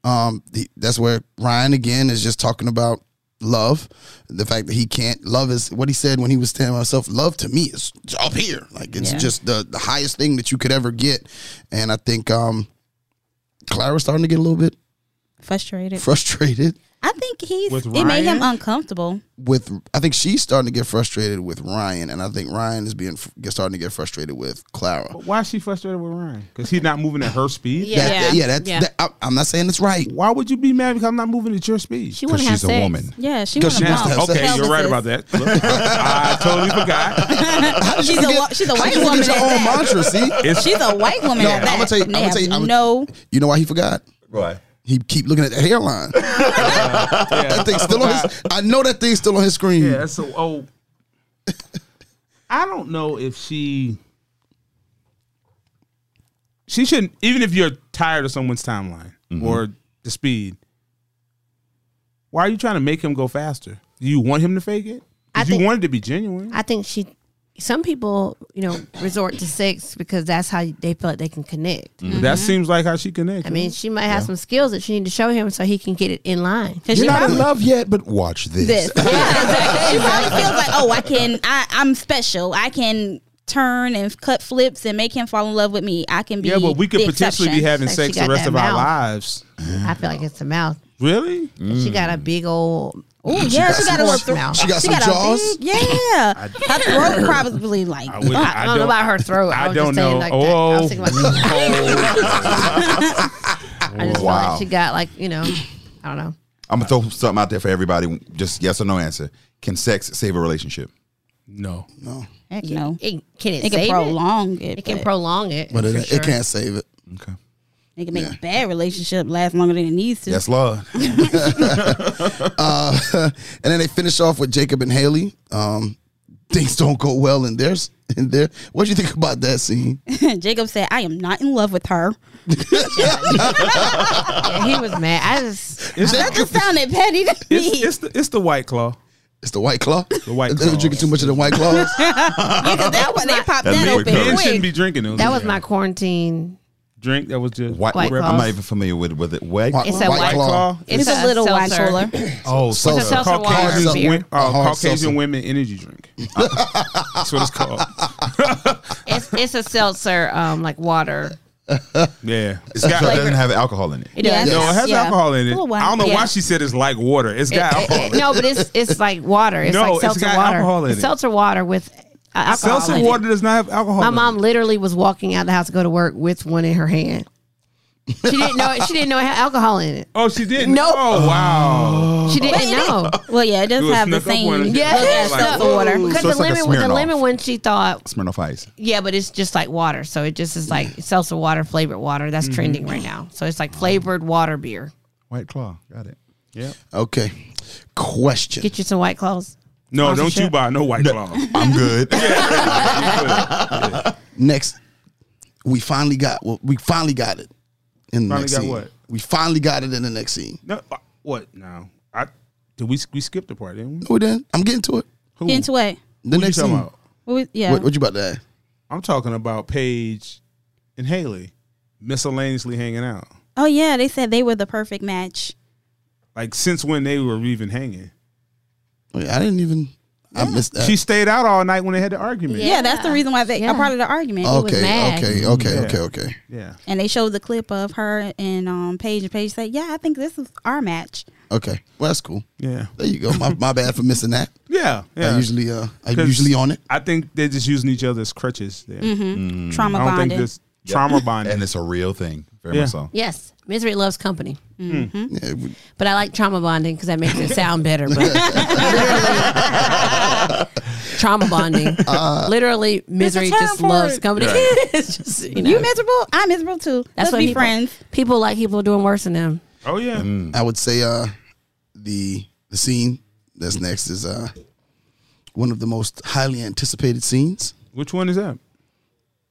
[SPEAKER 5] Um, the, that's where Ryan again is just talking about love, the fact that he can't love is what he said when he was telling myself. Love to me is up here, like it's
[SPEAKER 1] Yeah.
[SPEAKER 5] just the the highest thing that you could ever get. And I think um, Clara's starting to get a little bit
[SPEAKER 1] Frustrated.
[SPEAKER 5] frustrated
[SPEAKER 1] I think he's
[SPEAKER 3] With
[SPEAKER 1] it made him
[SPEAKER 3] Ryan?
[SPEAKER 1] uncomfortable.
[SPEAKER 5] with. I think she's starting to get frustrated with Ryan, and I think Ryan is being fr- starting to get frustrated with Clara.
[SPEAKER 3] But why is she frustrated with Ryan? Because he's not moving at her speed.
[SPEAKER 2] Yeah.
[SPEAKER 5] That- yeah, that's,
[SPEAKER 2] Yeah.
[SPEAKER 5] That, I, I'm not saying it's right.
[SPEAKER 3] Why would you be mad because I'm not moving at your speed?
[SPEAKER 2] she want
[SPEAKER 4] Because
[SPEAKER 2] to have
[SPEAKER 4] she's a
[SPEAKER 2] sex.
[SPEAKER 4] woman.
[SPEAKER 1] Yeah, she
[SPEAKER 5] Because
[SPEAKER 1] wants
[SPEAKER 5] she
[SPEAKER 1] to
[SPEAKER 5] wants to have
[SPEAKER 1] mouth.
[SPEAKER 5] sex.
[SPEAKER 3] okay,
[SPEAKER 1] Tell
[SPEAKER 3] you're
[SPEAKER 1] this
[SPEAKER 3] right
[SPEAKER 1] is-
[SPEAKER 3] about that. Look, I totally forgot.
[SPEAKER 1] She's a wa- she's a white woman.
[SPEAKER 5] It's your
[SPEAKER 1] at
[SPEAKER 5] own
[SPEAKER 1] that.
[SPEAKER 5] mantra, see?
[SPEAKER 3] It's-
[SPEAKER 1] She's a white woman.
[SPEAKER 5] No,
[SPEAKER 1] at
[SPEAKER 5] I'ma
[SPEAKER 1] that.
[SPEAKER 5] tell you-
[SPEAKER 1] And they
[SPEAKER 5] I'ma tell you-
[SPEAKER 1] have
[SPEAKER 5] I'ma-
[SPEAKER 1] no.
[SPEAKER 5] You know why he forgot?
[SPEAKER 4] Right.
[SPEAKER 5] He keep looking at the hairline.
[SPEAKER 3] Yeah.
[SPEAKER 5] That thing's still on his. I know that thing's still on his screen.
[SPEAKER 3] Yeah, so oh I don't know if she she shouldn't even if you're tired of someone's timeline or the speed why are you trying to make him go faster do you want him to fake it 'Cause
[SPEAKER 2] I
[SPEAKER 3] you
[SPEAKER 2] think-
[SPEAKER 3] wanted to be genuine
[SPEAKER 2] I think she. Some people, you know, resort to sex because that's how they feel like they can connect.
[SPEAKER 3] that seems like how she connects
[SPEAKER 2] Mm-hmm. I
[SPEAKER 5] Mm-hmm.
[SPEAKER 2] mean, she might have some skills that she need to show him so he can get it in line.
[SPEAKER 1] Cause
[SPEAKER 4] You're
[SPEAKER 1] she
[SPEAKER 4] not
[SPEAKER 1] probably,
[SPEAKER 4] in love yet, but watch this.
[SPEAKER 1] this. Yeah, exactly. oh, she probably feels like, oh, I can, I, I'm special. I can turn and cut flips and make him fall in love with me. I can be.
[SPEAKER 3] yeah but we could
[SPEAKER 1] the
[SPEAKER 3] potentially be
[SPEAKER 1] exception.
[SPEAKER 3] having
[SPEAKER 2] Like she
[SPEAKER 3] sex the
[SPEAKER 2] got
[SPEAKER 3] rest
[SPEAKER 2] that
[SPEAKER 3] of our
[SPEAKER 2] mouth.
[SPEAKER 3] lives
[SPEAKER 2] I feel like it's the mouth.
[SPEAKER 3] really
[SPEAKER 2] She got a big old.
[SPEAKER 1] Ooh, yeah, she got a little
[SPEAKER 2] some-
[SPEAKER 1] throat.
[SPEAKER 5] she got some
[SPEAKER 1] a
[SPEAKER 5] jaws?
[SPEAKER 1] big- Yeah, her throat probably like.
[SPEAKER 3] I, wouldn't-
[SPEAKER 2] I, don't know about her throat. I,
[SPEAKER 3] I
[SPEAKER 2] was
[SPEAKER 3] don't
[SPEAKER 2] just
[SPEAKER 3] know.
[SPEAKER 2] Saying like that. I
[SPEAKER 3] oh,
[SPEAKER 2] was thinking like, I just felt
[SPEAKER 4] Wow.
[SPEAKER 2] like she got like you know, I don't know.
[SPEAKER 4] I'm gonna throw something out there for everybody. Just yes or no answer. Can sex save a relationship?
[SPEAKER 3] no.
[SPEAKER 5] No,
[SPEAKER 1] Heck no,
[SPEAKER 2] It, can it,
[SPEAKER 1] it can
[SPEAKER 2] save
[SPEAKER 1] prolong it.
[SPEAKER 2] it? It can
[SPEAKER 1] but
[SPEAKER 2] prolong it.
[SPEAKER 5] but it,
[SPEAKER 2] for sure.
[SPEAKER 5] it can't save it.
[SPEAKER 4] Okay.
[SPEAKER 1] It can make a bad relationship last longer than it needs to.
[SPEAKER 4] Yes, Lord.
[SPEAKER 5] and then they finish off with Jacob and Haley. Um, things don't go well in theirs. In there, what do you think about that scene?
[SPEAKER 1] Jacob said, "I am not in love with her."
[SPEAKER 2] Yeah, he was mad. I just
[SPEAKER 3] It's,
[SPEAKER 1] That just sounded petty to me.
[SPEAKER 3] it's, it's the, it's the white claw.
[SPEAKER 5] It's the White Claw.
[SPEAKER 3] The White
[SPEAKER 5] They were
[SPEAKER 3] Claws.
[SPEAKER 5] drinking too much of the White Claws.
[SPEAKER 1] Yeah, 'cause that one they popped
[SPEAKER 4] That's
[SPEAKER 1] that
[SPEAKER 4] very
[SPEAKER 1] open
[SPEAKER 4] close.
[SPEAKER 3] Men
[SPEAKER 1] quick.
[SPEAKER 3] shouldn't be drinking those.
[SPEAKER 2] that was my quarantine.
[SPEAKER 3] drink. That was just
[SPEAKER 4] White,
[SPEAKER 2] White
[SPEAKER 4] I'm not
[SPEAKER 2] Claws.
[SPEAKER 4] even familiar with with it. White.
[SPEAKER 2] It's a White
[SPEAKER 3] claw.
[SPEAKER 1] It's a little wine
[SPEAKER 2] seltzer.
[SPEAKER 1] cooler.
[SPEAKER 4] Oh,
[SPEAKER 5] So-
[SPEAKER 2] It's a seltzer water
[SPEAKER 3] Caucasian,
[SPEAKER 2] beer.
[SPEAKER 3] wi- uh,
[SPEAKER 5] Hard
[SPEAKER 3] Caucasian
[SPEAKER 5] seltzer.
[SPEAKER 3] women energy drink. That's what it's called.
[SPEAKER 2] It's, it's a seltzer, um, like water.
[SPEAKER 3] Yeah,
[SPEAKER 4] It's
[SPEAKER 3] it's
[SPEAKER 4] got,
[SPEAKER 3] got.
[SPEAKER 4] it doesn't have alcohol in it.
[SPEAKER 2] It does.
[SPEAKER 3] no, it has
[SPEAKER 1] Yeah.
[SPEAKER 3] alcohol in
[SPEAKER 1] A
[SPEAKER 3] it.
[SPEAKER 1] little wine.
[SPEAKER 3] I don't know
[SPEAKER 1] Yeah.
[SPEAKER 3] why she said it's like water. It's got
[SPEAKER 2] It-
[SPEAKER 3] alcohol.
[SPEAKER 2] it- no, but it's it's like water. It's
[SPEAKER 3] No,
[SPEAKER 2] like
[SPEAKER 3] it's
[SPEAKER 2] seltzer
[SPEAKER 3] got
[SPEAKER 2] water.
[SPEAKER 3] alcohol in
[SPEAKER 2] It's
[SPEAKER 3] it.
[SPEAKER 2] seltzer water with uh, alcohol.
[SPEAKER 3] Seltzer
[SPEAKER 2] in it.
[SPEAKER 3] water does not have alcohol.
[SPEAKER 2] My
[SPEAKER 3] in
[SPEAKER 2] mom
[SPEAKER 3] it.
[SPEAKER 2] literally was walking out the house to go to work with one in her hand. She didn't know. It, she didn't know it had alcohol in it.
[SPEAKER 3] Oh, she didn't.
[SPEAKER 2] Nope.
[SPEAKER 3] Oh, wow.
[SPEAKER 2] She didn't know.
[SPEAKER 1] Well, yeah, it does
[SPEAKER 3] You
[SPEAKER 1] have the
[SPEAKER 3] snuck up on
[SPEAKER 1] same.
[SPEAKER 3] us.
[SPEAKER 2] Yeah,
[SPEAKER 1] Yes,
[SPEAKER 3] Like,
[SPEAKER 1] that's the water.
[SPEAKER 2] Because
[SPEAKER 4] So
[SPEAKER 2] the
[SPEAKER 4] it's like a
[SPEAKER 2] lemon, the
[SPEAKER 4] Smirnoff.
[SPEAKER 2] lemon one, she thought,
[SPEAKER 4] Smirnoff Ice.
[SPEAKER 2] yeah, but it's just like water. So it just is like seltzer water, flavored water.
[SPEAKER 3] Mm-hmm.
[SPEAKER 2] That's trending right now. So it's like flavored water beer.
[SPEAKER 4] White Claw. Got it.
[SPEAKER 3] Yeah.
[SPEAKER 5] Okay. Question.
[SPEAKER 2] Get you some white claws.
[SPEAKER 3] No, don't you
[SPEAKER 2] Sponsorship.
[SPEAKER 3] buy no white claw.
[SPEAKER 4] I'm good.
[SPEAKER 5] Next, we finally got well, we finally got it in the
[SPEAKER 3] Finally
[SPEAKER 5] next
[SPEAKER 3] got
[SPEAKER 5] scene.
[SPEAKER 3] what?
[SPEAKER 5] We finally got it in the next scene.
[SPEAKER 3] No, uh, what? No, I did we we skipped the part, didn't we?
[SPEAKER 5] Oh, then I'm getting to it.
[SPEAKER 3] Who?
[SPEAKER 1] Get into it.
[SPEAKER 5] The
[SPEAKER 3] Who you
[SPEAKER 5] next
[SPEAKER 3] talking
[SPEAKER 5] scene.
[SPEAKER 3] about?
[SPEAKER 1] What was- yeah.
[SPEAKER 5] What, what you about to add?
[SPEAKER 3] I'm talking about Paige and Haley miscellaneously hanging out.
[SPEAKER 1] oh yeah, they said they were the perfect match.
[SPEAKER 3] Like since when they were even hanging?
[SPEAKER 5] Wait, Oh, I didn't even. I missed that.
[SPEAKER 3] She stayed out all night when they had the argument.
[SPEAKER 1] Yeah, that's the reason why they
[SPEAKER 2] Yeah.
[SPEAKER 1] are part of the argument.
[SPEAKER 2] was
[SPEAKER 5] okay,
[SPEAKER 2] mad.
[SPEAKER 5] okay, okay,
[SPEAKER 3] Yeah.
[SPEAKER 5] okay, okay.
[SPEAKER 3] Yeah.
[SPEAKER 1] And they showed the clip of her and um, Paige, and Paige said, "Yeah, I think this is our match."
[SPEAKER 5] Okay. Well, that's cool.
[SPEAKER 3] Yeah.
[SPEAKER 5] There you go. My, my bad for missing that.
[SPEAKER 3] Yeah.
[SPEAKER 5] I
[SPEAKER 3] yeah.
[SPEAKER 5] usually uh I
[SPEAKER 3] 'Cause
[SPEAKER 5] usually on it.
[SPEAKER 3] I think they're just using each other as crutches there.
[SPEAKER 1] Trauma
[SPEAKER 3] I don't think
[SPEAKER 1] Mm-hmm. bonding.
[SPEAKER 3] this trauma bonding.
[SPEAKER 4] and it's a real thing. Very
[SPEAKER 3] Yeah.
[SPEAKER 4] much so.
[SPEAKER 2] Yes, misery loves company.
[SPEAKER 1] Mm-hmm.
[SPEAKER 5] Yeah, we-
[SPEAKER 2] But I like trauma bonding because that makes it sound better. But trauma bonding, literally, misery
[SPEAKER 1] term
[SPEAKER 2] just
[SPEAKER 1] for
[SPEAKER 2] loves
[SPEAKER 1] it.
[SPEAKER 2] company.
[SPEAKER 4] Right.
[SPEAKER 2] it's just you know.
[SPEAKER 1] you miserable? I'm miserable too.
[SPEAKER 2] That's
[SPEAKER 1] Let's
[SPEAKER 2] what
[SPEAKER 1] be
[SPEAKER 2] people-
[SPEAKER 1] friends.
[SPEAKER 2] People like people doing worse than them.
[SPEAKER 3] oh yeah.
[SPEAKER 5] I would say uh the the scene that's next is uh one of the most highly anticipated scenes.
[SPEAKER 3] Which one is that?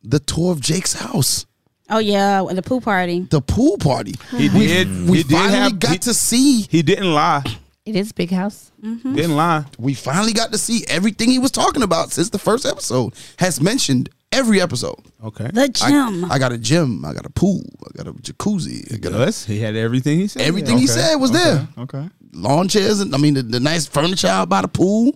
[SPEAKER 5] The tour of Jake's house.
[SPEAKER 1] Oh yeah, with the pool party.
[SPEAKER 5] The pool party.
[SPEAKER 3] He did.
[SPEAKER 5] We
[SPEAKER 3] he did
[SPEAKER 5] finally
[SPEAKER 3] have.
[SPEAKER 5] got
[SPEAKER 3] he,
[SPEAKER 5] to see
[SPEAKER 3] he didn't lie.
[SPEAKER 2] It is a big house.
[SPEAKER 1] Mm-hmm.
[SPEAKER 3] Didn't lie.
[SPEAKER 5] we finally got to see everything he was talking about since the first episode. Has mentioned every episode.
[SPEAKER 3] Okay.
[SPEAKER 1] The
[SPEAKER 5] I,
[SPEAKER 1] gym.
[SPEAKER 5] I got a gym, I got a pool, I got a jacuzzi, I got a
[SPEAKER 3] Yes, he had everything he said.
[SPEAKER 5] Everything he said was there.
[SPEAKER 4] Okay.
[SPEAKER 5] Lawn chairs and I mean the, the nice furniture out by the pool.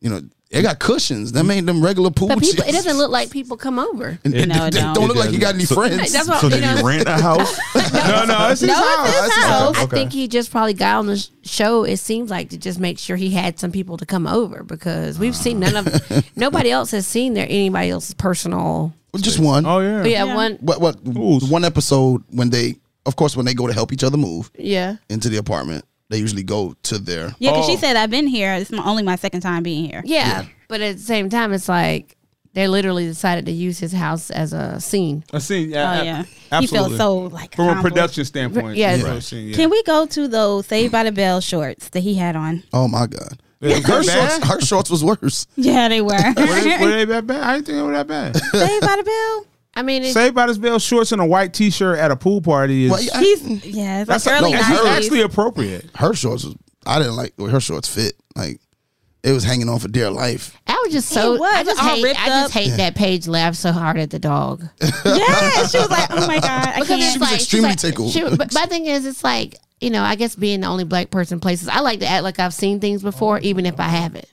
[SPEAKER 5] You know, they got cushions. Them ain't them regular pool
[SPEAKER 2] But people, it
[SPEAKER 5] chairs.
[SPEAKER 2] doesn't look like people come over.
[SPEAKER 5] And, and
[SPEAKER 1] No, it
[SPEAKER 5] they
[SPEAKER 1] don't.
[SPEAKER 5] don't, look like he got any
[SPEAKER 4] So-
[SPEAKER 5] friends.
[SPEAKER 2] That's what
[SPEAKER 4] So
[SPEAKER 2] you
[SPEAKER 4] did
[SPEAKER 2] know.
[SPEAKER 4] he rent a house?
[SPEAKER 3] no, no, it's his
[SPEAKER 1] No,
[SPEAKER 3] house.
[SPEAKER 1] it's his
[SPEAKER 3] It's his
[SPEAKER 1] house.
[SPEAKER 2] I
[SPEAKER 4] Okay.
[SPEAKER 2] think he just probably got on the sh- show. It seems like to just make sure he had some people to come over because we've seen none of nobody else has seen their anybody else's personal.
[SPEAKER 5] Just one.
[SPEAKER 3] Oh yeah.
[SPEAKER 2] But yeah, one.
[SPEAKER 5] What? What?
[SPEAKER 3] Ooh.
[SPEAKER 5] One episode when they, of course, when they go to help each other move
[SPEAKER 2] Yeah,
[SPEAKER 5] into the apartment, they usually go to their.
[SPEAKER 1] Yeah, because
[SPEAKER 3] Oh.
[SPEAKER 1] she said I've been here. It's my, only my second time being here.
[SPEAKER 2] yeah. But at the same time, it's like they literally decided to use his house as a scene.
[SPEAKER 3] I seen. Yeah.
[SPEAKER 1] Oh
[SPEAKER 3] a-
[SPEAKER 1] yeah, he
[SPEAKER 3] Absolutely.
[SPEAKER 1] feels so like
[SPEAKER 3] From a
[SPEAKER 1] accomplished.
[SPEAKER 3] production standpoint.
[SPEAKER 2] Yeah.
[SPEAKER 3] you know what I'm saying, yeah.
[SPEAKER 1] Can we go to those Saved by the Bell shorts that he had on?
[SPEAKER 5] Oh my god.
[SPEAKER 3] Yeah, was
[SPEAKER 5] Her
[SPEAKER 3] that bad?
[SPEAKER 5] shorts, her shorts was worse.
[SPEAKER 1] Yeah, they were.
[SPEAKER 3] Were
[SPEAKER 1] Saved
[SPEAKER 3] they, were they that bad? I didn't think they were that bad.
[SPEAKER 1] by the Bell.
[SPEAKER 2] I mean, it's,
[SPEAKER 3] Saved by the Bell shorts and a white t shirt at a pool party is
[SPEAKER 5] Well, I-
[SPEAKER 1] He's yeah, it's like
[SPEAKER 3] that's
[SPEAKER 1] early
[SPEAKER 5] no,
[SPEAKER 3] that's
[SPEAKER 1] nineties.
[SPEAKER 3] actually appropriate.
[SPEAKER 5] her shorts was I didn't like the way her shorts fit. Like it was hanging on for dear life.
[SPEAKER 2] I was just so
[SPEAKER 1] It was
[SPEAKER 2] I just
[SPEAKER 1] all
[SPEAKER 2] hate
[SPEAKER 1] ripped
[SPEAKER 2] I just
[SPEAKER 1] up.
[SPEAKER 2] hate that Paige laughed so hard at the dog.
[SPEAKER 1] yeah, she was like, oh my god, I
[SPEAKER 2] Because it's
[SPEAKER 1] can't.
[SPEAKER 5] was
[SPEAKER 2] she's
[SPEAKER 5] extremely
[SPEAKER 2] like-
[SPEAKER 5] tickled.
[SPEAKER 2] she- but my thing is, it's like you know, I guess being the only black person places, I like to act like I've seen things before, even if I haven't.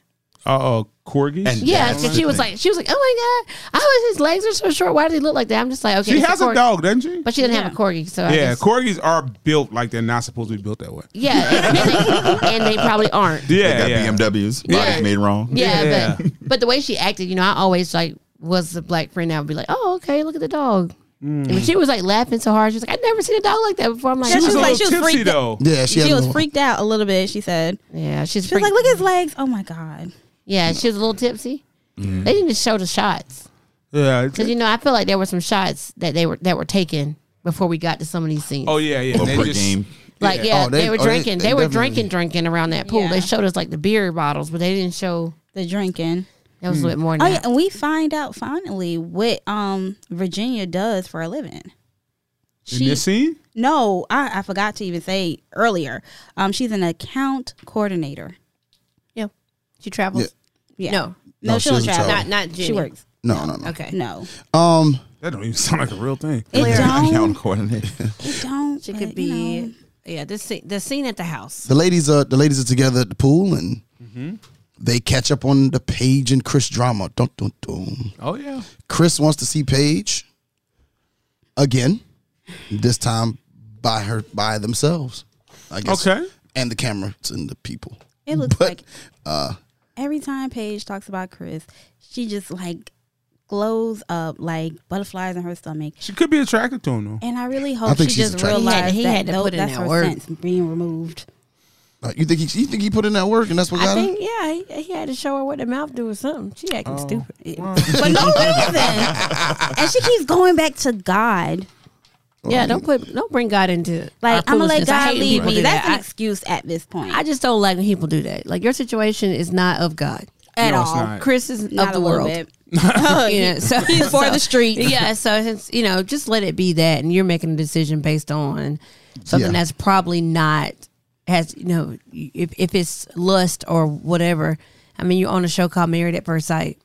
[SPEAKER 3] Uh oh, corgis.
[SPEAKER 4] And
[SPEAKER 2] Yeah,
[SPEAKER 4] that's
[SPEAKER 2] because
[SPEAKER 4] the
[SPEAKER 2] she was
[SPEAKER 4] thing.
[SPEAKER 2] like, she was like, oh my god, I was his legs are so short. Why do they look like that? I'm just like, okay,
[SPEAKER 3] she
[SPEAKER 2] it's
[SPEAKER 3] has a
[SPEAKER 2] corgi.
[SPEAKER 3] dog, doesn't she?
[SPEAKER 2] but she didn't have a
[SPEAKER 1] Yeah.
[SPEAKER 2] corgi, so I
[SPEAKER 3] yeah,
[SPEAKER 2] guess,
[SPEAKER 3] corgis are built like they're not supposed to be built that way.
[SPEAKER 2] yeah, and, and they probably aren't.
[SPEAKER 4] They
[SPEAKER 3] Yeah,
[SPEAKER 4] got
[SPEAKER 3] yeah.
[SPEAKER 4] BMWs. Bodies made wrong.
[SPEAKER 2] Yeah,
[SPEAKER 3] Yeah.
[SPEAKER 2] But, but the way she acted, you know, I always like was the black friend. I would be like, oh, okay, look at the dog. And she was like laughing so hard. She was like, I've never seen a dog like that before. I'm like,
[SPEAKER 1] Yeah,
[SPEAKER 3] She was
[SPEAKER 1] She
[SPEAKER 3] a
[SPEAKER 1] was like-
[SPEAKER 3] little
[SPEAKER 1] she was
[SPEAKER 3] tipsy
[SPEAKER 1] freaked out.
[SPEAKER 3] though.
[SPEAKER 5] Yeah, she,
[SPEAKER 1] She,
[SPEAKER 5] had a
[SPEAKER 1] was
[SPEAKER 5] little-
[SPEAKER 1] freaked out a little bit. She said,
[SPEAKER 2] yeah, she's
[SPEAKER 1] she was like,
[SPEAKER 2] freaking-
[SPEAKER 1] look at his legs. Oh my god.
[SPEAKER 2] yeah, she was a little tipsy. They didn't even show the shots
[SPEAKER 3] Yeah.
[SPEAKER 2] because you know I feel like there were some shots that they were that were taken before we got to some of these scenes.
[SPEAKER 3] Oh yeah, yeah.
[SPEAKER 4] Or
[SPEAKER 3] They just-
[SPEAKER 4] pregame.
[SPEAKER 2] Like yeah,
[SPEAKER 5] Oh,
[SPEAKER 2] they,
[SPEAKER 5] they-
[SPEAKER 2] were
[SPEAKER 5] oh, they-
[SPEAKER 2] drinking.
[SPEAKER 5] they
[SPEAKER 2] They, were
[SPEAKER 5] definitely-
[SPEAKER 2] drinking, drinking around that pool. They
[SPEAKER 1] Yeah.
[SPEAKER 2] showed us like the beer bottles, but they didn't show.
[SPEAKER 1] The drinking.
[SPEAKER 2] That was a little more. Than
[SPEAKER 1] Oh yeah,
[SPEAKER 2] that.
[SPEAKER 1] and we find out finally what um Virginia does for a living.
[SPEAKER 3] In this scene,
[SPEAKER 1] No, I, I forgot to even say earlier. Um, she's an account coordinator.
[SPEAKER 2] yeah. She travels.
[SPEAKER 1] Yeah.
[SPEAKER 2] No,
[SPEAKER 1] no,
[SPEAKER 5] No,
[SPEAKER 1] she don't
[SPEAKER 5] she doesn't
[SPEAKER 1] travel.
[SPEAKER 5] travel.
[SPEAKER 2] not not Jenny.
[SPEAKER 1] she works.
[SPEAKER 5] No, no, no.
[SPEAKER 2] Okay.
[SPEAKER 1] No,
[SPEAKER 5] Um,
[SPEAKER 3] that don't even sound like a real thing.
[SPEAKER 1] it don't.
[SPEAKER 4] Account coordinator.
[SPEAKER 1] It don't.
[SPEAKER 2] She
[SPEAKER 1] but,
[SPEAKER 2] could
[SPEAKER 1] you
[SPEAKER 2] be.
[SPEAKER 1] know.
[SPEAKER 2] Yeah, this scene, the scene at the house.
[SPEAKER 5] the ladies are the ladies are together at the pool and Mm-hmm. they catch up on the Paige and Chris drama. Dun, dun, dun.
[SPEAKER 3] Oh yeah.
[SPEAKER 5] Chris wants to see Paige again, this time by her by themselves. I guess.
[SPEAKER 3] Okay.
[SPEAKER 5] And the cameras and the people.
[SPEAKER 1] It looks
[SPEAKER 5] But,
[SPEAKER 1] like every time Paige talks about Chris, she just like glows up like butterflies in her stomach.
[SPEAKER 3] She could be attracted to him though.
[SPEAKER 1] And I really hope
[SPEAKER 5] think
[SPEAKER 1] she
[SPEAKER 5] she's
[SPEAKER 1] just
[SPEAKER 5] attractive.
[SPEAKER 2] He had-
[SPEAKER 1] realized
[SPEAKER 2] he
[SPEAKER 1] that
[SPEAKER 2] had to
[SPEAKER 1] tho-
[SPEAKER 2] put in
[SPEAKER 1] that's
[SPEAKER 2] that
[SPEAKER 1] her
[SPEAKER 2] work.
[SPEAKER 1] sense being removed.
[SPEAKER 5] Like, you think he you think he put in that work and that's what
[SPEAKER 2] I
[SPEAKER 5] got him?
[SPEAKER 2] think yeah, he, he had to show her what the mouth do or something. She acting stupid.
[SPEAKER 3] Oh,
[SPEAKER 1] For no reason. and she keeps going back to God.
[SPEAKER 2] Yeah, don't put don't bring God into it.
[SPEAKER 1] Like,
[SPEAKER 2] Our
[SPEAKER 1] I'm going to let
[SPEAKER 2] foolishness.
[SPEAKER 1] God
[SPEAKER 2] I hate when
[SPEAKER 1] lead
[SPEAKER 2] people
[SPEAKER 1] me.
[SPEAKER 2] do
[SPEAKER 1] That's an
[SPEAKER 2] that.
[SPEAKER 1] excuse at this point.
[SPEAKER 2] I, I just don't like when people do that. Like your situation is not of God.
[SPEAKER 1] at
[SPEAKER 3] No, it's
[SPEAKER 1] all.
[SPEAKER 3] not.
[SPEAKER 2] Chris is
[SPEAKER 1] Not
[SPEAKER 2] of
[SPEAKER 1] a
[SPEAKER 2] the
[SPEAKER 1] little
[SPEAKER 2] world.
[SPEAKER 1] bit.
[SPEAKER 2] Yeah, so
[SPEAKER 1] He's for the streets.
[SPEAKER 2] Yeah, so since you know, just let it be that, and you're making a decision based on something
[SPEAKER 5] Yeah.
[SPEAKER 2] that's probably not has you know, if if it's lust or whatever. I mean, you're on a show called Married at First Sight.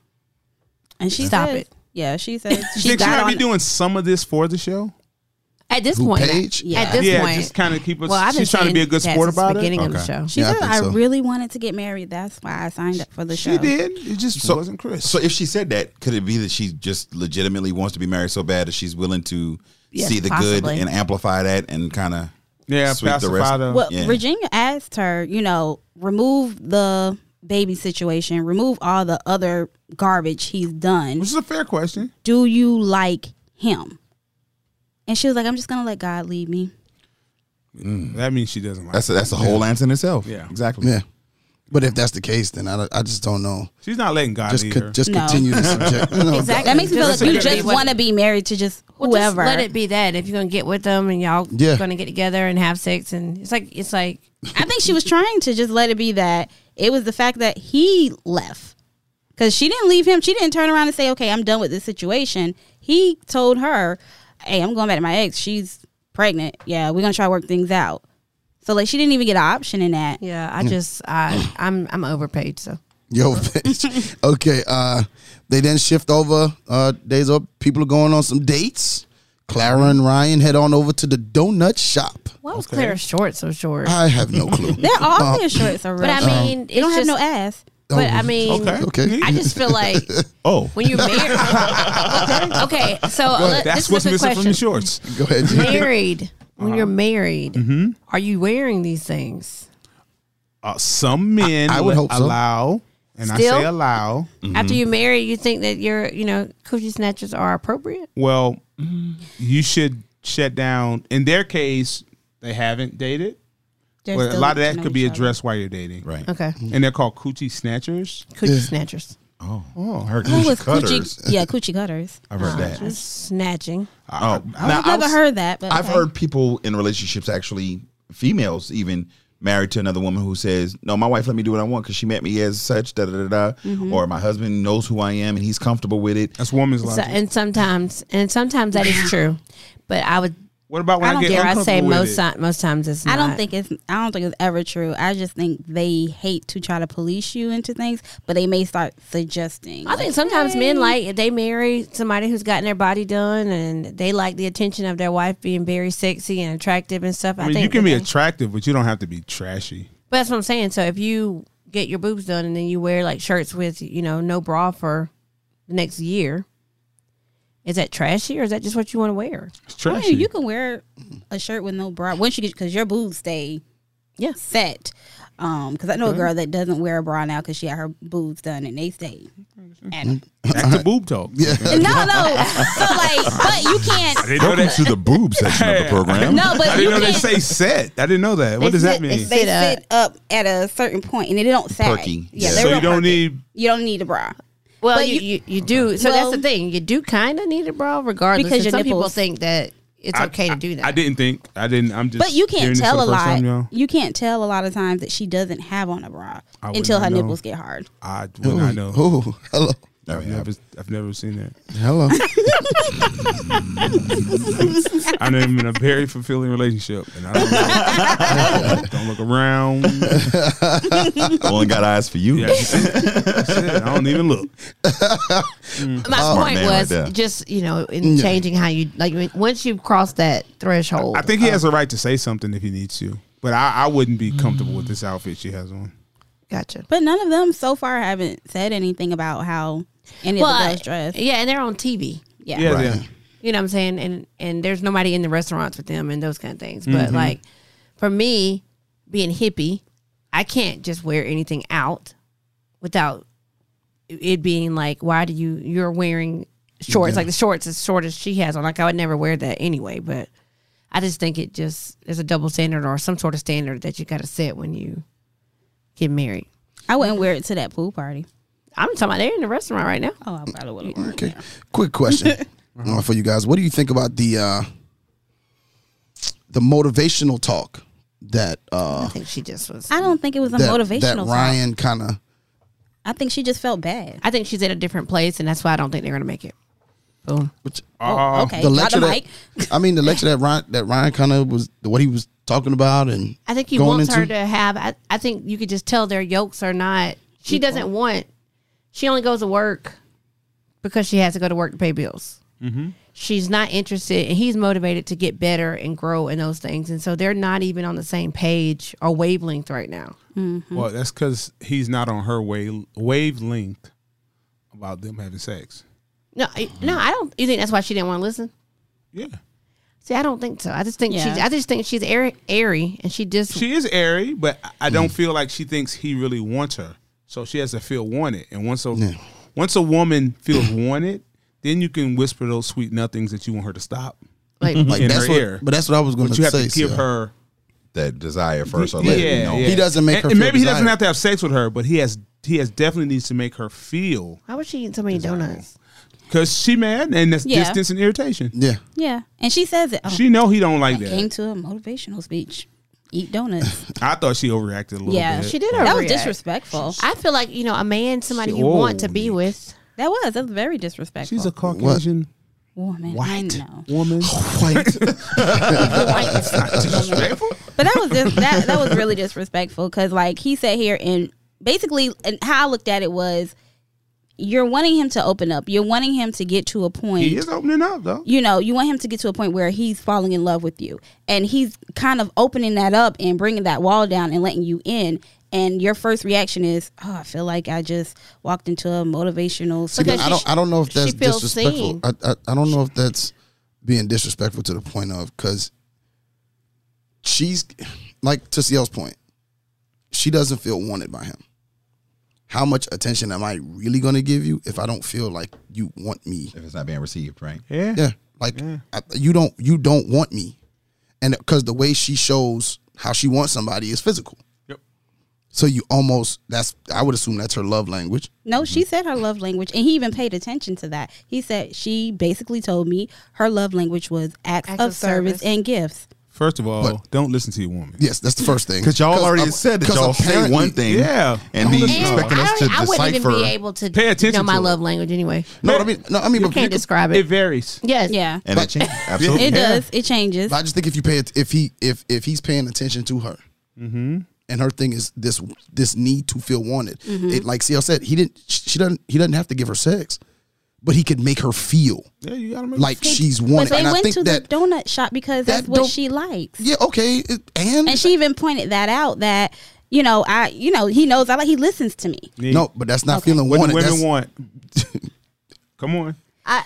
[SPEAKER 1] And she
[SPEAKER 2] Stop
[SPEAKER 1] says-
[SPEAKER 2] it.
[SPEAKER 1] Yeah, she said
[SPEAKER 3] She
[SPEAKER 1] she
[SPEAKER 3] Think she
[SPEAKER 1] got
[SPEAKER 3] might
[SPEAKER 1] on.
[SPEAKER 3] be doing some of this for the show?
[SPEAKER 2] At this
[SPEAKER 5] Who,
[SPEAKER 2] point, I-
[SPEAKER 5] Paige?
[SPEAKER 1] Yeah.
[SPEAKER 2] at this
[SPEAKER 3] yeah,
[SPEAKER 2] point,
[SPEAKER 3] just kind of keep us.
[SPEAKER 2] well, I've been
[SPEAKER 3] she's trying to
[SPEAKER 2] saying
[SPEAKER 3] be a good
[SPEAKER 2] that
[SPEAKER 3] sport
[SPEAKER 2] since the
[SPEAKER 3] about
[SPEAKER 2] beginning
[SPEAKER 3] it.
[SPEAKER 2] of the
[SPEAKER 4] Okay.
[SPEAKER 2] show.
[SPEAKER 1] She
[SPEAKER 5] Yeah, I
[SPEAKER 1] said,
[SPEAKER 5] think
[SPEAKER 1] I,
[SPEAKER 5] so.
[SPEAKER 1] really wanted to get married. That's why I signed up for the show.
[SPEAKER 3] She did. It just
[SPEAKER 4] So-
[SPEAKER 3] wasn't Chris.
[SPEAKER 4] So if she said that, could it be that she just legitimately wants to be married so bad that she's willing to
[SPEAKER 2] Yes,
[SPEAKER 4] see the
[SPEAKER 2] possibly.
[SPEAKER 4] good and amplify that and kind of
[SPEAKER 3] yeah,
[SPEAKER 4] sweep the rest?
[SPEAKER 3] pacify the-
[SPEAKER 1] Well,
[SPEAKER 4] Yeah.
[SPEAKER 1] Virginia asked her, you know, remove the baby situation, remove all the other garbage he's done.
[SPEAKER 3] which is a fair question.
[SPEAKER 1] do you like him? And she was like, I'm just gonna let God lead me.
[SPEAKER 3] That means she doesn't like.
[SPEAKER 4] That's
[SPEAKER 3] it.
[SPEAKER 4] a, that's a whole answer in itself.
[SPEAKER 3] Yeah.
[SPEAKER 4] exactly.
[SPEAKER 5] Yeah. But if that's the case, then I, don't- I just don't know.
[SPEAKER 3] She's not letting God
[SPEAKER 5] Just
[SPEAKER 3] lead her.
[SPEAKER 5] could, just
[SPEAKER 1] No.
[SPEAKER 5] continue to subject. No, God-
[SPEAKER 2] Exactly.
[SPEAKER 1] That makes me feel
[SPEAKER 2] Just
[SPEAKER 1] like you
[SPEAKER 2] let it
[SPEAKER 1] just
[SPEAKER 2] be what-
[SPEAKER 1] want to be married to just
[SPEAKER 2] Well,
[SPEAKER 1] whoever.
[SPEAKER 2] Just let it be that if you're gonna get with them and y'all
[SPEAKER 5] Yeah.
[SPEAKER 2] gonna get together and have sex, and it's like it's like
[SPEAKER 1] I think she was trying to just let it be that. It was the fact that he left because she didn't leave him. She didn't turn around and say, "Okay, I'm done with this situation." He told her, "Hey, I'm going back to my ex. She's pregnant. Yeah, we're gonna try to work things out." So like, she didn't even get an option in that.
[SPEAKER 2] yeah. I just I I'm I'm overpaid, so
[SPEAKER 5] Yo, bitch. okay. Uh, they then shift over. Uh, days up. People are going on some dates. Clara and Ryan head on over to the donut shop.
[SPEAKER 2] why was Clara's shorts so short?
[SPEAKER 5] I have no clue.
[SPEAKER 1] They're all their shorts are real.
[SPEAKER 2] but I
[SPEAKER 1] short.
[SPEAKER 2] mean,
[SPEAKER 1] they don't
[SPEAKER 2] it's
[SPEAKER 1] have no
[SPEAKER 2] just-
[SPEAKER 1] ass.
[SPEAKER 2] But I mean,
[SPEAKER 3] Okay.
[SPEAKER 5] Okay.
[SPEAKER 2] I just feel like
[SPEAKER 4] Oh,
[SPEAKER 2] when you're married. okay, so
[SPEAKER 1] uh,
[SPEAKER 2] let,
[SPEAKER 3] That's
[SPEAKER 2] this
[SPEAKER 3] what's
[SPEAKER 2] is a good
[SPEAKER 3] missing from the
[SPEAKER 2] question.
[SPEAKER 3] shorts.
[SPEAKER 5] Go ahead. G.
[SPEAKER 2] Married, when you're married, are you wearing these things
[SPEAKER 3] Uh, some men
[SPEAKER 5] I- I would
[SPEAKER 3] would
[SPEAKER 5] hope so.
[SPEAKER 3] allow, and I say
[SPEAKER 2] Still?
[SPEAKER 3] allow.
[SPEAKER 2] after you marry? You think that your you know coochie snatchers are appropriate?
[SPEAKER 3] Well, you should shut down. In their case, they haven't dated.
[SPEAKER 1] They're
[SPEAKER 3] Well, a
[SPEAKER 1] still
[SPEAKER 3] lot of that
[SPEAKER 1] getting to
[SPEAKER 3] could
[SPEAKER 1] know
[SPEAKER 3] be
[SPEAKER 1] each other.
[SPEAKER 3] addressed while you're dating,
[SPEAKER 4] right.
[SPEAKER 2] Okay,
[SPEAKER 3] and they're called coochie snatchers.
[SPEAKER 2] coochie snatchers,
[SPEAKER 4] Oh, I heard
[SPEAKER 1] Who was
[SPEAKER 4] coochie cutters.
[SPEAKER 1] Coochie, yeah, coochie cutters.
[SPEAKER 4] I've heard that.
[SPEAKER 2] That's snatching.
[SPEAKER 4] Oh, now
[SPEAKER 1] I've never
[SPEAKER 4] was-
[SPEAKER 1] heard that, but
[SPEAKER 4] I've
[SPEAKER 1] okay.
[SPEAKER 4] heard people in relationships actually, females even married to another woman who says, "No, my wife let me do what I want because she met me as such." Da da da da.
[SPEAKER 1] Mm-hmm.
[SPEAKER 4] Or my husband knows who I am and he's comfortable with it.
[SPEAKER 3] That's woman's
[SPEAKER 2] So,
[SPEAKER 3] logic.
[SPEAKER 2] and sometimes, and sometimes that is true, but I would
[SPEAKER 3] what about when
[SPEAKER 1] I
[SPEAKER 3] I,
[SPEAKER 1] don't
[SPEAKER 3] get
[SPEAKER 2] dare I say
[SPEAKER 3] uncomfortable with
[SPEAKER 2] most
[SPEAKER 3] it?
[SPEAKER 2] ti- most times it's.
[SPEAKER 1] I don't
[SPEAKER 2] not.
[SPEAKER 1] think it's I don't think it's ever true. I just think they hate to try to police you into things, but they may start suggesting.
[SPEAKER 2] I
[SPEAKER 1] like,
[SPEAKER 2] think sometimes men like if they marry somebody who's gotten their body done and they like the attention of their wife being very sexy and attractive and stuff. I,
[SPEAKER 3] I mean,
[SPEAKER 2] think
[SPEAKER 3] you can
[SPEAKER 2] that
[SPEAKER 3] be
[SPEAKER 2] they-
[SPEAKER 3] attractive, but you don't have to be trashy.
[SPEAKER 2] But that's what I'm saying. So if you get your boobs done and then you wear like shirts with you know no bra for the next year, is that trashy or is that just what you want to wear?
[SPEAKER 3] It's
[SPEAKER 1] "Oh,
[SPEAKER 3] trashy.
[SPEAKER 1] you can wear a shirt with no bra once you get because your boobs stay
[SPEAKER 2] Yes.
[SPEAKER 1] set. Um, because I know a girl that doesn't wear a bra now because she had her boobs done and they stay. at 'em.
[SPEAKER 3] Back to boob talk.
[SPEAKER 5] Yeah.
[SPEAKER 1] no, no. So like, but you
[SPEAKER 3] I
[SPEAKER 1] can't.
[SPEAKER 3] didn't know
[SPEAKER 4] Welcome
[SPEAKER 3] that.
[SPEAKER 4] to the boob section of the program.
[SPEAKER 1] No, but
[SPEAKER 3] I
[SPEAKER 1] you
[SPEAKER 3] didn't know they
[SPEAKER 1] can't.
[SPEAKER 3] say set. I didn't know that. What does that
[SPEAKER 2] sit- they
[SPEAKER 3] mean?
[SPEAKER 1] they
[SPEAKER 2] Sit up.
[SPEAKER 1] sit up at a certain point and they don't sag.
[SPEAKER 4] Perky.
[SPEAKER 1] Yeah,
[SPEAKER 4] Yeah.
[SPEAKER 1] they're
[SPEAKER 3] So
[SPEAKER 1] real
[SPEAKER 3] you don't
[SPEAKER 1] perky.
[SPEAKER 3] need.
[SPEAKER 1] You don't need a bra.
[SPEAKER 2] Well,
[SPEAKER 1] But
[SPEAKER 2] you, you, you do. So
[SPEAKER 1] Well-
[SPEAKER 2] that's the thing. You do kind of need a bra regardless.
[SPEAKER 1] Because
[SPEAKER 2] Because
[SPEAKER 1] your
[SPEAKER 2] some people
[SPEAKER 1] nipples-
[SPEAKER 2] think that it's okay to do that.
[SPEAKER 3] I didn't think. I didn't. I'm just.
[SPEAKER 1] But you
[SPEAKER 3] hearing
[SPEAKER 1] can't
[SPEAKER 3] this for
[SPEAKER 1] tell
[SPEAKER 3] the
[SPEAKER 1] a
[SPEAKER 3] first
[SPEAKER 1] lot.
[SPEAKER 3] time, y'all.
[SPEAKER 1] you can't tell a lot of times that she doesn't have on a bra
[SPEAKER 3] I would
[SPEAKER 1] until
[SPEAKER 3] not
[SPEAKER 1] her
[SPEAKER 3] know.
[SPEAKER 1] nipples get hard.
[SPEAKER 3] I would not know.
[SPEAKER 5] Oh, hello.
[SPEAKER 3] I've never, I've never seen that.
[SPEAKER 5] Hello.
[SPEAKER 3] I'm in a very fulfilling relationship, and I don't, look, don't look around.
[SPEAKER 4] Only got eyes for you.
[SPEAKER 3] Yeah, that's it. That's it. I don't even look.
[SPEAKER 2] My
[SPEAKER 3] Oh,
[SPEAKER 4] Smart
[SPEAKER 2] point
[SPEAKER 4] man right
[SPEAKER 2] was
[SPEAKER 4] there.
[SPEAKER 2] just you know in changing how you like when- once you cross that threshold.
[SPEAKER 3] I think he has a right to say something if he needs to, but I, I wouldn't be comfortable with this outfit she has on.
[SPEAKER 2] gotcha.
[SPEAKER 1] But none of them so far haven't said anything about how any
[SPEAKER 2] Well,
[SPEAKER 1] of the
[SPEAKER 2] I-
[SPEAKER 1] girls dress.
[SPEAKER 2] yeah, and they're on TV.
[SPEAKER 1] Yeah.
[SPEAKER 3] Yeah,
[SPEAKER 5] Right.
[SPEAKER 3] yeah.
[SPEAKER 2] You know what I'm saying? And and there's nobody in the restaurants with them and those kind of things. But like for me, being hippie, I can't just wear anything out without it being like, why do you you're wearing shorts? Like the shorts as short as she has on. Like I would never wear that anyway, but I just think it just there's a double standard or some sort of standard that you gotta set when you get married.
[SPEAKER 1] I wouldn't wear it to that pool party.
[SPEAKER 2] I'm talking about they're in the restaurant right now.
[SPEAKER 1] Oh, I probably would have worn
[SPEAKER 5] Okay.
[SPEAKER 1] it.
[SPEAKER 5] Quick question uh, for you guys. What do you think about the uh, the motivational talk that uh,
[SPEAKER 2] I think she just was
[SPEAKER 1] I don't think it was a
[SPEAKER 5] that,
[SPEAKER 1] motivational
[SPEAKER 5] that
[SPEAKER 1] song.
[SPEAKER 5] Ryan kind of
[SPEAKER 1] I think she just felt bad.
[SPEAKER 2] I think she's at a different place and that's why I don't think they're gonna make it. Boom.
[SPEAKER 3] Uh,
[SPEAKER 1] okay.
[SPEAKER 5] the
[SPEAKER 1] Got
[SPEAKER 5] lecture
[SPEAKER 1] the
[SPEAKER 5] that
[SPEAKER 1] mic.
[SPEAKER 5] I mean the lecture that Ryan that Ryan kind of was what he was talking about and
[SPEAKER 2] I think he
[SPEAKER 5] going
[SPEAKER 2] wants her
[SPEAKER 5] into-
[SPEAKER 2] to have. I, I think you could just tell their yolks are not. She doesn't want. She only goes to work because she has to go to work to pay bills. She's not interested, and he's motivated to get better and grow in those things. And so they're not even on the same page or wavelength right now.
[SPEAKER 3] Well, that's because he's not on her wave, wavelength about them having sex.
[SPEAKER 2] No, I- no, I don't. You think that's why she didn't want to listen?
[SPEAKER 3] Yeah,
[SPEAKER 2] See, I don't think so. I just think she.
[SPEAKER 1] Yeah.
[SPEAKER 2] I just think she's airy, airy and she just.
[SPEAKER 3] she is airy, but I- I
[SPEAKER 5] Mm.
[SPEAKER 3] don't feel like she thinks he really wants her. So she has to feel wanted, and once a once a woman feels wanted, then you can whisper those sweet nothings that you want her to stop.
[SPEAKER 2] like,
[SPEAKER 5] like
[SPEAKER 3] in
[SPEAKER 5] that's
[SPEAKER 3] her
[SPEAKER 5] what,
[SPEAKER 3] ear.
[SPEAKER 5] but that's what I was going
[SPEAKER 3] But you have
[SPEAKER 5] say.
[SPEAKER 3] to give
[SPEAKER 5] Sia.
[SPEAKER 3] her
[SPEAKER 4] That desire first, or let
[SPEAKER 3] yeah,
[SPEAKER 4] you know.
[SPEAKER 3] yeah.
[SPEAKER 5] He doesn't make
[SPEAKER 3] and,
[SPEAKER 5] her
[SPEAKER 3] and
[SPEAKER 5] feel
[SPEAKER 3] maybe he doesn't
[SPEAKER 5] desired.
[SPEAKER 3] have to have sex with her, but he has he has definitely needs to make her feel
[SPEAKER 2] why was she eating so many donuts?
[SPEAKER 3] because she mad and that's
[SPEAKER 1] Yeah.
[SPEAKER 3] distance and irritation.
[SPEAKER 5] yeah.
[SPEAKER 1] Yeah. And she says it. Oh,
[SPEAKER 3] She know he don't like
[SPEAKER 1] I came
[SPEAKER 3] that.
[SPEAKER 1] to a motivational speech. Eat donuts.
[SPEAKER 3] I thought she overreacted a little
[SPEAKER 1] yeah.
[SPEAKER 3] bit.
[SPEAKER 2] She did
[SPEAKER 1] That was
[SPEAKER 2] overreact.
[SPEAKER 1] disrespectful.
[SPEAKER 2] I feel like you know a man, somebody
[SPEAKER 3] She
[SPEAKER 2] you want
[SPEAKER 3] old,
[SPEAKER 2] to be
[SPEAKER 3] Nick.
[SPEAKER 2] with.
[SPEAKER 1] That was. That was very disrespectful.
[SPEAKER 3] She's a Caucasian
[SPEAKER 1] woman. I
[SPEAKER 3] white
[SPEAKER 1] know.
[SPEAKER 3] woman.
[SPEAKER 5] White.
[SPEAKER 1] But that was just, that that was really disrespectful because like he sat here and basically and how I looked at it was you're wanting him to open up. You're wanting him to get to a point.
[SPEAKER 3] He is opening up though.
[SPEAKER 1] You know, you want him to get to a point where he's falling in love with you, and he's kind of opening that up and bringing that wall down and letting you in. And your first reaction is, "Oh, I feel like I just walked into a motivational."
[SPEAKER 5] See, but
[SPEAKER 2] Because
[SPEAKER 5] I
[SPEAKER 2] she-
[SPEAKER 5] don't. I don't know if
[SPEAKER 2] she
[SPEAKER 5] that's
[SPEAKER 2] feels
[SPEAKER 5] disrespectful.
[SPEAKER 2] seen.
[SPEAKER 5] I, I I don't know if that's being disrespectful to the point of because she's like to Ciel's point, she doesn't feel wanted by him. How much attention am I really going to give you if I don't feel like you want me?
[SPEAKER 4] If it's not being received, right?
[SPEAKER 3] Yeah.
[SPEAKER 5] Yeah, like I, you don't you don't want me, and because the way she shows how she wants somebody is physical.
[SPEAKER 3] Yep.
[SPEAKER 5] So you almost that's I would assume that's her love language.
[SPEAKER 1] No, she said her love language, and he even paid attention to that. He said she basically told me her love language was acts,
[SPEAKER 2] Acts
[SPEAKER 1] of,
[SPEAKER 2] of
[SPEAKER 1] service,
[SPEAKER 2] service.
[SPEAKER 1] and gifts.
[SPEAKER 3] First of all,
[SPEAKER 5] But-
[SPEAKER 3] don't listen to your woman.
[SPEAKER 5] Yes, that's the first thing.
[SPEAKER 4] Because y'all already
[SPEAKER 5] I'm-
[SPEAKER 4] said that
[SPEAKER 5] 'cause
[SPEAKER 4] y'all say
[SPEAKER 5] apparently-
[SPEAKER 4] one thing,
[SPEAKER 3] Yeah.
[SPEAKER 4] and be
[SPEAKER 3] And
[SPEAKER 4] expecting
[SPEAKER 2] I,
[SPEAKER 4] us to
[SPEAKER 2] don't- I wouldn't even be
[SPEAKER 4] decipher.
[SPEAKER 2] able to
[SPEAKER 3] Pay attention
[SPEAKER 2] know my
[SPEAKER 3] to it.
[SPEAKER 2] love language anyway.
[SPEAKER 5] No, I mean, no, I mean,
[SPEAKER 2] You
[SPEAKER 5] but
[SPEAKER 2] can't describe it.
[SPEAKER 3] It varies.
[SPEAKER 2] yes.
[SPEAKER 1] Yeah.
[SPEAKER 4] And it changes. Absolutely.
[SPEAKER 1] It
[SPEAKER 3] Yeah.
[SPEAKER 1] does. It changes.
[SPEAKER 5] I just think if you pay, it, if he, if if he's paying attention to her,
[SPEAKER 4] Mm-hmm.
[SPEAKER 5] and her thing is this this need to feel wanted.
[SPEAKER 1] Mm-hmm.
[SPEAKER 5] It like CL said, he didn't. sh- She doesn't. He doesn't have to give her sex, but he could make her feel
[SPEAKER 3] Yeah, you gotta make
[SPEAKER 5] like she's
[SPEAKER 1] But
[SPEAKER 5] wanted.
[SPEAKER 1] they
[SPEAKER 5] And I
[SPEAKER 1] went
[SPEAKER 5] think
[SPEAKER 1] to
[SPEAKER 5] that
[SPEAKER 1] the donut shop because that's
[SPEAKER 5] that
[SPEAKER 1] what
[SPEAKER 5] don't-
[SPEAKER 1] she likes.
[SPEAKER 5] yeah, okay, it- and,
[SPEAKER 1] And she even pointed that out that, you know, I you know, he knows I like he listens to me.
[SPEAKER 5] no, but that's not feeling
[SPEAKER 3] what
[SPEAKER 5] wanted.
[SPEAKER 3] do women
[SPEAKER 5] that's
[SPEAKER 3] want? Come on,
[SPEAKER 2] I,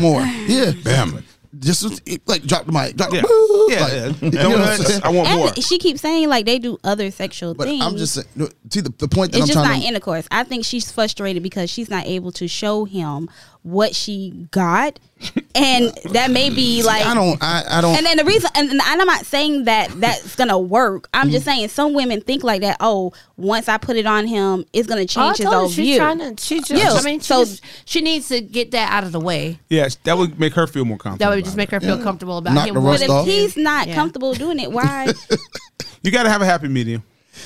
[SPEAKER 5] more. Yeah, bam. Just it- like drop the mic. Drop
[SPEAKER 3] Yeah,
[SPEAKER 5] the,
[SPEAKER 3] yeah.
[SPEAKER 5] like,
[SPEAKER 3] yeah.
[SPEAKER 5] you know what I'm
[SPEAKER 3] Donuts.
[SPEAKER 5] saying?
[SPEAKER 3] I want
[SPEAKER 1] And
[SPEAKER 3] more.
[SPEAKER 1] she keeps saying like they do other sexual
[SPEAKER 5] But
[SPEAKER 1] things.
[SPEAKER 5] I'm just saying. no, See the, the point that
[SPEAKER 1] it's
[SPEAKER 5] I'm
[SPEAKER 1] just
[SPEAKER 5] trying
[SPEAKER 1] not
[SPEAKER 5] to.
[SPEAKER 1] intercourse. I think she's frustrated because she's not able to show him what she got, and that may be like.
[SPEAKER 5] I don't. I, I don't.
[SPEAKER 1] and then the reason, and, and I'm not saying that that's gonna work. I'm just saying some women think like that. Oh, once I put it on him, it's gonna
[SPEAKER 2] Oh, I
[SPEAKER 1] change his
[SPEAKER 2] told
[SPEAKER 1] whole
[SPEAKER 2] you, she's
[SPEAKER 1] view.
[SPEAKER 2] trying to. She just.
[SPEAKER 1] Yeah.
[SPEAKER 2] I mean, she,
[SPEAKER 1] So-
[SPEAKER 2] just, she needs to get that out of the way.
[SPEAKER 3] Yes, that would make her feel more confident.
[SPEAKER 2] That would
[SPEAKER 3] about
[SPEAKER 2] just
[SPEAKER 3] it.
[SPEAKER 2] make her feel comfortable about
[SPEAKER 5] Knock
[SPEAKER 2] him.
[SPEAKER 5] the
[SPEAKER 1] but
[SPEAKER 5] rust
[SPEAKER 2] wanting-
[SPEAKER 1] if
[SPEAKER 5] off.
[SPEAKER 1] he's not
[SPEAKER 2] Yeah.
[SPEAKER 1] comfortable doing it, why?
[SPEAKER 3] You gotta have a happy medium.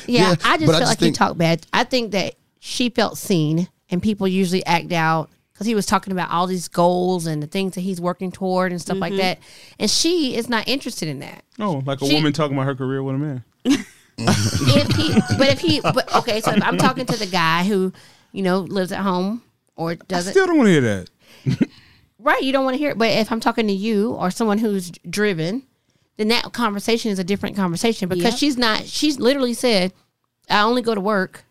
[SPEAKER 2] Yeah,
[SPEAKER 5] Yeah,
[SPEAKER 2] I just
[SPEAKER 5] but I
[SPEAKER 2] felt
[SPEAKER 5] just
[SPEAKER 2] like
[SPEAKER 5] think-
[SPEAKER 2] he talked bad. I think that she felt seen, and people usually act out because he was talking about all these goals and the things that he's working toward and stuff like that. And she is not interested in that.
[SPEAKER 3] Oh, like a
[SPEAKER 2] She-
[SPEAKER 3] woman talking about her career with a man.
[SPEAKER 2] if he, but if he, but okay, so if I'm talking to the guy who, you know, lives at home or doesn't.
[SPEAKER 3] Still don't want to hear that.
[SPEAKER 2] Right, you don't want to hear it. But if I'm talking to you or someone who's driven, then that conversation is a different conversation because
[SPEAKER 1] Yep.
[SPEAKER 2] she's not. She's literally said, "I only go to work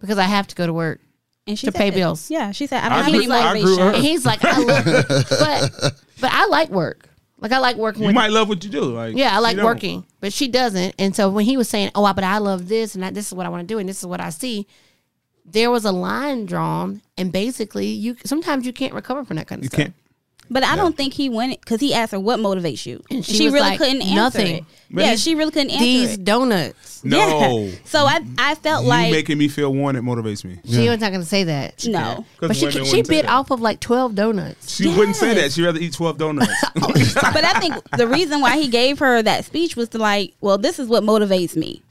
[SPEAKER 2] because I have to go to work."
[SPEAKER 1] And she
[SPEAKER 2] To pay
[SPEAKER 1] said-
[SPEAKER 2] bills.
[SPEAKER 1] Yeah, she said I
[SPEAKER 3] I
[SPEAKER 1] don't have
[SPEAKER 3] grew-
[SPEAKER 1] any
[SPEAKER 3] I grew
[SPEAKER 1] motivation.
[SPEAKER 2] And
[SPEAKER 3] her.
[SPEAKER 2] he's like, "I love," but but I like work. Like I like working
[SPEAKER 3] You
[SPEAKER 2] with.
[SPEAKER 3] might love what you do. Like
[SPEAKER 2] yeah, I
[SPEAKER 3] she
[SPEAKER 2] like
[SPEAKER 3] don't.
[SPEAKER 2] working, but she doesn't. And so when he was saying, "Oh, I- but I love this, and I, this is what I want to do, and this is what I see," there was a line drawn, and basically, you sometimes you can't recover from that kind of
[SPEAKER 3] You
[SPEAKER 2] stuff.
[SPEAKER 3] can't.
[SPEAKER 1] But I don't think he went because he asked her what motivates you,
[SPEAKER 2] And she
[SPEAKER 1] she,
[SPEAKER 2] was
[SPEAKER 1] really
[SPEAKER 2] like,
[SPEAKER 1] couldn't answer
[SPEAKER 2] "Nothing."
[SPEAKER 1] it.
[SPEAKER 3] But
[SPEAKER 1] yeah,
[SPEAKER 3] he-
[SPEAKER 1] she really couldn't answer
[SPEAKER 2] These
[SPEAKER 1] it.
[SPEAKER 2] donuts.
[SPEAKER 3] No.
[SPEAKER 1] So I I felt
[SPEAKER 3] You
[SPEAKER 1] like
[SPEAKER 3] making me feel wanted motivates me.
[SPEAKER 2] She was not going to say that.
[SPEAKER 1] no.
[SPEAKER 3] 'Cause
[SPEAKER 2] But she,
[SPEAKER 3] women
[SPEAKER 2] she
[SPEAKER 3] wouldn't say
[SPEAKER 2] bit
[SPEAKER 3] that.
[SPEAKER 2] off of like 12 donuts.
[SPEAKER 3] She wouldn't say
[SPEAKER 1] Yes.
[SPEAKER 3] that. She'd rather eat twelve donuts.
[SPEAKER 1] but I think the reason why he gave her that speech was to like, well, this is what motivates me.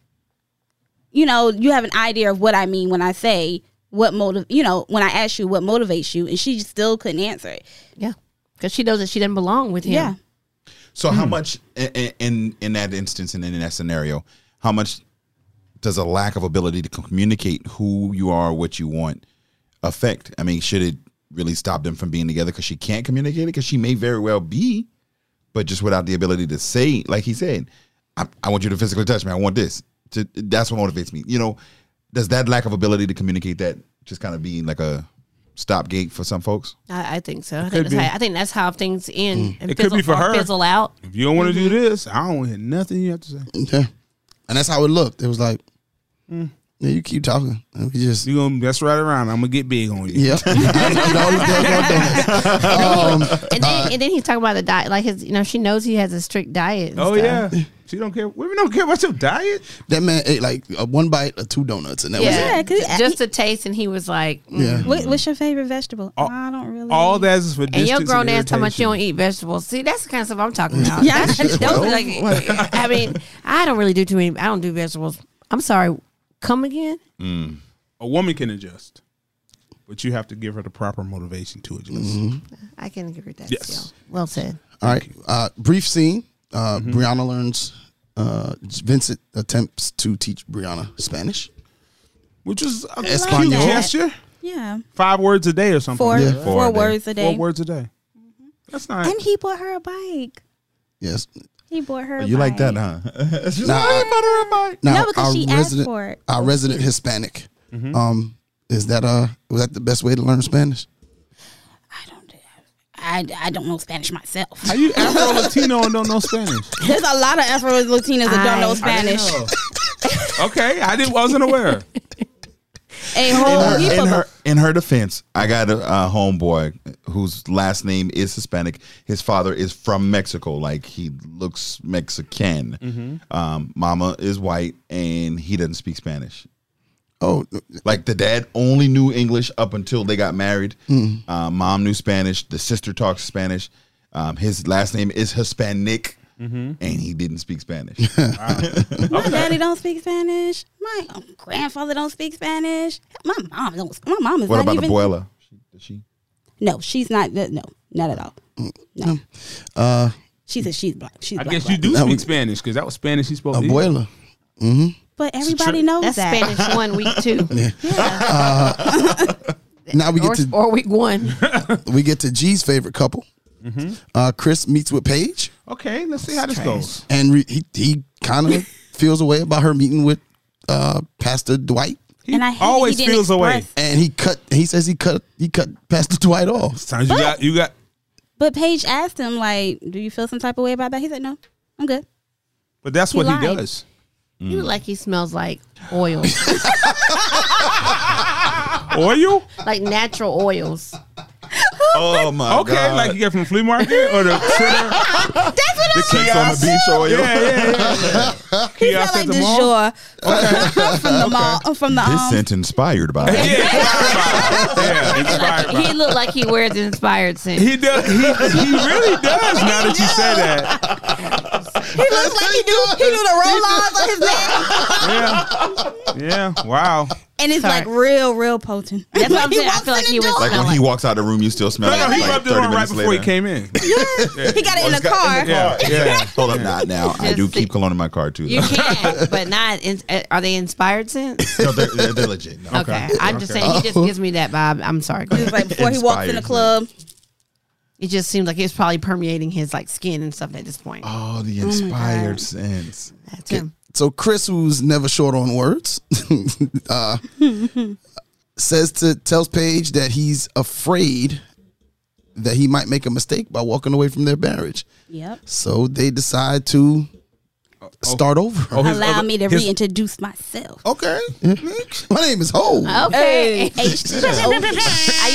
[SPEAKER 1] You know, you have an idea of what I mean when I say what motive. You know, when I ask you what motivates you, and she still couldn't answer it.
[SPEAKER 2] Yeah. Because she knows that she doesn't belong with him.
[SPEAKER 1] Yeah,
[SPEAKER 4] So how much in, in in that instance and in that scenario, how much does a lack of ability to communicate who you are, what you want, affect? I mean, should it really stop them from being together because she can't communicate it? Because she may very well be, but just without the ability to say, like he said, I, I want you to physically touch me. I want this. To, that's what motivates me. You know, does that lack of ability to communicate that just kind of be like a stopgate for some folks?
[SPEAKER 2] I, I think so. I
[SPEAKER 3] could
[SPEAKER 2] think, that's
[SPEAKER 3] be. Mm.
[SPEAKER 2] how, I think that's how things end. And
[SPEAKER 3] It could be
[SPEAKER 2] fizzle-
[SPEAKER 3] for
[SPEAKER 2] or
[SPEAKER 3] her.
[SPEAKER 2] Fizzle out.
[SPEAKER 3] if you don't want to do this, I don't want to hear nothing you have to say.
[SPEAKER 5] Yeah. And that's how it looked. It was like, yeah, you keep talking. And we just,
[SPEAKER 3] Hmm. You gonna mess right around. I'm gonna get big on you.
[SPEAKER 5] yep. I eat all the damn donuts. Um,
[SPEAKER 2] And then, and then he's talking about the diet. Like, his, you know, she knows he has a strict diet. and
[SPEAKER 3] Oh
[SPEAKER 2] stuff.
[SPEAKER 3] yeah. She don't care. Women don't care about your diet.
[SPEAKER 5] that man ate like a one bite or two donuts, and that
[SPEAKER 2] Yeah.
[SPEAKER 1] Yeah, 'cause-
[SPEAKER 2] J- Just a taste. And he was like, mm.
[SPEAKER 5] was it. Yeah.
[SPEAKER 1] what, what's your favorite vegetable? I don't really.
[SPEAKER 3] All that is for
[SPEAKER 2] And
[SPEAKER 3] distance.
[SPEAKER 2] your grown ass talking about
[SPEAKER 3] irritation.
[SPEAKER 2] you don't eat vegetables. See, that's the kind of stuff I'm talking about.
[SPEAKER 1] Yeah.
[SPEAKER 2] That's- those are like, I mean, I don't really do too many. I don't do vegetables. I'm sorry. Come again?
[SPEAKER 3] A woman can adjust, but you have to give her the proper motivation to adjust.
[SPEAKER 2] I can agree with that.
[SPEAKER 3] Yes.
[SPEAKER 2] Yes. Well said.
[SPEAKER 5] All right. Uh, brief scene. Uh,
[SPEAKER 3] Mm-hmm.
[SPEAKER 5] Brianna learns. Uh, Vincent attempts to teach Brianna Spanish.
[SPEAKER 3] Which is a
[SPEAKER 5] Espanol.
[SPEAKER 3] cute gesture.
[SPEAKER 1] Yeah,
[SPEAKER 3] Five words a day or something.
[SPEAKER 1] four
[SPEAKER 3] like
[SPEAKER 1] four,
[SPEAKER 4] Four a day.
[SPEAKER 1] words a
[SPEAKER 3] that. Four
[SPEAKER 1] day.
[SPEAKER 3] words a day. That's not.
[SPEAKER 1] And he bought her a bike.
[SPEAKER 5] Yes.
[SPEAKER 1] He bought her. a
[SPEAKER 4] Oh, You like
[SPEAKER 1] bike.
[SPEAKER 4] that, huh?
[SPEAKER 5] Now, I- now,
[SPEAKER 1] No, because
[SPEAKER 5] our
[SPEAKER 1] she asked
[SPEAKER 5] resident,
[SPEAKER 1] for it.
[SPEAKER 5] Our resident Hispanic.
[SPEAKER 3] Mm-hmm.
[SPEAKER 5] Um, is that uh was that the best way to learn Spanish?
[SPEAKER 1] I don't. I, I don't know Spanish myself.
[SPEAKER 3] How you Afro Latino and don't know Spanish?
[SPEAKER 1] There's a lot of Afro Latinas that don't
[SPEAKER 2] I-
[SPEAKER 1] know
[SPEAKER 3] I
[SPEAKER 1] Spanish.
[SPEAKER 3] didn't know. okay, I didn't. Wasn't aware.
[SPEAKER 1] A
[SPEAKER 3] Oh,
[SPEAKER 1] whole heap
[SPEAKER 4] in
[SPEAKER 1] of
[SPEAKER 4] her in her defense, I got a, a homeboy whose last name is Hispanic. His father is from Mexico, like he looks Mexican.
[SPEAKER 3] Mm-hmm.
[SPEAKER 4] Um, mama is white, and he doesn't speak Spanish.
[SPEAKER 5] Oh,
[SPEAKER 4] Like the dad only knew English up until they got married.
[SPEAKER 3] Mm.
[SPEAKER 4] Uh, mom knew Spanish. The sister talks Spanish. Um, his last name is Hispanic.
[SPEAKER 3] Mm-hmm.
[SPEAKER 4] and he didn't speak Spanish.
[SPEAKER 1] My daddy don't speak Spanish. My um, grandfather don't speak Spanish. My mom don't. My mom is
[SPEAKER 4] what
[SPEAKER 1] not
[SPEAKER 4] about
[SPEAKER 1] even.
[SPEAKER 4] Abuela? She, does she?
[SPEAKER 1] No, she's not. No, not at all. No,
[SPEAKER 5] Uh,
[SPEAKER 1] she says she's black. She's
[SPEAKER 3] I
[SPEAKER 1] black.
[SPEAKER 3] guess
[SPEAKER 1] black.
[SPEAKER 3] you do
[SPEAKER 5] That
[SPEAKER 3] speak
[SPEAKER 5] was-
[SPEAKER 3] Spanish because that was Spanish he spoke. either.
[SPEAKER 5] abuela.
[SPEAKER 1] But everybody knows
[SPEAKER 2] That's
[SPEAKER 1] that.
[SPEAKER 2] Spanish one, week two,
[SPEAKER 5] Now we
[SPEAKER 2] or,
[SPEAKER 5] get to
[SPEAKER 2] or week one.
[SPEAKER 5] we get to G's favorite couple. Uh, Chris meets with Paige,
[SPEAKER 3] Okay, let's see Mm-hmm. how this goes.
[SPEAKER 5] and re- he he kind of feels a way about her meeting with uh, Pastor Dwight,
[SPEAKER 3] He
[SPEAKER 1] And I hate that he
[SPEAKER 3] always
[SPEAKER 1] didn't
[SPEAKER 3] feels away.
[SPEAKER 1] express-
[SPEAKER 5] and he cut. He says he cut he cut Pastor Dwight off.
[SPEAKER 3] Sometimes you got you got
[SPEAKER 1] But Paige asked him, like, "Do you feel some type of way about that?" He said, "No, I'm good."
[SPEAKER 3] But that's what
[SPEAKER 1] lied.
[SPEAKER 3] he does.
[SPEAKER 2] You like he smells like oils,
[SPEAKER 3] Oil?
[SPEAKER 2] like natural oils.
[SPEAKER 4] Oh my
[SPEAKER 3] Okay, like you get from the flea market or the critter.
[SPEAKER 4] the cakes on the beach oh, oil.
[SPEAKER 3] yeah, yeah, yeah. yeah.
[SPEAKER 1] He's not
[SPEAKER 3] Kiosk at
[SPEAKER 1] like
[SPEAKER 3] the
[SPEAKER 1] the
[SPEAKER 3] mall?
[SPEAKER 1] shore from the mall from the
[SPEAKER 4] This
[SPEAKER 1] um.
[SPEAKER 4] sent inspired by.
[SPEAKER 3] Yeah, inspired by. Yeah, inspired by.
[SPEAKER 2] He looked like he wears an inspired scent.
[SPEAKER 3] He does. He, he really does. Now that you say that,
[SPEAKER 1] He looks like he do he do the roll-ons on his neck,
[SPEAKER 3] yeah, yeah. Wow.
[SPEAKER 1] and it's like
[SPEAKER 2] Sorry.
[SPEAKER 1] real, real potent.
[SPEAKER 2] That's what I'm
[SPEAKER 1] He
[SPEAKER 2] saying. I
[SPEAKER 1] walks
[SPEAKER 2] feel like
[SPEAKER 1] in
[SPEAKER 2] he
[SPEAKER 1] the
[SPEAKER 2] was
[SPEAKER 1] door.
[SPEAKER 4] Like when he
[SPEAKER 2] Like-
[SPEAKER 4] walks out the room, you still smell
[SPEAKER 3] No, no,
[SPEAKER 4] it.
[SPEAKER 3] he
[SPEAKER 4] Like
[SPEAKER 3] rubbed it
[SPEAKER 4] thirty
[SPEAKER 3] on right
[SPEAKER 4] minutes
[SPEAKER 3] before
[SPEAKER 4] later.
[SPEAKER 3] he came in.
[SPEAKER 1] He got it in
[SPEAKER 4] Well,
[SPEAKER 1] the
[SPEAKER 4] it's Oh, got-
[SPEAKER 1] car.
[SPEAKER 4] in the
[SPEAKER 3] Yeah, yeah.
[SPEAKER 4] Hold up, not now. I do
[SPEAKER 2] Just see-
[SPEAKER 4] keep cologne in my car too.
[SPEAKER 2] You
[SPEAKER 4] though.
[SPEAKER 2] can, but not. In, uh, are they inspired scents?
[SPEAKER 4] no, they're, they're, they're legit. No.
[SPEAKER 2] Okay, I'm just saying he just gives me that vibe. I'm sorry.
[SPEAKER 1] He was like before he walks in the
[SPEAKER 4] Inspires
[SPEAKER 1] club.
[SPEAKER 4] me.
[SPEAKER 2] It just seems like it's probably permeating his like skin and stuff at this point.
[SPEAKER 4] Oh, the inspired sense.
[SPEAKER 2] That's him.
[SPEAKER 5] So Chris, who's never short on words, uh, says to tells Paige that he's afraid that he might make a mistake by walking away from their marriage.
[SPEAKER 1] Yep.
[SPEAKER 5] So they decide to
[SPEAKER 4] Uh,
[SPEAKER 5] start over.
[SPEAKER 3] Oh, his
[SPEAKER 1] Allow
[SPEAKER 3] other-
[SPEAKER 1] me to
[SPEAKER 3] his-
[SPEAKER 1] reintroduce myself.
[SPEAKER 5] Okay. My name is Ho.
[SPEAKER 1] Oh,
[SPEAKER 2] Okay.
[SPEAKER 1] Hey.
[SPEAKER 2] I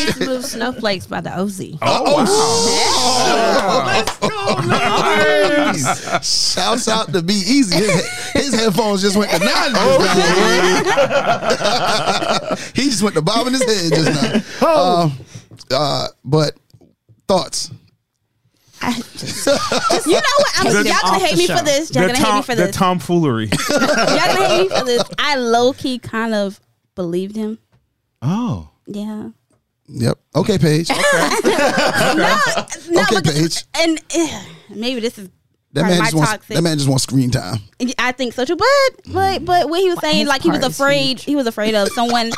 [SPEAKER 2] used to move snowflakes by the OZ.
[SPEAKER 5] Shouts out to Be Easy. His, his headphones just went to nine. he just went to bobbing his head just now. Um, uh, but thoughts.
[SPEAKER 2] I just-
[SPEAKER 1] You know what? I'm, y'all
[SPEAKER 2] Take them
[SPEAKER 1] gonna
[SPEAKER 2] off
[SPEAKER 1] hate
[SPEAKER 2] the
[SPEAKER 1] me
[SPEAKER 2] show.
[SPEAKER 1] for this. Y'all
[SPEAKER 3] The,
[SPEAKER 1] gonna hate me
[SPEAKER 3] tom,
[SPEAKER 1] for
[SPEAKER 3] the
[SPEAKER 1] this.
[SPEAKER 3] tomfoolery.
[SPEAKER 1] Y'all gonna hate me for this. I low key kind of believed him.
[SPEAKER 4] Oh.
[SPEAKER 1] Yeah.
[SPEAKER 5] Yep. Okay, Paige.
[SPEAKER 1] No,
[SPEAKER 5] Okay,
[SPEAKER 1] because-
[SPEAKER 5] Paige.
[SPEAKER 1] And eh, maybe this is
[SPEAKER 5] That
[SPEAKER 1] part of
[SPEAKER 5] man,
[SPEAKER 1] my
[SPEAKER 5] just wants,
[SPEAKER 1] toxic.
[SPEAKER 5] that man just wants screen time.
[SPEAKER 1] I think so too. But but but what he was saying,
[SPEAKER 2] his
[SPEAKER 1] like he was
[SPEAKER 2] part is
[SPEAKER 1] afraid. He was afraid of someone.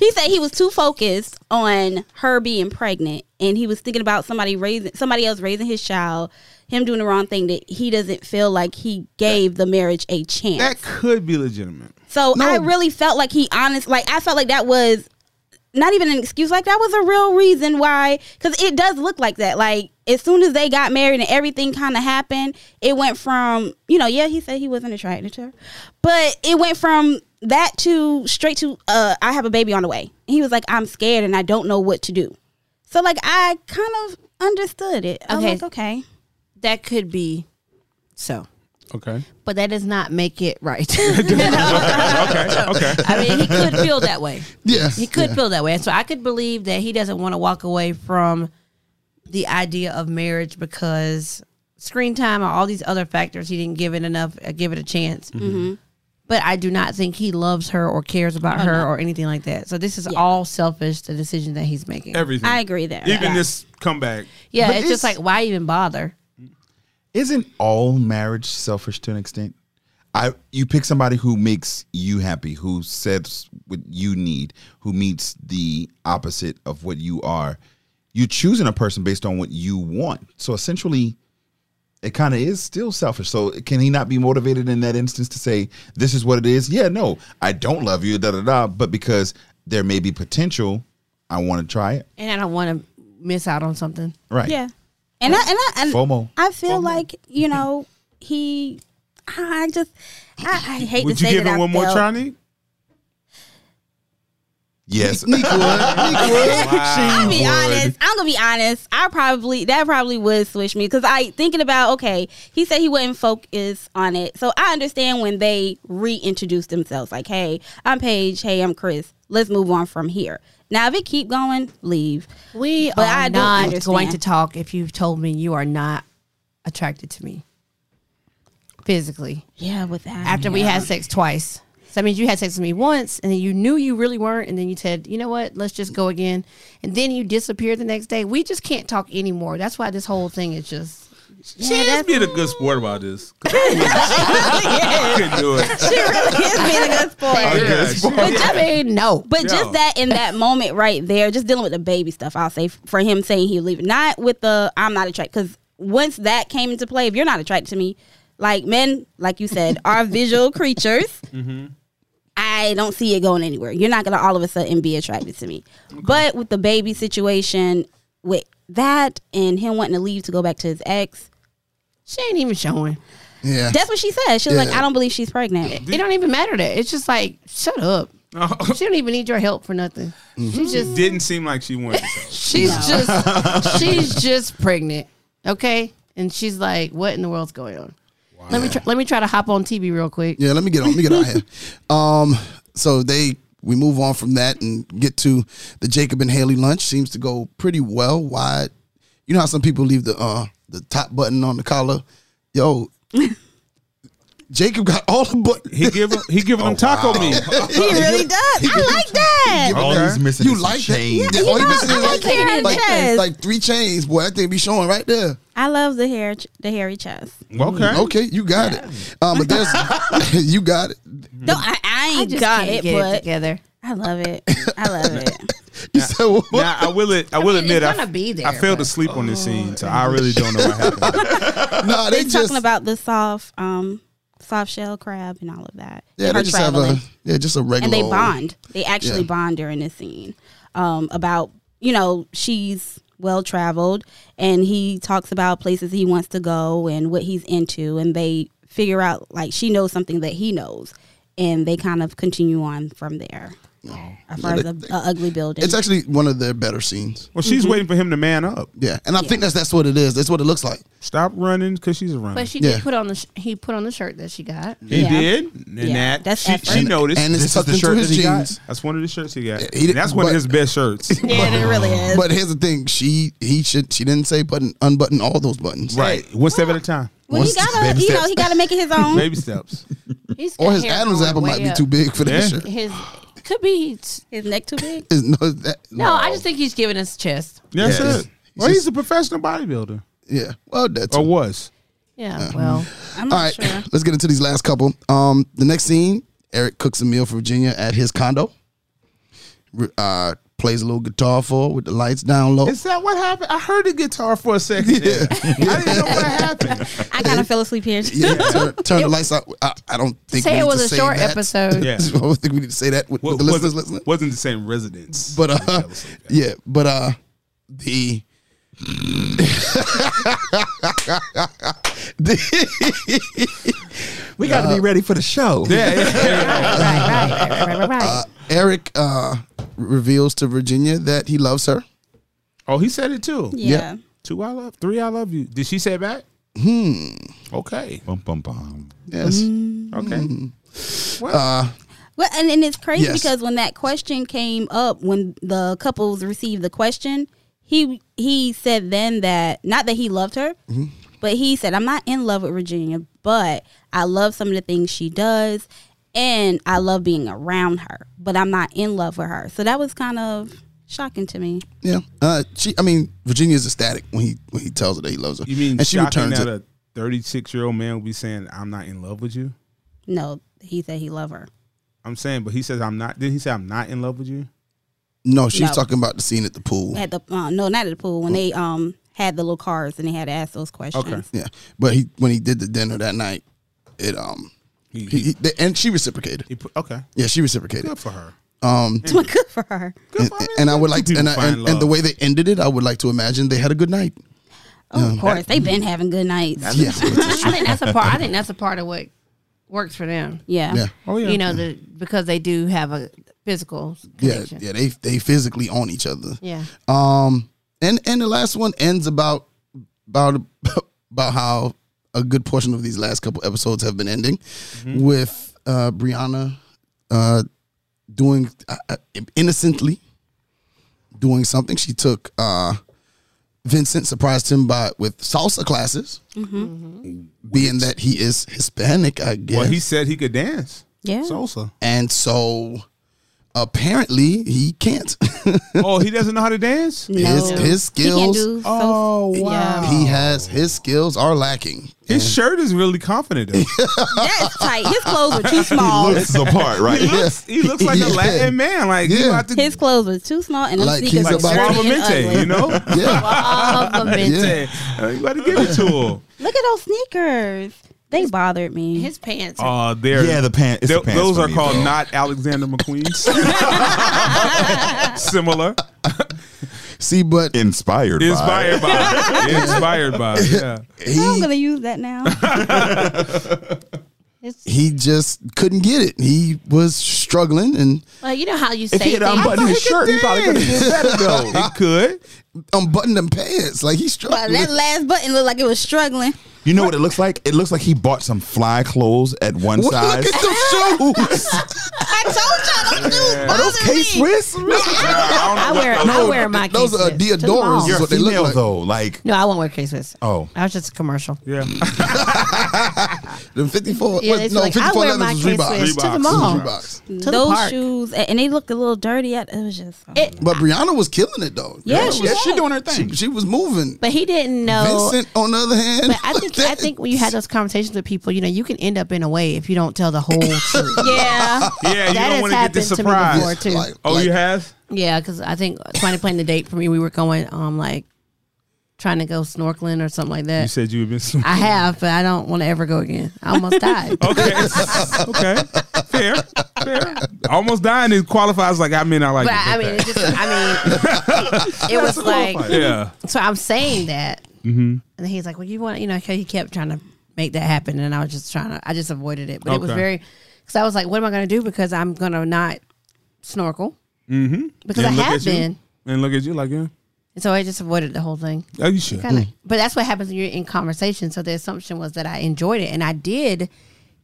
[SPEAKER 1] he said he was too focused on her being pregnant, and he was thinking about somebody raising somebody else raising his child. Him doing the wrong thing that he doesn't feel like he gave the marriage a chance.
[SPEAKER 3] that could be legitimate.
[SPEAKER 1] So
[SPEAKER 5] No.
[SPEAKER 1] I really felt like he honest, like I felt like that was not even an excuse. Like that was a real reason why, because it does look like that. Like as soon as they got married and everything kind of happened, it went from you know, yeah, he said he wasn't attracted to her, but it went from that to straight to uh, I have a baby on the way. And he was like, I'm scared and I don't know what to do. So like I kind of understood it. I was
[SPEAKER 2] Okay.
[SPEAKER 1] like, okay,
[SPEAKER 2] that could be so,
[SPEAKER 3] Okay.
[SPEAKER 2] but that does not make it right.
[SPEAKER 3] Okay. Okay.
[SPEAKER 2] I mean, he could feel that way.
[SPEAKER 5] Yeah.
[SPEAKER 2] He could feel that way. And so I could believe that he doesn't want to walk away from the idea of marriage because screen time or all these other factors he didn't give it enough uh, give it a chance. But I do not think he loves her or cares about her or anything like that. So this is all selfish the decision that he's making.
[SPEAKER 3] Everything.
[SPEAKER 1] I agree there.
[SPEAKER 3] Even
[SPEAKER 1] Yeah.
[SPEAKER 3] this comeback.
[SPEAKER 2] yeah,
[SPEAKER 4] But
[SPEAKER 2] it's just
[SPEAKER 4] it's-
[SPEAKER 2] like why even bother?
[SPEAKER 4] isn't all marriage selfish to an extent? I you pick somebody who makes you happy, who says what you need, who meets the opposite of what you are. You're choosing a person based on what you want. So essentially, it kind of is still selfish. So can he not be motivated in that instance to say, "This is what it is"? Yeah, no, I don't love you, da da da. But because there may be potential, I want to try it.
[SPEAKER 2] And I don't want to miss out on something.
[SPEAKER 4] Right?
[SPEAKER 1] Yeah. And I and I and
[SPEAKER 4] FOMO.
[SPEAKER 1] I feel like you know he. I just I, I hate
[SPEAKER 3] Would
[SPEAKER 1] to
[SPEAKER 3] you
[SPEAKER 1] say
[SPEAKER 3] give
[SPEAKER 1] that
[SPEAKER 3] him
[SPEAKER 1] I
[SPEAKER 3] one more
[SPEAKER 1] felt-
[SPEAKER 3] try, Nick?
[SPEAKER 4] Yes.
[SPEAKER 1] I'll be
[SPEAKER 4] Lord.
[SPEAKER 1] honest. I'm gonna be honest. I probably that probably would switch me because I thinking about okay. He said he wouldn't focus on it, so I understand when they reintroduce themselves. Like, hey, I'm Paige. Hey, I'm Chris. Let's move on from here. Now, if it keep going, leave.
[SPEAKER 2] We
[SPEAKER 1] But
[SPEAKER 2] are
[SPEAKER 1] I don't
[SPEAKER 2] not
[SPEAKER 1] understand.
[SPEAKER 2] going to talk if you've told me you are not attracted to me. physically
[SPEAKER 1] Yeah, with that.
[SPEAKER 2] after we had sex twice. So that means you had sex with me once, and then you knew you really weren't, and then you said, "You know what? Let's just go again." And then you disappeared the next day. We just can't talk anymore. That's why this whole thing is just.
[SPEAKER 3] Chance being a good sport about this. 'Cause I couldn't do it.
[SPEAKER 1] being a good sport.
[SPEAKER 3] Oh, yeah,
[SPEAKER 2] But
[SPEAKER 3] she-
[SPEAKER 2] I mean, no.
[SPEAKER 1] But
[SPEAKER 3] Yeah.
[SPEAKER 1] just that in that moment right there, just dealing with the baby stuff, I'll say f- for him saying he'll leave, not with the I'm not attracted. Because once that came into play, if you're not attracted to me, like men, like you said, are visual creatures. I don't see it going anywhere. You're not gonna all of a sudden be attracted to me. But with the baby situation, with that and him wanting to leave to go back to his ex,
[SPEAKER 2] She ain't even showing.
[SPEAKER 5] Yeah.
[SPEAKER 1] that's what she said. She was like,
[SPEAKER 5] Yeah.
[SPEAKER 1] I don't believe she's pregnant.
[SPEAKER 2] It don't even matter that. It's just like, shut up.
[SPEAKER 3] Oh,
[SPEAKER 2] She don't even need your help for nothing. She's just
[SPEAKER 3] Didn't seem like she wanted. To
[SPEAKER 2] she's just she's just pregnant. Okay? And she's like, what in the world's going on? Let me try, let me try to hop on TV real quick.
[SPEAKER 5] Yeah, let me get on. Let me get out of here. Um, so they we move on from that and get to the Jacob and Haley lunch. Seems to go pretty well. Why? You know how some people leave the uh the top button on the collar. Yo, Jacob got all the button.
[SPEAKER 3] he give he giving them taco meat.
[SPEAKER 5] Mm,
[SPEAKER 1] He really does. I like that.
[SPEAKER 4] All he's missing
[SPEAKER 5] You
[SPEAKER 4] is
[SPEAKER 5] like that?
[SPEAKER 4] chain.
[SPEAKER 5] Yeah, all he missing is
[SPEAKER 1] I like the hairy
[SPEAKER 5] like,
[SPEAKER 1] chest.
[SPEAKER 5] like three chains. Boy, that thing be showing right there.
[SPEAKER 1] I love the hair, the hairy chest.
[SPEAKER 3] Okay.
[SPEAKER 5] Okay, you got it. Um, but there's you got it.
[SPEAKER 1] No, I, I
[SPEAKER 2] I
[SPEAKER 1] ain't
[SPEAKER 2] just
[SPEAKER 1] got
[SPEAKER 2] can't
[SPEAKER 1] it,
[SPEAKER 2] get
[SPEAKER 1] but
[SPEAKER 2] together.
[SPEAKER 1] I love it. I love it.
[SPEAKER 5] You said what?
[SPEAKER 3] Now I will it. I will
[SPEAKER 2] mean,
[SPEAKER 3] admit
[SPEAKER 2] it's
[SPEAKER 3] I,
[SPEAKER 2] gonna be there,
[SPEAKER 3] I fell
[SPEAKER 2] but-
[SPEAKER 3] asleep on this scene, so I really don't know what happened.
[SPEAKER 5] Nah,
[SPEAKER 1] They
[SPEAKER 5] they
[SPEAKER 1] talking
[SPEAKER 5] just
[SPEAKER 1] about the soft, um, soft shell crab and all of that.
[SPEAKER 5] yeah, they
[SPEAKER 1] Her
[SPEAKER 5] just
[SPEAKER 1] traveling.
[SPEAKER 5] have a yeah, just a regular
[SPEAKER 1] and they
[SPEAKER 5] old-
[SPEAKER 1] bond. They actually
[SPEAKER 5] Yeah.
[SPEAKER 1] bond during this scene um, about you know she's well traveled, and he talks about places he wants to go and what he's into, and they figure out like she knows something that he knows, and they kind of continue on from there. As far as a, a ugly building,
[SPEAKER 5] It's actually one of their better scenes.
[SPEAKER 3] Well, she's waiting for him to man up.
[SPEAKER 5] Yeah, and I think that's that's what it is. That's what it looks like.
[SPEAKER 3] Stop running because she's a runner.
[SPEAKER 2] But she
[SPEAKER 5] Yeah.
[SPEAKER 2] did put on the sh- he put on the shirt that she got.
[SPEAKER 3] He
[SPEAKER 1] Yeah.
[SPEAKER 3] did, and
[SPEAKER 1] Yeah,
[SPEAKER 3] that
[SPEAKER 1] that's
[SPEAKER 3] she,
[SPEAKER 1] effort.
[SPEAKER 3] she noticed.
[SPEAKER 5] And it's
[SPEAKER 4] This is
[SPEAKER 5] tucked
[SPEAKER 4] the
[SPEAKER 5] into
[SPEAKER 4] shirt
[SPEAKER 5] his
[SPEAKER 4] that he got?
[SPEAKER 5] jeans.
[SPEAKER 3] that's one of the shirts he got.
[SPEAKER 5] he did-
[SPEAKER 3] that's one
[SPEAKER 5] but-
[SPEAKER 3] of his best shirts.
[SPEAKER 1] yeah, it really is.
[SPEAKER 5] But here's the thing: she he should she didn't say button unbutton all those buttons,
[SPEAKER 3] Right, one step at a time.
[SPEAKER 1] Well, he gotta,
[SPEAKER 4] baby
[SPEAKER 1] you know,
[SPEAKER 4] steps.
[SPEAKER 1] he gotta make it his own.
[SPEAKER 3] Baby steps.
[SPEAKER 2] He's
[SPEAKER 5] Or
[SPEAKER 2] got
[SPEAKER 5] his
[SPEAKER 2] hair
[SPEAKER 5] Adam's
[SPEAKER 2] going
[SPEAKER 5] apple
[SPEAKER 2] way
[SPEAKER 5] might be
[SPEAKER 2] up.
[SPEAKER 5] too big for that
[SPEAKER 3] Yeah.
[SPEAKER 5] shirt.
[SPEAKER 2] His could be.
[SPEAKER 1] His neck too big.
[SPEAKER 5] Is- no, is that-
[SPEAKER 2] No, I just think he's giving us chest.
[SPEAKER 3] That's
[SPEAKER 5] Yeah.
[SPEAKER 3] it. Well, he's a professional bodybuilder,
[SPEAKER 5] yeah. Well, that's
[SPEAKER 3] or
[SPEAKER 5] all
[SPEAKER 3] was.
[SPEAKER 2] Yeah.
[SPEAKER 5] Uh-huh.
[SPEAKER 2] Well,
[SPEAKER 1] I'm not
[SPEAKER 5] right.
[SPEAKER 1] sure.
[SPEAKER 5] Let's get into these last couple. Um, the next scene: Eric cooks a meal for Virginia at his condo. Re- Uh, plays a little guitar for her with the lights down low.
[SPEAKER 3] Is that what happened? I heard the guitar for a second. there. I didn't know what happened.
[SPEAKER 1] I kind of fell asleep here.
[SPEAKER 5] yeah, turn, turn the lights out. I, I don't think we
[SPEAKER 2] say
[SPEAKER 5] need
[SPEAKER 2] it was
[SPEAKER 5] to
[SPEAKER 2] a
[SPEAKER 5] say
[SPEAKER 2] short
[SPEAKER 5] that.
[SPEAKER 2] episode.
[SPEAKER 3] Yeah.
[SPEAKER 5] I don't think we need to say that with, with the
[SPEAKER 3] wasn't-
[SPEAKER 5] listeners listening.
[SPEAKER 3] wasn't the same residence.
[SPEAKER 5] But uh, yeah, but uh, the
[SPEAKER 4] We got to be ready for the show.
[SPEAKER 3] yeah, yeah, yeah.
[SPEAKER 2] Right. Right. Right. Right. Right. right.
[SPEAKER 5] Eric uh reveals to Virginia that he loves her.
[SPEAKER 3] Oh, he said it too.
[SPEAKER 1] Yeah.
[SPEAKER 3] Two I love, three I love you. Did she say it back? Hmm. Okay.
[SPEAKER 4] Bum, bum, bum.
[SPEAKER 5] Yes,
[SPEAKER 1] Mm-hmm.
[SPEAKER 3] Okay.
[SPEAKER 1] Well, and, and it's crazy
[SPEAKER 5] Yes.
[SPEAKER 1] because when that question came up, when the couples received the question, he he said then that not that he loved her, but he said, "I'm not in love with Virginia, but I love some of the things she does, and I love being around her, but I'm not in love with her." So that was kind of shocking to me.
[SPEAKER 5] yeah. Uh, she, I mean, Virginia's ecstatic when he when he tells her that he loves her.
[SPEAKER 3] You mean
[SPEAKER 5] and she
[SPEAKER 3] shocking
[SPEAKER 5] returns
[SPEAKER 3] that
[SPEAKER 5] it.
[SPEAKER 3] a 36 year old man would be saying, I'm not in love with you?
[SPEAKER 1] No, he said he loved her.
[SPEAKER 3] I'm saying, but he says, I'm not. Did he say, I'm not in love with you?
[SPEAKER 5] no, she's
[SPEAKER 1] No.
[SPEAKER 5] talking about the scene at the pool.
[SPEAKER 1] at the uh, no, not at the pool
[SPEAKER 2] Oh.
[SPEAKER 1] when they um had the little cars and they had to ask those questions.
[SPEAKER 3] Okay.
[SPEAKER 5] Yeah, but he when he did the dinner that night, it um,
[SPEAKER 3] He-
[SPEAKER 5] he, he, and she reciprocated.
[SPEAKER 3] He put, okay.
[SPEAKER 5] Yeah, she reciprocated.
[SPEAKER 3] Good for her.
[SPEAKER 5] Um,
[SPEAKER 1] It's good for her.
[SPEAKER 3] Good for her.
[SPEAKER 5] and I would like to,
[SPEAKER 3] People
[SPEAKER 5] and, I,
[SPEAKER 3] find
[SPEAKER 5] and, and the
[SPEAKER 3] love.
[SPEAKER 5] way they ended it, I would like to imagine they had a good night.
[SPEAKER 1] Oh, of course, they've been having good nights.
[SPEAKER 5] Yeah,
[SPEAKER 2] I think that's a part. I think that's a part of what works for them.
[SPEAKER 1] Yeah.
[SPEAKER 5] yeah.
[SPEAKER 3] Oh, yeah.
[SPEAKER 2] You know, the because they do have a physical
[SPEAKER 5] Yeah,
[SPEAKER 2] connection.
[SPEAKER 5] yeah, they they physically own each other.
[SPEAKER 2] yeah.
[SPEAKER 5] Um, and and the last one ends about about about how a good portion of these last couple episodes have been ending
[SPEAKER 3] Mm-hmm.
[SPEAKER 5] with uh, Brianna uh, doing uh, innocently doing something. She took uh, Vincent surprised him by with salsa classes, Mm-hmm. being that he is Hispanic, I guess.
[SPEAKER 3] Well, he said he could dance.
[SPEAKER 1] Yeah.
[SPEAKER 3] Salsa.
[SPEAKER 5] and so apparently he can't.
[SPEAKER 3] oh, he doesn't know how to dance?
[SPEAKER 5] his his
[SPEAKER 1] He, can't
[SPEAKER 5] skills
[SPEAKER 1] do so-
[SPEAKER 3] Oh, wow.
[SPEAKER 5] he has his skills are lacking.
[SPEAKER 3] His shirt is really confident, though.
[SPEAKER 1] that's tight. His clothes were too small.
[SPEAKER 4] This is the part, right?
[SPEAKER 3] he, looks, he looks like a
[SPEAKER 5] Yeah.
[SPEAKER 3] Latin man. Like, he
[SPEAKER 5] Yeah.
[SPEAKER 3] about to
[SPEAKER 1] His clothes were too small, and them
[SPEAKER 5] Like he's
[SPEAKER 1] sneakers were
[SPEAKER 5] about-
[SPEAKER 1] dirty and
[SPEAKER 3] Suavemente,
[SPEAKER 1] ugly.
[SPEAKER 3] you know?
[SPEAKER 5] Yeah.
[SPEAKER 2] Suavemente.
[SPEAKER 3] Yeah. You better give it to him.
[SPEAKER 1] Look at those sneakers. They bothered me.
[SPEAKER 2] His pants. are
[SPEAKER 3] Oh, there.
[SPEAKER 4] Yeah, the pant- it's the pants
[SPEAKER 3] those
[SPEAKER 4] for
[SPEAKER 3] are
[SPEAKER 4] me,
[SPEAKER 3] called
[SPEAKER 4] bro.
[SPEAKER 3] not Alexander McQueen's. Similar.
[SPEAKER 5] See, but
[SPEAKER 4] Inspired. By.
[SPEAKER 3] Inspired by. Inspired by. Yeah.
[SPEAKER 1] I'm
[SPEAKER 5] he
[SPEAKER 1] gonna use that now.
[SPEAKER 2] It's,
[SPEAKER 5] he just couldn't get it. He was struggling and
[SPEAKER 2] well, you know how you say
[SPEAKER 4] If he had
[SPEAKER 2] things-
[SPEAKER 4] unbuttoned his shirt, he probably could have did better though.
[SPEAKER 3] He could.
[SPEAKER 5] unbuttoned them pants. Like he
[SPEAKER 1] But
[SPEAKER 5] struggled.
[SPEAKER 1] that last button looked like it was struggling.
[SPEAKER 4] You know what it looks like? It looks like he bought some fly clothes at one
[SPEAKER 5] Look
[SPEAKER 4] size.
[SPEAKER 5] at them shoes.
[SPEAKER 1] I told y'all them dudes
[SPEAKER 4] Are those
[SPEAKER 1] bothered
[SPEAKER 4] K
[SPEAKER 1] me.
[SPEAKER 4] Swiss?
[SPEAKER 2] I wear, I wear my
[SPEAKER 5] those are
[SPEAKER 2] K-Swiss to the
[SPEAKER 5] Deodoras.
[SPEAKER 2] mall.
[SPEAKER 5] That's
[SPEAKER 4] You're a
[SPEAKER 5] what they look
[SPEAKER 4] female
[SPEAKER 5] like.
[SPEAKER 4] though. Like
[SPEAKER 2] No, I won't wear K-Swiss.
[SPEAKER 4] oh,
[SPEAKER 2] That was just a commercial.
[SPEAKER 3] Yeah.
[SPEAKER 5] The 54.
[SPEAKER 2] Yeah,
[SPEAKER 5] what-
[SPEAKER 2] it's
[SPEAKER 5] no,
[SPEAKER 2] like, I
[SPEAKER 5] 54
[SPEAKER 2] wear my
[SPEAKER 5] leathers was
[SPEAKER 2] K-Swiss
[SPEAKER 5] Reebok.
[SPEAKER 2] to the
[SPEAKER 3] Reeboks.
[SPEAKER 2] mall.
[SPEAKER 5] Reeboks.
[SPEAKER 2] the
[SPEAKER 1] Those
[SPEAKER 2] park.
[SPEAKER 1] shoes, a- and they looked a little dirty. I- It was just.
[SPEAKER 2] It-
[SPEAKER 5] But Brianna was killing it though.
[SPEAKER 1] Yeah,
[SPEAKER 5] Brianna
[SPEAKER 1] she
[SPEAKER 5] was-
[SPEAKER 1] was.
[SPEAKER 5] she doing her thing. She was moving.
[SPEAKER 2] But he didn't know.
[SPEAKER 5] Vincent, on the other hand,
[SPEAKER 2] But I think I think when you have those conversations with people, you know, you can end up in a way if you don't tell the whole truth.
[SPEAKER 1] oh. yeah.
[SPEAKER 3] Yeah, you
[SPEAKER 2] that
[SPEAKER 3] don't
[SPEAKER 2] has
[SPEAKER 3] want to get
[SPEAKER 2] happened
[SPEAKER 3] the
[SPEAKER 2] to me before
[SPEAKER 3] surprise.
[SPEAKER 2] too.
[SPEAKER 5] Like-
[SPEAKER 3] Oh, you have?
[SPEAKER 2] yeah, because I think trying to plan the date for me, we were going um like trying to go snorkeling or something like
[SPEAKER 3] You
[SPEAKER 2] that.
[SPEAKER 3] said Oh, you had been.
[SPEAKER 2] I have, but I don't want to ever go again. I almost died.
[SPEAKER 3] Okay. okay. Fair. Fair. Almost dying it qualifies like I mean I like
[SPEAKER 2] But
[SPEAKER 3] it.
[SPEAKER 2] I mean, it just, I mean, it was like,
[SPEAKER 3] Okay. Yeah.
[SPEAKER 2] so I'm saying that, mm-hmm. and he's like, well, you want, you know, 'cause he kept trying to make that happen, and I was just trying to, I just avoided it, but it was
[SPEAKER 3] Okay.
[SPEAKER 2] very, because I was like, what am I going to do? Because I'm going to not snorkel, mm-hmm. because
[SPEAKER 3] And
[SPEAKER 2] I
[SPEAKER 3] look
[SPEAKER 2] have
[SPEAKER 3] at you.
[SPEAKER 2] been,
[SPEAKER 3] And look at you like, yeah.
[SPEAKER 2] and so I just avoided the whole thing.
[SPEAKER 3] Oh, you should.
[SPEAKER 2] Kinda. But that's what happens when you're in conversation. So the assumption was that I enjoyed it, and I did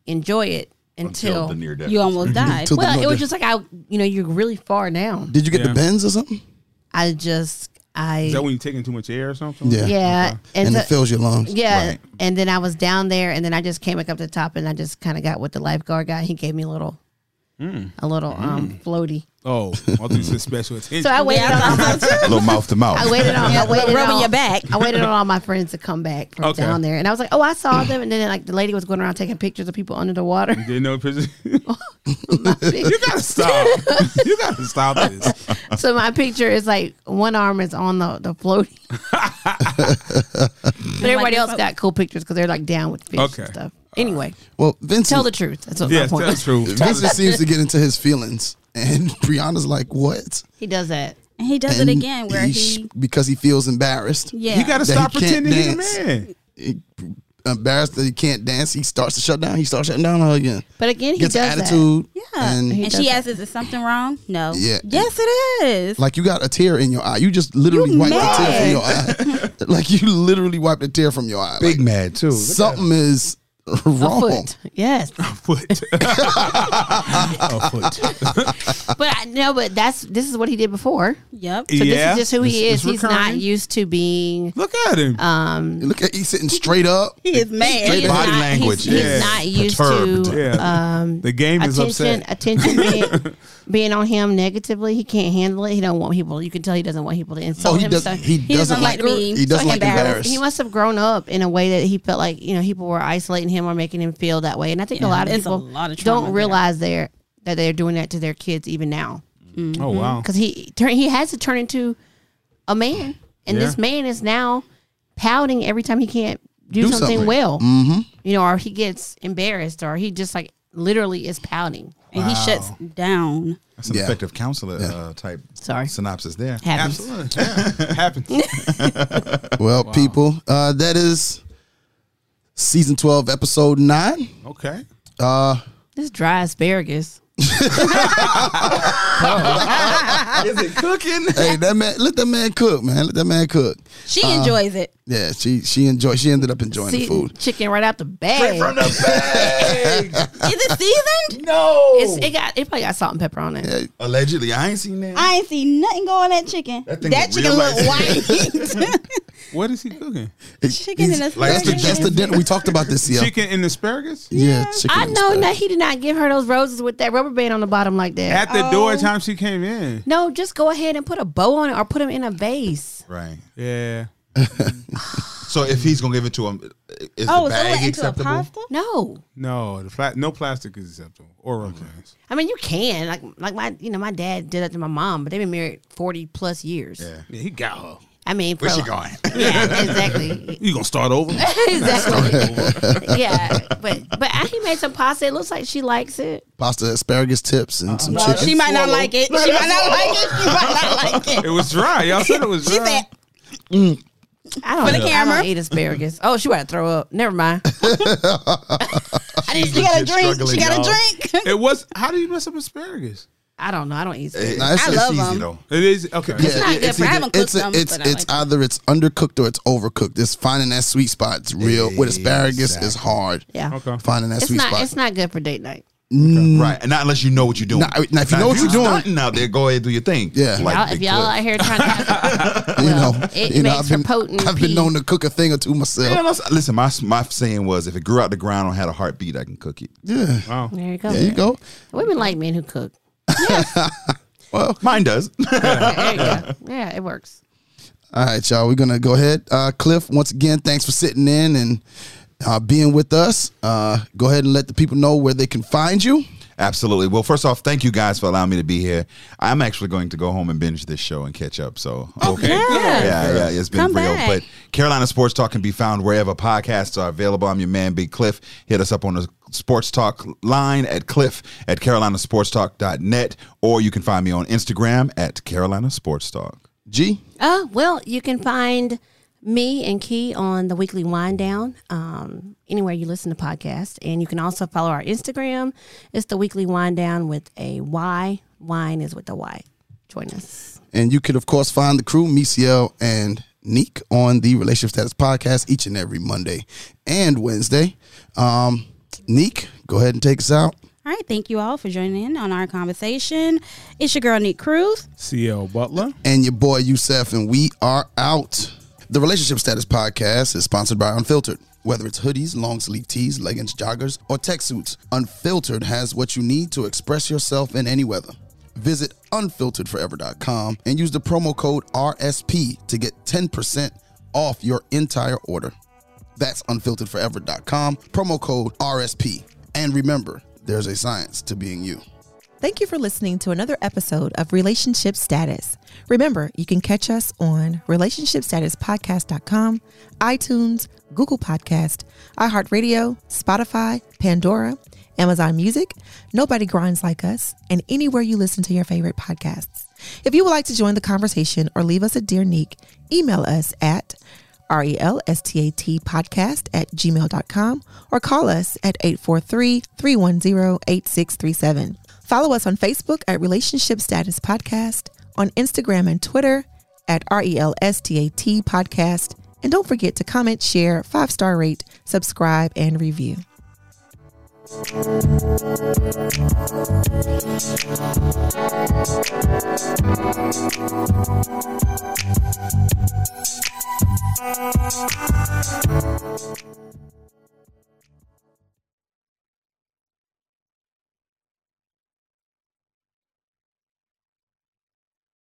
[SPEAKER 2] enjoy it until.
[SPEAKER 4] the near death.
[SPEAKER 1] You almost died.
[SPEAKER 5] Till the
[SPEAKER 2] well,
[SPEAKER 5] no
[SPEAKER 2] it was
[SPEAKER 5] death.
[SPEAKER 2] just like I, you know, you're really far now.
[SPEAKER 5] Did you get
[SPEAKER 3] Yeah.
[SPEAKER 5] the bends or something?
[SPEAKER 2] I just, I
[SPEAKER 3] Is that when you're taking too much air or something?
[SPEAKER 2] Yeah. And,
[SPEAKER 5] And
[SPEAKER 2] so-
[SPEAKER 5] it fills your lungs.
[SPEAKER 2] yeah. And then I was down there and then I just came back up to the top and I just kind of got with the lifeguard guy. He gave me a little, a little um floaty.
[SPEAKER 3] Oh, I'll do some special attention.
[SPEAKER 2] So I waited on all my,
[SPEAKER 4] little mouth to mouth.
[SPEAKER 2] I waited on, I waited
[SPEAKER 1] rubbing
[SPEAKER 2] on,
[SPEAKER 1] your back.
[SPEAKER 2] I waited on all my friends to come back from
[SPEAKER 3] Okay.
[SPEAKER 2] down there. And I was like, oh, I saw them. And then like the lady was going around taking pictures of people under the water.
[SPEAKER 3] you know, you gotta stop. you gotta stop this.
[SPEAKER 2] so my picture is like one arm is on the, the floaty. but everybody else got cool pictures because they're like down with fish
[SPEAKER 3] Okay.
[SPEAKER 2] and stuff. Anyway,
[SPEAKER 5] Well,
[SPEAKER 2] tell the
[SPEAKER 5] Vincent,
[SPEAKER 2] truth. That's what
[SPEAKER 3] Yes,
[SPEAKER 2] my point
[SPEAKER 3] that's true.
[SPEAKER 2] was.
[SPEAKER 5] Vincent seems to get into his feelings, and Brianna's like, "What?"
[SPEAKER 2] He does that.
[SPEAKER 1] And he does it
[SPEAKER 5] And
[SPEAKER 1] again where
[SPEAKER 5] sh-
[SPEAKER 1] he.
[SPEAKER 5] because he feels embarrassed.
[SPEAKER 1] Yeah.
[SPEAKER 3] You gotta
[SPEAKER 5] That he
[SPEAKER 3] stop
[SPEAKER 5] can't
[SPEAKER 3] pretending he's a
[SPEAKER 5] dance.
[SPEAKER 3] man.
[SPEAKER 5] He- embarrassed that he can't dance, he starts to shut down. He starts shutting down her again.
[SPEAKER 2] But again, he
[SPEAKER 5] Gets an
[SPEAKER 2] does that.
[SPEAKER 5] attitude.
[SPEAKER 1] Yeah.
[SPEAKER 5] and
[SPEAKER 1] And,
[SPEAKER 2] He does
[SPEAKER 1] she
[SPEAKER 2] that.
[SPEAKER 1] asks, "Is there something wrong?" No.
[SPEAKER 5] Yeah.
[SPEAKER 1] Yes, it is.
[SPEAKER 5] like you got a tear in your eye. You just literally
[SPEAKER 1] You
[SPEAKER 5] wiped
[SPEAKER 1] mad.
[SPEAKER 5] a tear from your eye. like you literally wiped a tear from your eye.
[SPEAKER 4] Big
[SPEAKER 5] Like,
[SPEAKER 4] mad too.
[SPEAKER 5] something is wrong.
[SPEAKER 2] foot. Yes,
[SPEAKER 3] Foot. a foot.
[SPEAKER 2] but I no, but that's this is what he did before.
[SPEAKER 1] yep.
[SPEAKER 2] So
[SPEAKER 3] Yeah.
[SPEAKER 2] this is just who he
[SPEAKER 3] It's-
[SPEAKER 2] is.
[SPEAKER 3] it's
[SPEAKER 2] He's not
[SPEAKER 3] recurring.
[SPEAKER 2] used to being.
[SPEAKER 3] Look at him.
[SPEAKER 2] Um,
[SPEAKER 5] Look at he's sitting straight up.
[SPEAKER 1] He is mad.
[SPEAKER 2] he's
[SPEAKER 4] body
[SPEAKER 2] not,
[SPEAKER 4] language
[SPEAKER 2] He's,
[SPEAKER 3] is
[SPEAKER 2] he's not used
[SPEAKER 4] perturbed.
[SPEAKER 2] to
[SPEAKER 3] Yeah.
[SPEAKER 2] um,
[SPEAKER 3] the game is
[SPEAKER 2] attention.
[SPEAKER 3] upset.
[SPEAKER 2] Attention being, being on him negatively. He can't handle it. He don't want people. You can tell he doesn't want people to insult
[SPEAKER 5] Oh, he
[SPEAKER 2] him.
[SPEAKER 5] does.
[SPEAKER 2] so
[SPEAKER 5] He doesn't like.
[SPEAKER 1] to be-
[SPEAKER 5] He doesn't
[SPEAKER 1] so
[SPEAKER 5] like embarrassed.
[SPEAKER 2] he must have grown up in a way that he felt like you know people were isolating him or making him feel that way. And I think a
[SPEAKER 1] Yeah,
[SPEAKER 2] lot of
[SPEAKER 1] it's a
[SPEAKER 2] people
[SPEAKER 1] lot of trauma
[SPEAKER 2] don't
[SPEAKER 1] there.
[SPEAKER 2] realize they're that they're doing that to their kids even now.
[SPEAKER 3] Oh wow.
[SPEAKER 2] because he turn he has to turn into a man, and this
[SPEAKER 3] Yeah.
[SPEAKER 2] man is now pouting every time he can't do,
[SPEAKER 5] Do
[SPEAKER 2] something,
[SPEAKER 5] something.
[SPEAKER 2] well. Mm-hmm. You know, or he gets embarrassed, or he just like literally is pouting.
[SPEAKER 1] and he shuts down.
[SPEAKER 4] That's an
[SPEAKER 5] Yeah.
[SPEAKER 4] effective counselor uh, type
[SPEAKER 2] Sorry.
[SPEAKER 4] synopsis there.
[SPEAKER 2] Happens.
[SPEAKER 3] Absolutely. Yeah. Happens.
[SPEAKER 5] Well, people, uh, that is season twelve, episode nine.
[SPEAKER 3] Okay.
[SPEAKER 5] Uh,
[SPEAKER 2] This dry asparagus.
[SPEAKER 4] Is it cooking?
[SPEAKER 5] hey, that man, let that man cook, man. Let that man cook.
[SPEAKER 1] She enjoys it.
[SPEAKER 5] Yeah, she she enjoyed. She ended up enjoying the
[SPEAKER 2] See,
[SPEAKER 5] food.
[SPEAKER 2] chicken right out the bag.
[SPEAKER 1] Is it seasoned?
[SPEAKER 4] No.
[SPEAKER 2] it's, it got it probably got salt and pepper on it.
[SPEAKER 4] Allegedly, I ain't seen that.
[SPEAKER 1] I ain't seen nothing going on that chicken.
[SPEAKER 4] That
[SPEAKER 1] That,
[SPEAKER 4] thing was
[SPEAKER 1] chicken looked
[SPEAKER 4] real
[SPEAKER 1] white.
[SPEAKER 3] What is he cooking?
[SPEAKER 1] Chicken and
[SPEAKER 5] He's- That's the,
[SPEAKER 1] asparagus.
[SPEAKER 5] that's the dinner we talked about this year.
[SPEAKER 3] Chicken and asparagus?
[SPEAKER 5] Yeah, chicken
[SPEAKER 2] I
[SPEAKER 5] and
[SPEAKER 2] know that
[SPEAKER 5] asparagus.
[SPEAKER 2] he did not give her those roses with that rubber band on the bottom like that.
[SPEAKER 3] At the
[SPEAKER 1] Um,
[SPEAKER 3] door time she came in.
[SPEAKER 2] No, just go ahead and put a bow on it or put them in a vase.
[SPEAKER 4] Right.
[SPEAKER 3] Yeah.
[SPEAKER 4] So if he's gonna give it to him, is
[SPEAKER 1] Oh,
[SPEAKER 4] the
[SPEAKER 1] is it
[SPEAKER 4] bag
[SPEAKER 1] went into a
[SPEAKER 4] acceptable?
[SPEAKER 1] pasta?
[SPEAKER 2] No.
[SPEAKER 3] No, the pla- no plastic is acceptable. Or rubber bands.
[SPEAKER 2] I mean, you can like like my you know my dad did that to my mom, but they've been married forty plus years.
[SPEAKER 4] Yeah.
[SPEAKER 3] Yeah, he got her.
[SPEAKER 2] I mean, for
[SPEAKER 4] Where's she
[SPEAKER 2] a-
[SPEAKER 4] going?
[SPEAKER 2] Yeah, exactly,
[SPEAKER 3] You gonna start over?
[SPEAKER 2] exactly. yeah, but but he made some pasta. It looks like she likes it.
[SPEAKER 5] pasta, asparagus tips, and some
[SPEAKER 1] Well,
[SPEAKER 5] chicken.
[SPEAKER 1] she might not like it. She might not like it. She might not like it.
[SPEAKER 3] it was dry. Y'all said it was dry.
[SPEAKER 1] She said,
[SPEAKER 2] I don't.
[SPEAKER 1] For the
[SPEAKER 2] know. I
[SPEAKER 1] camera.
[SPEAKER 2] don't eat asparagus. Oh, she about to throw up. Never mind.
[SPEAKER 1] I need, she got a
[SPEAKER 4] legit
[SPEAKER 1] drink. She
[SPEAKER 4] struggling,
[SPEAKER 1] got a
[SPEAKER 4] y'all.
[SPEAKER 1] drink.
[SPEAKER 3] it was. How do you mess up asparagus?
[SPEAKER 2] I don't know. I don't eat. Asparagus.
[SPEAKER 5] Nah, it's,
[SPEAKER 1] I
[SPEAKER 5] it's
[SPEAKER 1] love
[SPEAKER 5] easy
[SPEAKER 1] them.
[SPEAKER 5] though.
[SPEAKER 3] It is okay.
[SPEAKER 1] It's not good for- I haven't
[SPEAKER 5] it's
[SPEAKER 1] cooked them,
[SPEAKER 5] it's,
[SPEAKER 1] but I
[SPEAKER 5] it's
[SPEAKER 1] like
[SPEAKER 5] either it's undercooked or it's overcooked. It's finding that sweet spot. It's real with asparagus is
[SPEAKER 4] Exactly.
[SPEAKER 5] hard.
[SPEAKER 2] Yeah.
[SPEAKER 3] Okay.
[SPEAKER 5] finding that
[SPEAKER 2] It's
[SPEAKER 5] sweet
[SPEAKER 2] not.
[SPEAKER 5] spot.
[SPEAKER 2] It's not good for date night.
[SPEAKER 4] Right. And not unless you know what you're doing.
[SPEAKER 5] Now, now, if you know what you're doing-
[SPEAKER 4] stunting out there, go ahead and do your thing.
[SPEAKER 5] Yeah.
[SPEAKER 2] Y'all, if
[SPEAKER 4] Big
[SPEAKER 2] y'all
[SPEAKER 4] Cliff.
[SPEAKER 2] out here trying to, have,
[SPEAKER 5] you
[SPEAKER 2] well,
[SPEAKER 5] know,
[SPEAKER 2] it
[SPEAKER 5] you know,
[SPEAKER 2] makes
[SPEAKER 5] I've
[SPEAKER 2] for
[SPEAKER 5] been
[SPEAKER 2] potent.
[SPEAKER 5] I've been known to cook a thing or two
[SPEAKER 4] Yeah,
[SPEAKER 5] myself.
[SPEAKER 4] that's- listen, my my saying was if it grew out the ground or had a heartbeat, I can cook it.
[SPEAKER 5] Yeah,
[SPEAKER 3] Wow.
[SPEAKER 2] There you go.
[SPEAKER 5] there you go.
[SPEAKER 2] Women like men who cook.
[SPEAKER 4] Mine does.
[SPEAKER 2] There you go. Yeah, it works.
[SPEAKER 5] All right, y'all. We're gonna go ahead. Uh, Cliff, once again, thanks for sitting in and uh, being with us. Uh, go ahead and let the people know where they can find you.
[SPEAKER 4] Absolutely. Well, first off, thank you guys for allowing me to be here. I'm actually going to go home and binge this show and catch up. So
[SPEAKER 3] Okay.
[SPEAKER 4] yeah, yeah, it's been
[SPEAKER 1] Come
[SPEAKER 4] real.
[SPEAKER 1] back.
[SPEAKER 4] But Carolina Sports Talk can be found wherever podcasts are available. I'm your man, Big Cliff. Hit us up on the Sports Talk line at cliff at carolinasportstalk.net, or you can find me on Instagram at Carolina Sports Talk.
[SPEAKER 5] G.
[SPEAKER 2] Uh, well, you can find me and Key on the weekly wind down um, anywhere you listen to podcasts. And you can also follow our Instagram. It's the weekly wind down with a Y. Wine is with a Y. Join us.
[SPEAKER 5] And you could, of course, find the crew, Misiel and Neek, on the Relationship Status Podcast each and every Monday and Wednesday. Um, Neek, go ahead and take us out.
[SPEAKER 1] All right, thank you all for joining in on our conversation. It's your girl, Nick Cruz.
[SPEAKER 3] CL Butler.
[SPEAKER 5] and your boy Youssef, and we are out. The Relationship Status Podcast is sponsored by Unfiltered. Whether it's hoodies, long sleeve tees, leggings, joggers, or tech suits, Unfiltered has what you need to express yourself in any weather. Visit unfilteredforever.com and use the promo code RSP to get 10% off your entire order. That's unfilteredforever.com, promo code RSP. And remember, there's a science to being you.
[SPEAKER 6] Thank you for listening to another episode of Relationship Status. Remember, you can catch us on relationshipstatuspodcast.com, iTunes, Google Podcast, iHeartRadio, Spotify, Pandora, Amazon Music, Nobody Grinds Like Us, and anywhere you listen to your favorite podcasts. If you would like to join the conversation or leave us a dear nick, email us at E R-E-L-S-T-A-T podcast at gmail.com or call us at 843-310-8637. Follow us on Facebook at Relationship Status Podcast, on Instagram and Twitter at E R-E-L-S-T-A-T podcast. And don't forget to comment, share, five-star rate, subscribe, and review.